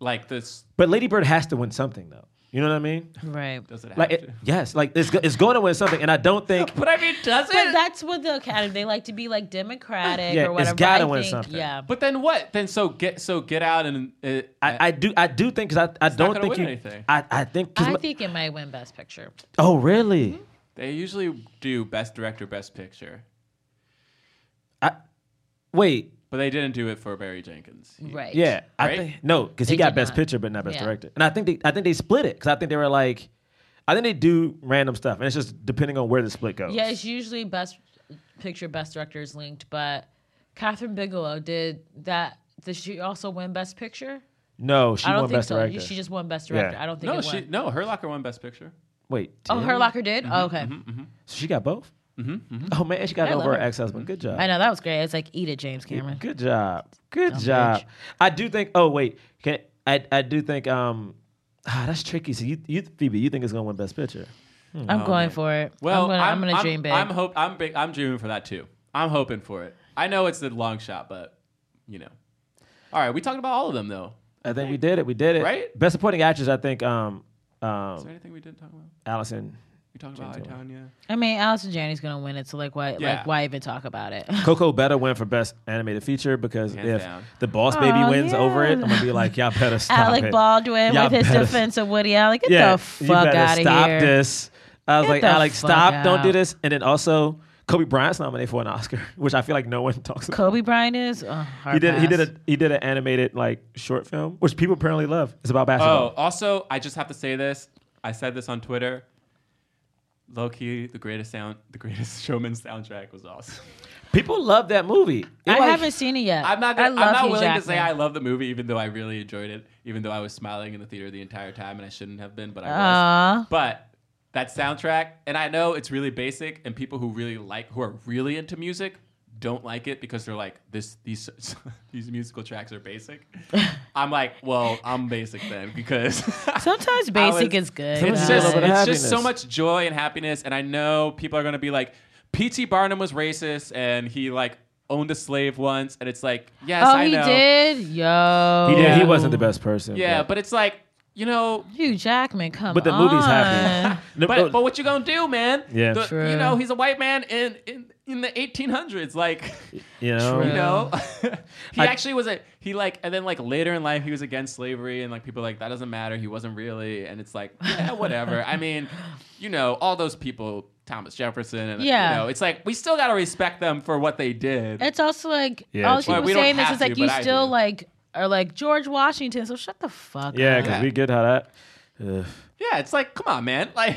Like this
but Lady Bird has to win something though. You know what I mean?
Right.
does it have
Like,
to?
it, yes, like it's go- it's going to win something, and I don't think.
But I mean, does
But
it?
that's what the academy they like to be like democratic
Yeah,
or
it's
whatever.
gotta
I
win
think,
something.
Yeah.
But then what? Then so get so Get Out and uh,
I, I do I do think because I, I
not
don't
gonna
think
win
you
anything.
I I think, 'cause
I
my-
think Mm-hmm. it might win Best Picture.
oh really
they usually do Best Director, Best Picture,
I wait
but they didn't do it for Barry Jenkins.
Right.
Yeah, I
Right?
think no, because he
They
got
did
best
not.
picture, but not best
Yeah.
director. And I think they, I think they split it because I think they were like, I think they do random stuff, and it's just depending on where the split goes.
Yeah, it's usually best picture, best director is linked, but Catherine Bigelow did that. Did she also win Best Picture?
no, she
I don't
won
think
best
so.
director.
She just won Best Director.
Yeah.
I don't think
No,
it
she
won.
no. Her Locker won Best Picture.
Wait,
oh,
did?
her locker did.
Mm-hmm,
oh, okay.
So she got both. Oh man, she got
I
over
love
her
her. Mm-hmm.
ex husband. Good job.
I know that was great. It's like eat it, James Cameron.
Good job. Good
Dumb
job.
bitch.
I do think. Oh wait, can, I I do think. Um, ah, that's tricky. So you, you Phoebe, you think it's gonna win best picture?
I'm going for it.
Oh, Well,
I'm gonna, I'm, gonna dream big.
I'm hope I'm big, I'm dreaming for that too. I'm hoping for it. I know it's a long shot, but you know. All right, we talked about all of them though.
I think we did it. We did it.
Right?
Best supporting actress. I think. Um,
Is there
um,
anything we didn't talk about?
Allison.
We talked about
Gentle.
Itania.
I mean, Allison Janney's gonna win it, so like, why,
Yeah.
like, why even talk about it?
Coco better win for best animated feature because
Hands
if
down.
the Boss Baby
Aw,
wins over it,
yeah.
I'm gonna be like, y'all better stop
Alec
it.
Baldwin
Y'all
with his
better-
defense of Woody Allen. Get
Yeah,
the
you
fuck
better
out of
stop
here.
this. I was
Get
like,
the
Alex,
fuck
stop! Don't do
out.
this. And then also, Kobe Bryant's nominated for an Oscar, which I feel like no one talks about.
Kobe Bryant is. Oh, hard
He did. He did
pass.
a. He did an animated like short film, which people apparently love. It's about
Oh,
basketball.
also, I just have to say this. I said this on Twitter. Low key, the greatest sound, the greatest showman soundtrack was awesome.
People love that movie. It,
I
like-
haven't seen it yet.
I'm not.
I
Gonna,
love
I'm not
Hugh
willing to say
Jackman.
I love the movie, even though I really enjoyed it. Even though I was smiling in the theater the entire time, and I shouldn't have been, but I was.
Aw.
But that soundtrack, and I know it's really basic, and people who really like, who are really into music, don't like it because they're like this these these musical tracks are basic. I'm like, well, I'm basic then because
Sometimes basic
was-
is good.
it's
guys.
Sometimes a
just
little bit of
it's just so
happiness.
much joy and happiness and I know people are going to be like PT Barnum was racist and he like owned a slave once and it's like, yes,
oh,
I
he
know.
did. Yo,
He did. He
Yeah.
wasn't the best person.
Yeah, but it's like, you know,
Hugh Jackman, come
but the
on.
movie's happening. No,
but but what you gonna do, man?
Yeah.
The-
True.
you know, he's a white man in in, in the 1800s. Like,
you know,
you
True.
know, he
I-
actually was a he like, and then like later in life he was against slavery, and like people were like that doesn't matter. He wasn't really, and it's like yeah, whatever. I mean, you know, all those people, Thomas Jefferson, and
Yeah.
you know, it's like we still gotta respect them for what they did.
It's also like
Yeah,
all
true.
she
Well,
was
we don't
saying is
have
it's like
to,
you
but I
still
do.
like are like George Washington. So shut the fuck
yeah,
up.
because we get how that. Ugh.
yeah, it's like come on, man, like.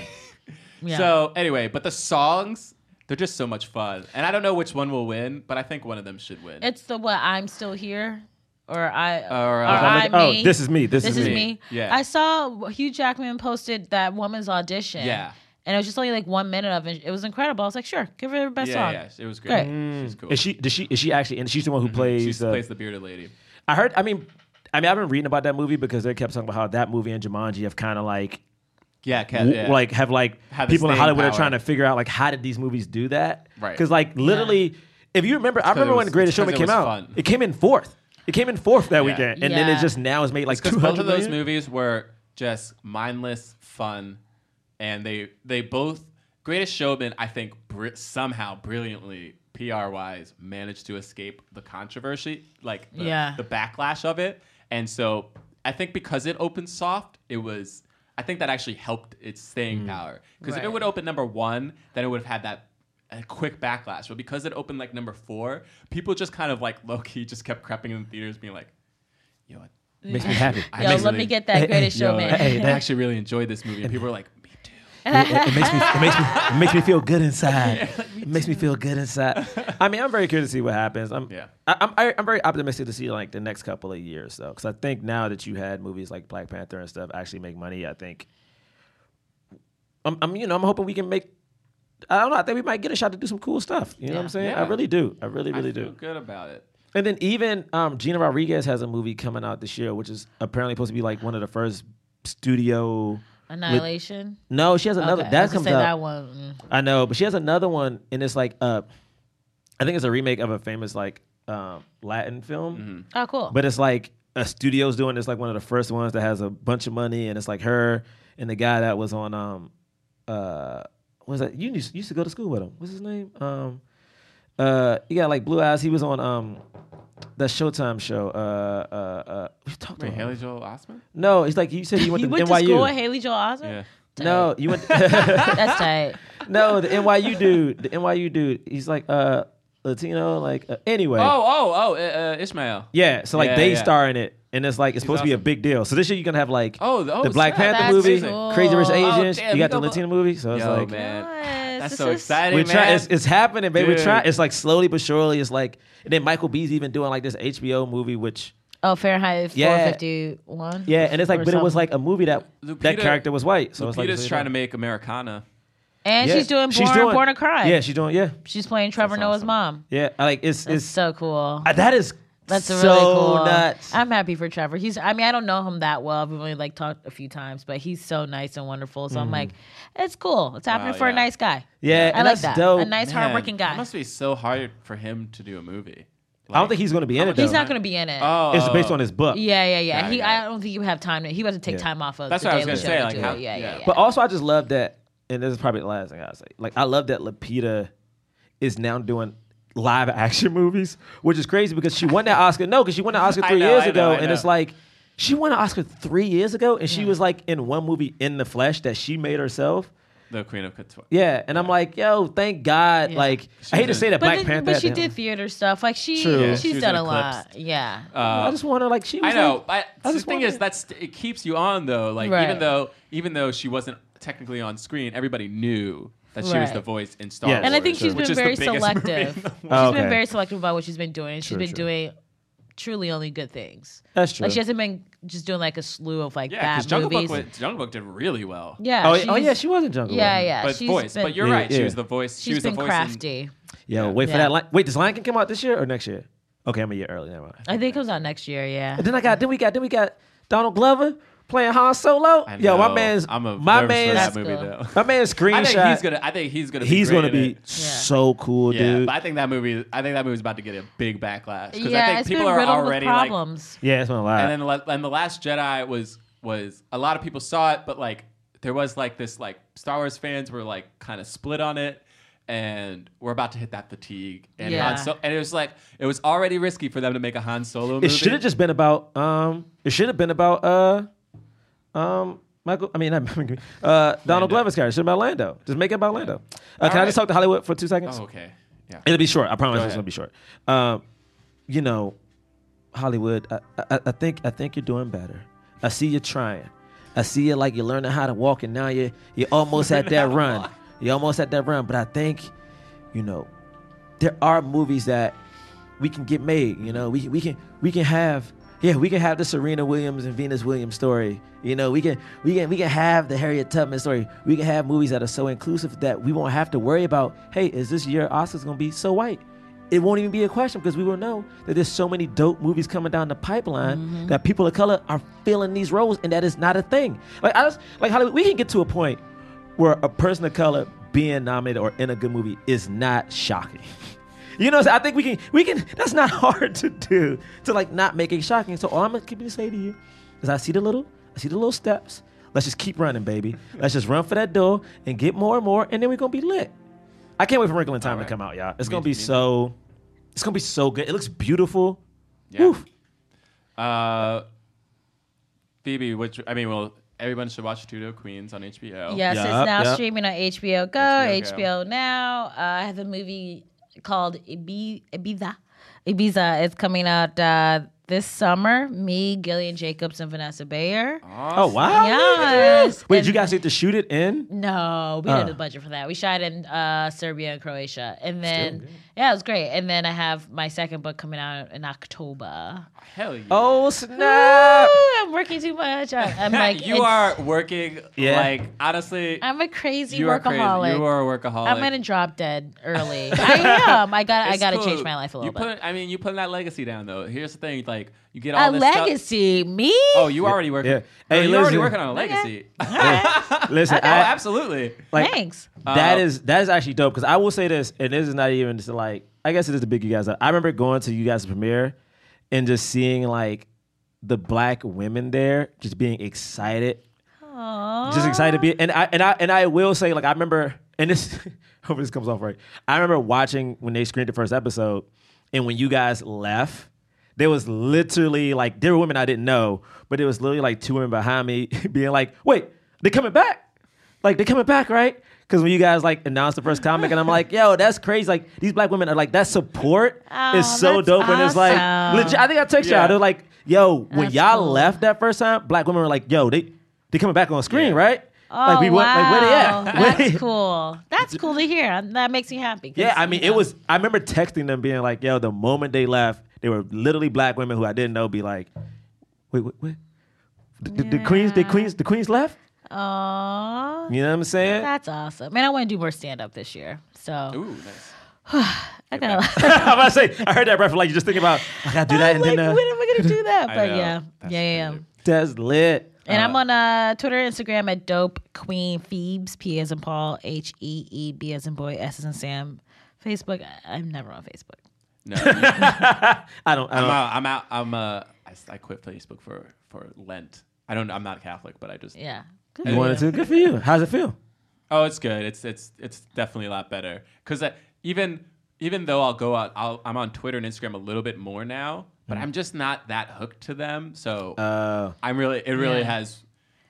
Yeah.
So anyway, but the songs. They're just so much fun, and I don't know which one will win, but I think one of them should win.
it's the what I'm still here, or I,
Or,
or
uh,
I,
I'm like, oh,
me.
this is me. This,
this is me.
Yeah.
I saw Hugh Jackman posted that woman's audition.
Yeah.
And it was just only like one minute of it. It was incredible. I was like, sure, give her the best
yeah,
song.
yeah, it was
Great.
great. She's cool.
Is she? Does she? Is she actually? And she's the one who
she
plays. uh,
plays the bearded lady.
I heard. I mean, I mean, I've been reading about that movie because they kept talking about how that movie and Jumanji have kind of like,
Uh, Yeah,
w- like, have like
Have the
people in
staying
Hollywood are
power.
trying to figure out like how did these movies do that?
Right.
Because like literally, if you remember, I remember
it
when
was-
Greatest
it's 'cause
Showman
it
came
was
out,
fun.
it came in fourth. It came in fourth that
Yeah.
weekend, and then
Yeah.
it just now is made like two
because both
hundred
of those movies were just mindless fun, and they they both Greatest Showman I think br- somehow brilliantly PR wise managed to escape the controversy, like the,
Yeah.
the backlash of it, and so I think because it opened soft, it was. I think that actually helped its
Mm.
staying power because if it
Right.
would open number one, then it would have had that. uh quick backlash, but because it opened like number four, people just kind of like low key just kept creeping in theaters, being like, "Yo, I
Makes me happy.
I
Yo, let
basically-
me get that greatest
Yo,
showman.
hey,
I actually really enjoyed this movie. And people were like, me too.
it, it- it makes me, it makes me, it makes me feel good inside. it makes me feel good inside. I mean, I'm very curious to see what happens. I'm,
Yeah.
I, I'm, I, I'm very optimistic to see like the next couple of years though, because I think now that you had movies like Black Panther and stuff actually make money, I think, I'm, I'm, you know, I'm hoping we can make. I don't know. I think we might get a shot to do some cool stuff. You know what I'm saying? I
Yeah.
really do. I really, really
I
do.
feel good about it.
And then even um, Gina Rodriguez has a movie coming out this year, which is apparently supposed to be like one of the first studio.
Annihilation.
No, she has another.
Okay, I
That
was gonna
comes
say
out.
that one. mm.
I know, but she has another one, and it's like uh, I think it's a remake of a famous like um, Latin film,
Oh, cool.
but it's like a studio's doing. It's like one of the first ones that has a bunch of money, and it's like her and the guy that was on um uh what was that you used, used to go to school with him. What's his name? Um uh he got like blue eyes. He was on um the Showtime show. Uh uh uh we talked about. him.
Haley Joel Osment?
No, it's like you said you went
he
to
went
NYU.
to school with Haley Joel Osment.
Yeah.
no, you went.
That's tight.
No, the NYU dude, the NYU dude, he's like uh Latino, like uh, anyway.
Oh, oh, oh, uh, uh, Ishmael.
yeah. So like
Yeah,
they
yeah.
star in it, and it's like it's supposed to be a
awesome.
big deal. So this year you're gonna have like
Oh, the- oh,
the Black
snap.
Panther
That's
movie,
cool.
Crazy Rich
Oh,
Asians.
damn,
you
you
got the
got
Latino movie. So it's
Yo,
like
man.
Nice.
That's
This
so
is-
exciting,
we're
man.
trying. It's, it's happening, baby. We're
Dude.
trying. It's like slowly but surely. It's like and then Michael B's even doing like this HBO movie, which
Oh, Fahrenheit
Yeah.
451.
yeah, and it's like,
Or
but it was
something.
like a movie that that
Lupita-
character was white. So
Lupita's
it's like
trying to make Americana.
and she's doing Born, Born to Cry.
Yeah, she's doing. Yeah,
she's playing Trevor
That's
Noah's
awesome.
mom.
yeah. I Like it's
It's
it's
so cool.
uh, that is
That's
so
really cool.
nuts.
I'm happy for Trevor. He's I mean, I don't know him that well. I've only like talked a few times, but he's so nice and wonderful. So I'm like, it's cool. It's happening
Mm-hmm. Wow,
for a
yeah.
nice guy.
Yeah,
I
and
like
that's
that.
dope.
A nice
Man,
hardworking guy.
It must be so hard for him to do a movie.
I don't think he's going to be in it.
much-
Though.
he's not gonna be in it.
Oh,
It's
oh,
based
oh.
on his book.
Yeah, yeah, yeah.
Got it,
he,
got
I don't think you have time. To, he was to take
Yeah.
time off of.
That's
the
what I was
Daily
gonna
Show
say,
to
like,
do
how-
it. yeah, yeah,
yeah.
yeah.
But also, I just love that, and this is probably the last thing I'll say. Like, I love that Lapita is now doing live action movies, which is crazy because she won that Oscar. No, because she won that Oscar
I
three
know,
years
I know,
ago,
I
and
know.
it's like she won an Oscar three years ago, and she was like in one movie in the flesh that she made herself.
The Queen of Couture.
Yeah, and I'm like, yo, thank God.
Yeah.
Like, I hate to
did-
say that
but,
Black
then-
Panther.
but she
had to-
did theater stuff. Like she,
True. Yeah,
she's
she was
done
in
a lot.
Eclipse.
Yeah.
I just want to like she. Was
I know,
like-
but
I
the
just
thing
wanted-
is, that's it keeps you on though. Like
Right.
even though even though she wasn't technically on screen, everybody knew that she was
Right.
the voice in Star
Yes.
Wars.
and I think she's
which
been
is the
very
biggest movie in
selective.
the
She's
Oh, okay.
been very selective about what she's been doing. She's
True,
been
true.
doing truly only good things.
That's true.
Like she hasn't been just doing like a slew of like
Yeah, because
bad
Jungle
movies.
Book, went, Jungle Book did really well.
yeah.
oh, yeah, oh
she's-
yeah, she was in Jungle.
Yeah,
Book.
yeah.
but
she's
voice.
been-
but you're
Yeah,
right.
yeah.
She was the voice. She
she's
was
been
the voice. in-
crafty.
Yo, wait for
Yeah.
that. Lion- Wait, does Lion King come out this year or next year? Okay, I'm a year early. Never mind.
I think it comes out next year. Yeah.
Then I got. Then we got. Then we got Donald Glover playing Han Solo.
I
Yo, my
know.
man's.
I'm a nervous
my
for
man's.
that movie
That's cool.
though.
My man's
I
screenshot.
think he's gonna. I think he's gonna. Be
he's
great
gonna
in
be
it.
so cool,
Yeah,
dude.
but I think that movie. I think that movie's about to get a big backlash because
yeah,
I think
it's
people
been
are
riddled
already
with
like
problems.
yeah, it's gonna lie.
and then la- and the last jedi was was a lot of people saw it but like there was like this like star wars fans were like kind of split on it and we're about to hit that fatigue and
Yeah.
Han so- and it was like it was already risky for them to make a han solo movie
it should have just been about. Um, it should have been about. Uh, um. Michael, I mean, not, uh, Donald Glover's character. Should have been about Lando. Just make it about Lando. Uh, can I
right.
just talk to Hollywood for two seconds?
oh, okay yeah
It'll be short. I promise it's
ahead.
gonna be short. Um, you know, Hollywood. I, I, I think I think you're doing better. I see you trying. I see you like you're learning how to walk, and now you you're almost at that run. You're almost at that run. But I think, you know, there are movies that we can get made. You know, we we can we can have yeah we can have the Serena Williams and Venus Williams story. You know, we can we can we can have the Harriet Tubman story. We can have movies that are so inclusive that we won't have to worry about hey is this year Oscars gonna be so white? It won't even be a question because we will know that there's so many dope movies coming down the pipeline that people of color are filling these roles, and that is not a thing. Like I just, like Hollywood, we can get to a point where a person of color being nominated or in a good movie is not shocking. You know, what I'm saying? I think we can we can. That's not hard to do to like not make it shocking. So all I'm gonna keep to say to you is, I see the little, I see the little steps. Let's just keep running, baby. Let's just run for that door and get more and more, and then we're gonna be lit. I can't wait for Wrinkle in Time to come out, y'all. It's gonna be so, it's gonna be so good. It looks beautiful.
Yeah.
Woof.
uh phoebe which i mean well everyone should watch Tudo queens on hbo
Yes,
Yup,
it's now
yup.
streaming on HBO Go,
HBO
HBO,
Go.
Now. Uh, I have a movie called Ibi- Ibiza. Ibiza is coming out uh, this summer. Me, Gillian Jacobs, and Vanessa Bayer.
Oh wow!
Yes.
Wait,
And-
you guys need to shoot it in?
No, we
Uh.
didn't have the budget for that. We shot in uh, Serbia and Croatia, and then yeah, it was great. And then I have my second book coming out in October.
hell yeah
Oh snap!
Ooh, I'm working too much. I, am like
you
it's-
are working
Yeah.
like honestly
I'm a crazy
you are crazy
workaholic.
you are a workaholic
I'm gonna drop dead early. I am. I got. I
It's
got to
cool.
change my life a
you
little
put,
bit.
I mean, you putting that legacy down though. Here's the thing, like you get all
A
this Stuff.
legacy, me.
Oh, you already working.
Yeah.
No,
Hey,
you're already
listen.
working on a legacy. oh,
Listen, I,
absolutely.
like,
Thanks.
That
Uh,
is that is actually dope because I will say this, and this is not even just like I guess it is the big you guys. up. I remember going to you guys' premiere and just seeing like the black women there just being excited, just excited to be. And I and I and I will say like I remember, and this hope this comes off right. I remember watching when they screened the first episode, and when you guys left. There was literally like there were women I didn't know, but it was literally like two women behind me being like, "Wait, they coming back? like they coming back, right? Because when you guys like announced the first comic, and I'm like, yo, that's crazy. Like these black women are like that support
Oh,
is so
that's
dope, and it's like
awesome.
legit. I think I text
Yeah.
y'all. They're like, yo, when
That's
y'all
cool.
left that first time, black women were like, yo, they they coming back on screen, right? like we
Oh, wow.
went, like where they at? Where
That's
they-
cool. That's cool to hear. Um, That makes me happy. 'cause,
Yeah, I
you
mean,
know.
it was. I remember texting them, being like, yo, the moment they left, they were literally black women who I didn't know. Be like, wait, wait, wait. The, the- the queens, the queens, the queens left.
Aw,
You know what I'm saying?
that's awesome. And I want to do more stand up this year. So
Ooh, nice.
I got.
I'm about to say, I heard that reference. Like you just think about, I gotta do that,
I'm
and
like,
then uh,
when am I gonna do that?
I
But
know.
yeah,
That's
yeah, yeah.
really-
that's lit.
And I'm
Uh,
on uh, Twitter, Instagram at Dope Queen Phoebes, P as in Paul, H E E B as in boy, S as in Sam. Facebook, I- I'm never on Facebook.
No, I'm
I don't. I don't.
out. I'm out. I'm uh, I, s- I quit Facebook for for Lent. I don't. I'm not Catholic, but I just.
Yeah.
you wanted to? Good for you. How's it feel?
Oh, it's good. It's it's it's definitely a lot better. Cause I, even even though I'll go out, I'll, I'm on Twitter and Instagram a little bit more now, but I'm just not that hooked to them. So
Uh,
I'm really. It really
Yeah.
has.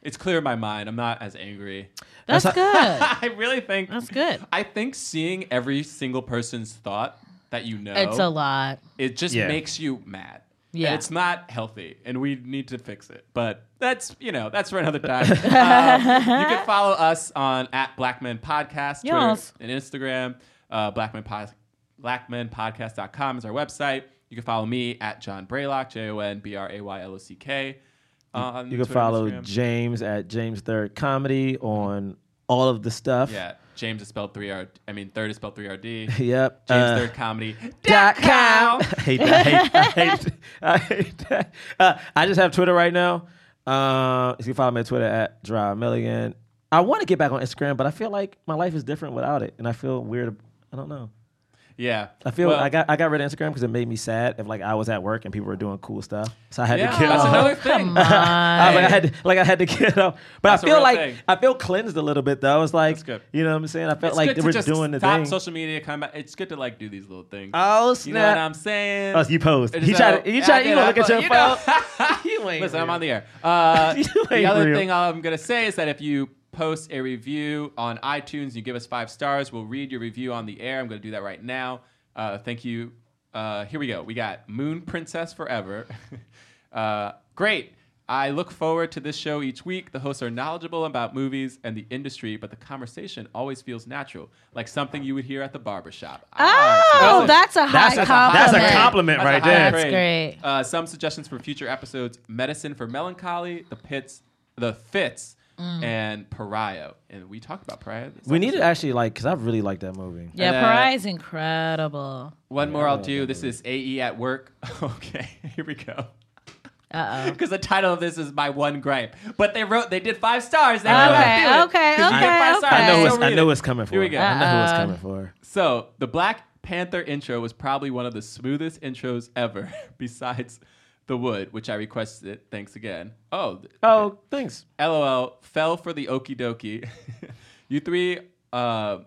It's clear in my mind. I'm not as angry.
That's good.
I really think
That's good.
I think seeing every single person's thought that you know,
It's a lot.
It just
Yeah.
makes you mad.
Yeah.
And it's not healthy, and we need to fix it. But that's you know that's for another time. um, you can follow us on at Black Men Podcast, Twitter
Yes.
and Instagram. Uh, Black Men Pod, BlackMenPodcast.com is our website. You can follow me at John Braylock, J O N B R A Y L O C K.
you can follow James at James Third Comedy on all of the stuff.
Yeah, James is spelled three R. I mean, third is spelled three R D.
Yep.
James
uh,
Third Comedy.
dot com. I hate that. I hate, I hate, I hate that. Uh, I just have Twitter right now. Uh, you can follow me on Twitter at Dry Milligan. I want to get back on Instagram, but I feel like my life is different without it, and I feel weird. I don't know.
Yeah.
I feel
Well,
I got I got rid of Instagram because it made me sad if like I was at work and people were doing cool stuff, so I had
Yeah,
to get
that's
off.
another thing.
I, was like, I had to, like I had to get off, but
That's
I
a
feel
real
like
thing.
I feel cleansed a little bit though. It's like
That's good.
you know what I'm saying. I felt
It's
like
good
they
to
were
just
doing the
stop
thing.
social media. Come back. It's good to like do these little things.
oh
you know what
snap!
I'm saying?
Oh, you posed.
It
He
is
tried.
out.
to- You
Yeah,
tried.
I
You
did.
gonna
I
look at
thought-
your
you
phone?
know.
you ain't.
Listen, I'm
real.
on the air. Uh,
You
the
ain't
other
real.
thing I'm going to say is that if you post a review on iTunes, you give us five stars, we'll read your review on the air. I'm going to do that right now. Uh, thank you. Uh, here we go. We got Moon Princess Forever. uh, great. I look forward to this show each week. The hosts are knowledgeable about movies and the industry, but the conversation always feels natural, like something you would hear at the barbershop.
Ah!
Oh, that's a high compliment.
That's a compliment right
That's a high
there.
That's
praise.
great.
Uh, some suggestions for future episodes: medicine for melancholy, the pits, the fits,
Mm.
and pariah. And we talked about pariah. this
We need to
episode.
actually like because I really like that movie.
Yeah,
And, uh,
Pariah is incredible.
one more. I'll do. This is AE at work. okay, here we go.
Uh
Because the title of this is my one gripe. But they wrote, they did five stars. They
oh.
wrote
Okay,
do it.
okay, okay,
'Cause you get five
okay.
stars.
I know
So
it's I
read
know
it.
it's coming for.
Here we go.
I know who it's
Uh-oh.
coming for.
So the Black Panther intro was probably one of the smoothest intros ever, besides the wood, which I requested. Thanks again. Oh, th-
Oh, thanks.
LOL, fell for the okie dokie. you three, uh,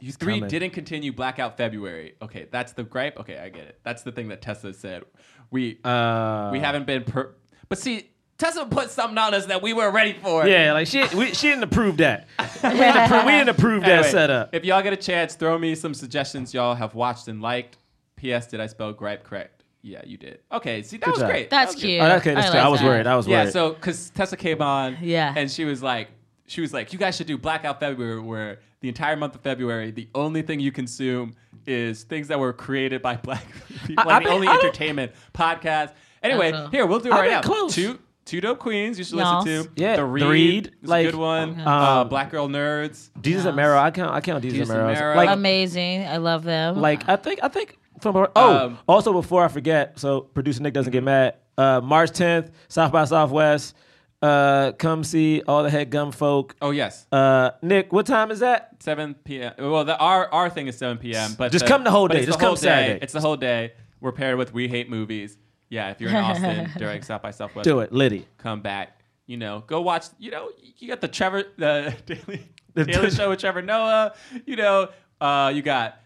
you three
coming.
didn't continue Blackout February. Okay, that's the gripe. Okay, I get it. That's the thing that Tesla said. We
Uh,
we haven't been per. But see, Tesla put something on us that we weren't ready for.
Yeah, like she we, she didn't approve that. We didn't approve, we didn't approve that
Anyway,
setup.
If y'all get a chance, throw me some suggestions y'all have watched and liked. P.S. Did I spell gripe correct? Yeah, you did. Okay, see, that was
job.
great. That
That's
was good.
cute.
Oh, okay, that's
I
I,
like
I was
that.
worried. I was
Yeah,
worried.
so because Tessa came on,
Yeah.
and she was like, she was like, you guys should do Blackout February, where the entire month of February, the only thing you consume is things that were created by black people,
I
like the
been-
only
I don't-
entertainment podcast. Anyway,
That's a-
here we'll do it
I've
right
been
now.
close.
Two two dope queens you should
Y'all.
listen to.
Yeah,
the
The
Reed,
Reed,
is
like,
a good one.
okay.
Uh,
Um,
Black Girl Nerds.
Jesus and Mero, I count I count Jesus,
Jesus
and Mero.
Amaro.
Like
Amazing. I love them.
like I think I think from her, oh
Um,
also before I forget, so producer Nick doesn't get mad. Uh, March 10th, South by Southwest. Uh, come see all the head gum folk.
Oh yes,
Uh, Nick, what time is that?
7 p.m. Well, the, our our thing is 7 p.m. But
Just come the whole
but
day.
it's
Just
the whole
come
day.
Saturday.
It's the whole day. We're paired with We Hate Movies. Yeah, if you're in Austin during South by Southwest,
Do it, Liddy.
come back. You know, go watch. You know, you got the Trevor the Daily
The-
Daily Show with Trevor Noah. You know, uh, you got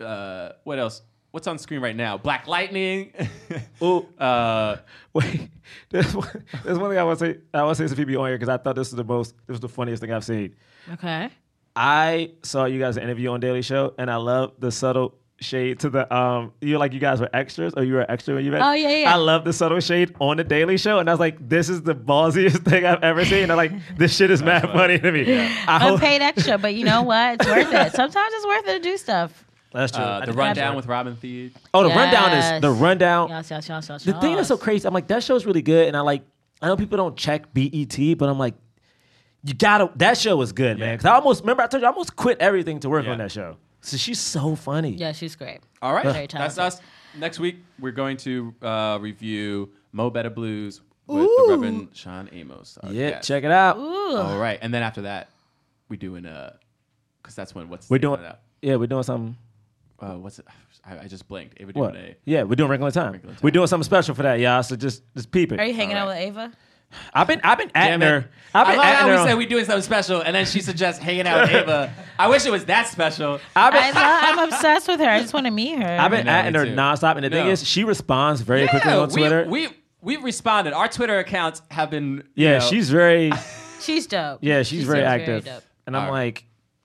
uh, what else? What's on screen right now? Black Lightning.
Ooh.
uh,
Wait, there's one, there's one thing I want to say. I want to say some people on here because I thought this was the most, this was the funniest thing I've seen.
okay.
I saw you guys interview on Daily Show, and I love the subtle shade to the um. You like you guys were extras, or you were an extra when you met.
Oh, yeah, yeah.
I love the subtle shade on the Daily Show, and I was like, this is the ballsiest thing I've ever seen. And I'm like, this shit is mad funny to me. I
I'm
hope-
paid extra, but you know what? It's worth it. Sometimes it's worth it to do stuff.
That's true.
uh, the rundown with Robin Thede.
oh, the rundown is the
Yes.
rundown.
Yes, yes, yes, yes,
Oh. The thing that's so
yes.
crazy, I'm like, that show's really good. And I like, I know people don't check BET, but I'm like, you gotta, that show was good, man. Cause I almost, remember I told you, I almost quit everything to work
Yeah.
on that show. So she's so funny.
Yeah, she's great.
All right,
Very
that's
talented.
us. Next week we're going to uh, review Mo Better Blues with the Reverend Sean Amos. our
Yeah,
guest.
check it out.
Ooh.
All right, and then after that, we doing a because that's when what's
We're
the name
doing,
of that?
yeah, we're doing something.
Uh, what's it? I, I just blinked. We're doing
What?
a.
Yeah, we're doing regular time.
Regular Time.
We're doing something special for that, y'all. So just, just peep it.
Are you hanging out
right.
with Ava?
I've been, I've been
Damn
at
it.
her. I've
I
been
love
at
how we
her.
said we doing something special, and then she suggests hanging out with Ava. I wish it was that special.
I've
I
been,
love, I'm obsessed with her. I just want to meet her.
I've been
know,
at
me
her
too.
nonstop, and the thing
No.
is, she responds very quickly on
we,
Twitter.
we we responded. Our Twitter accounts have been. you
yeah,
know,
she's very.
she's dope.
Yeah, she's, very
dope,
active.
dope.
and I'm
All right.
like,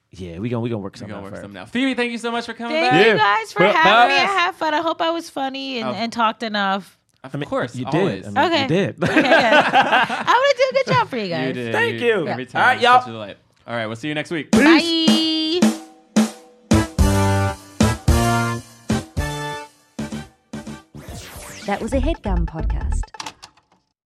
yeah, we gonna we gonna work
we're
something
gonna
out
work
for her.
something out. Phoebe, thank you so much for coming
Thank
back.
you
Yeah.
guys for
Well, Oh.
having me. I
bye.
had fun. I hope I was funny and,
Of-
and talked enough.
Of
I mean,
course,
you
always.
did. I mean,
Okay.
you did.
Okay, good. I want to do a good job for you guys.
You did.
Thank you.
Every
Yeah.
time.
All right, y'all.
Such a delight. All right, we'll see you next week.
Bye.
That was a headgum podcast.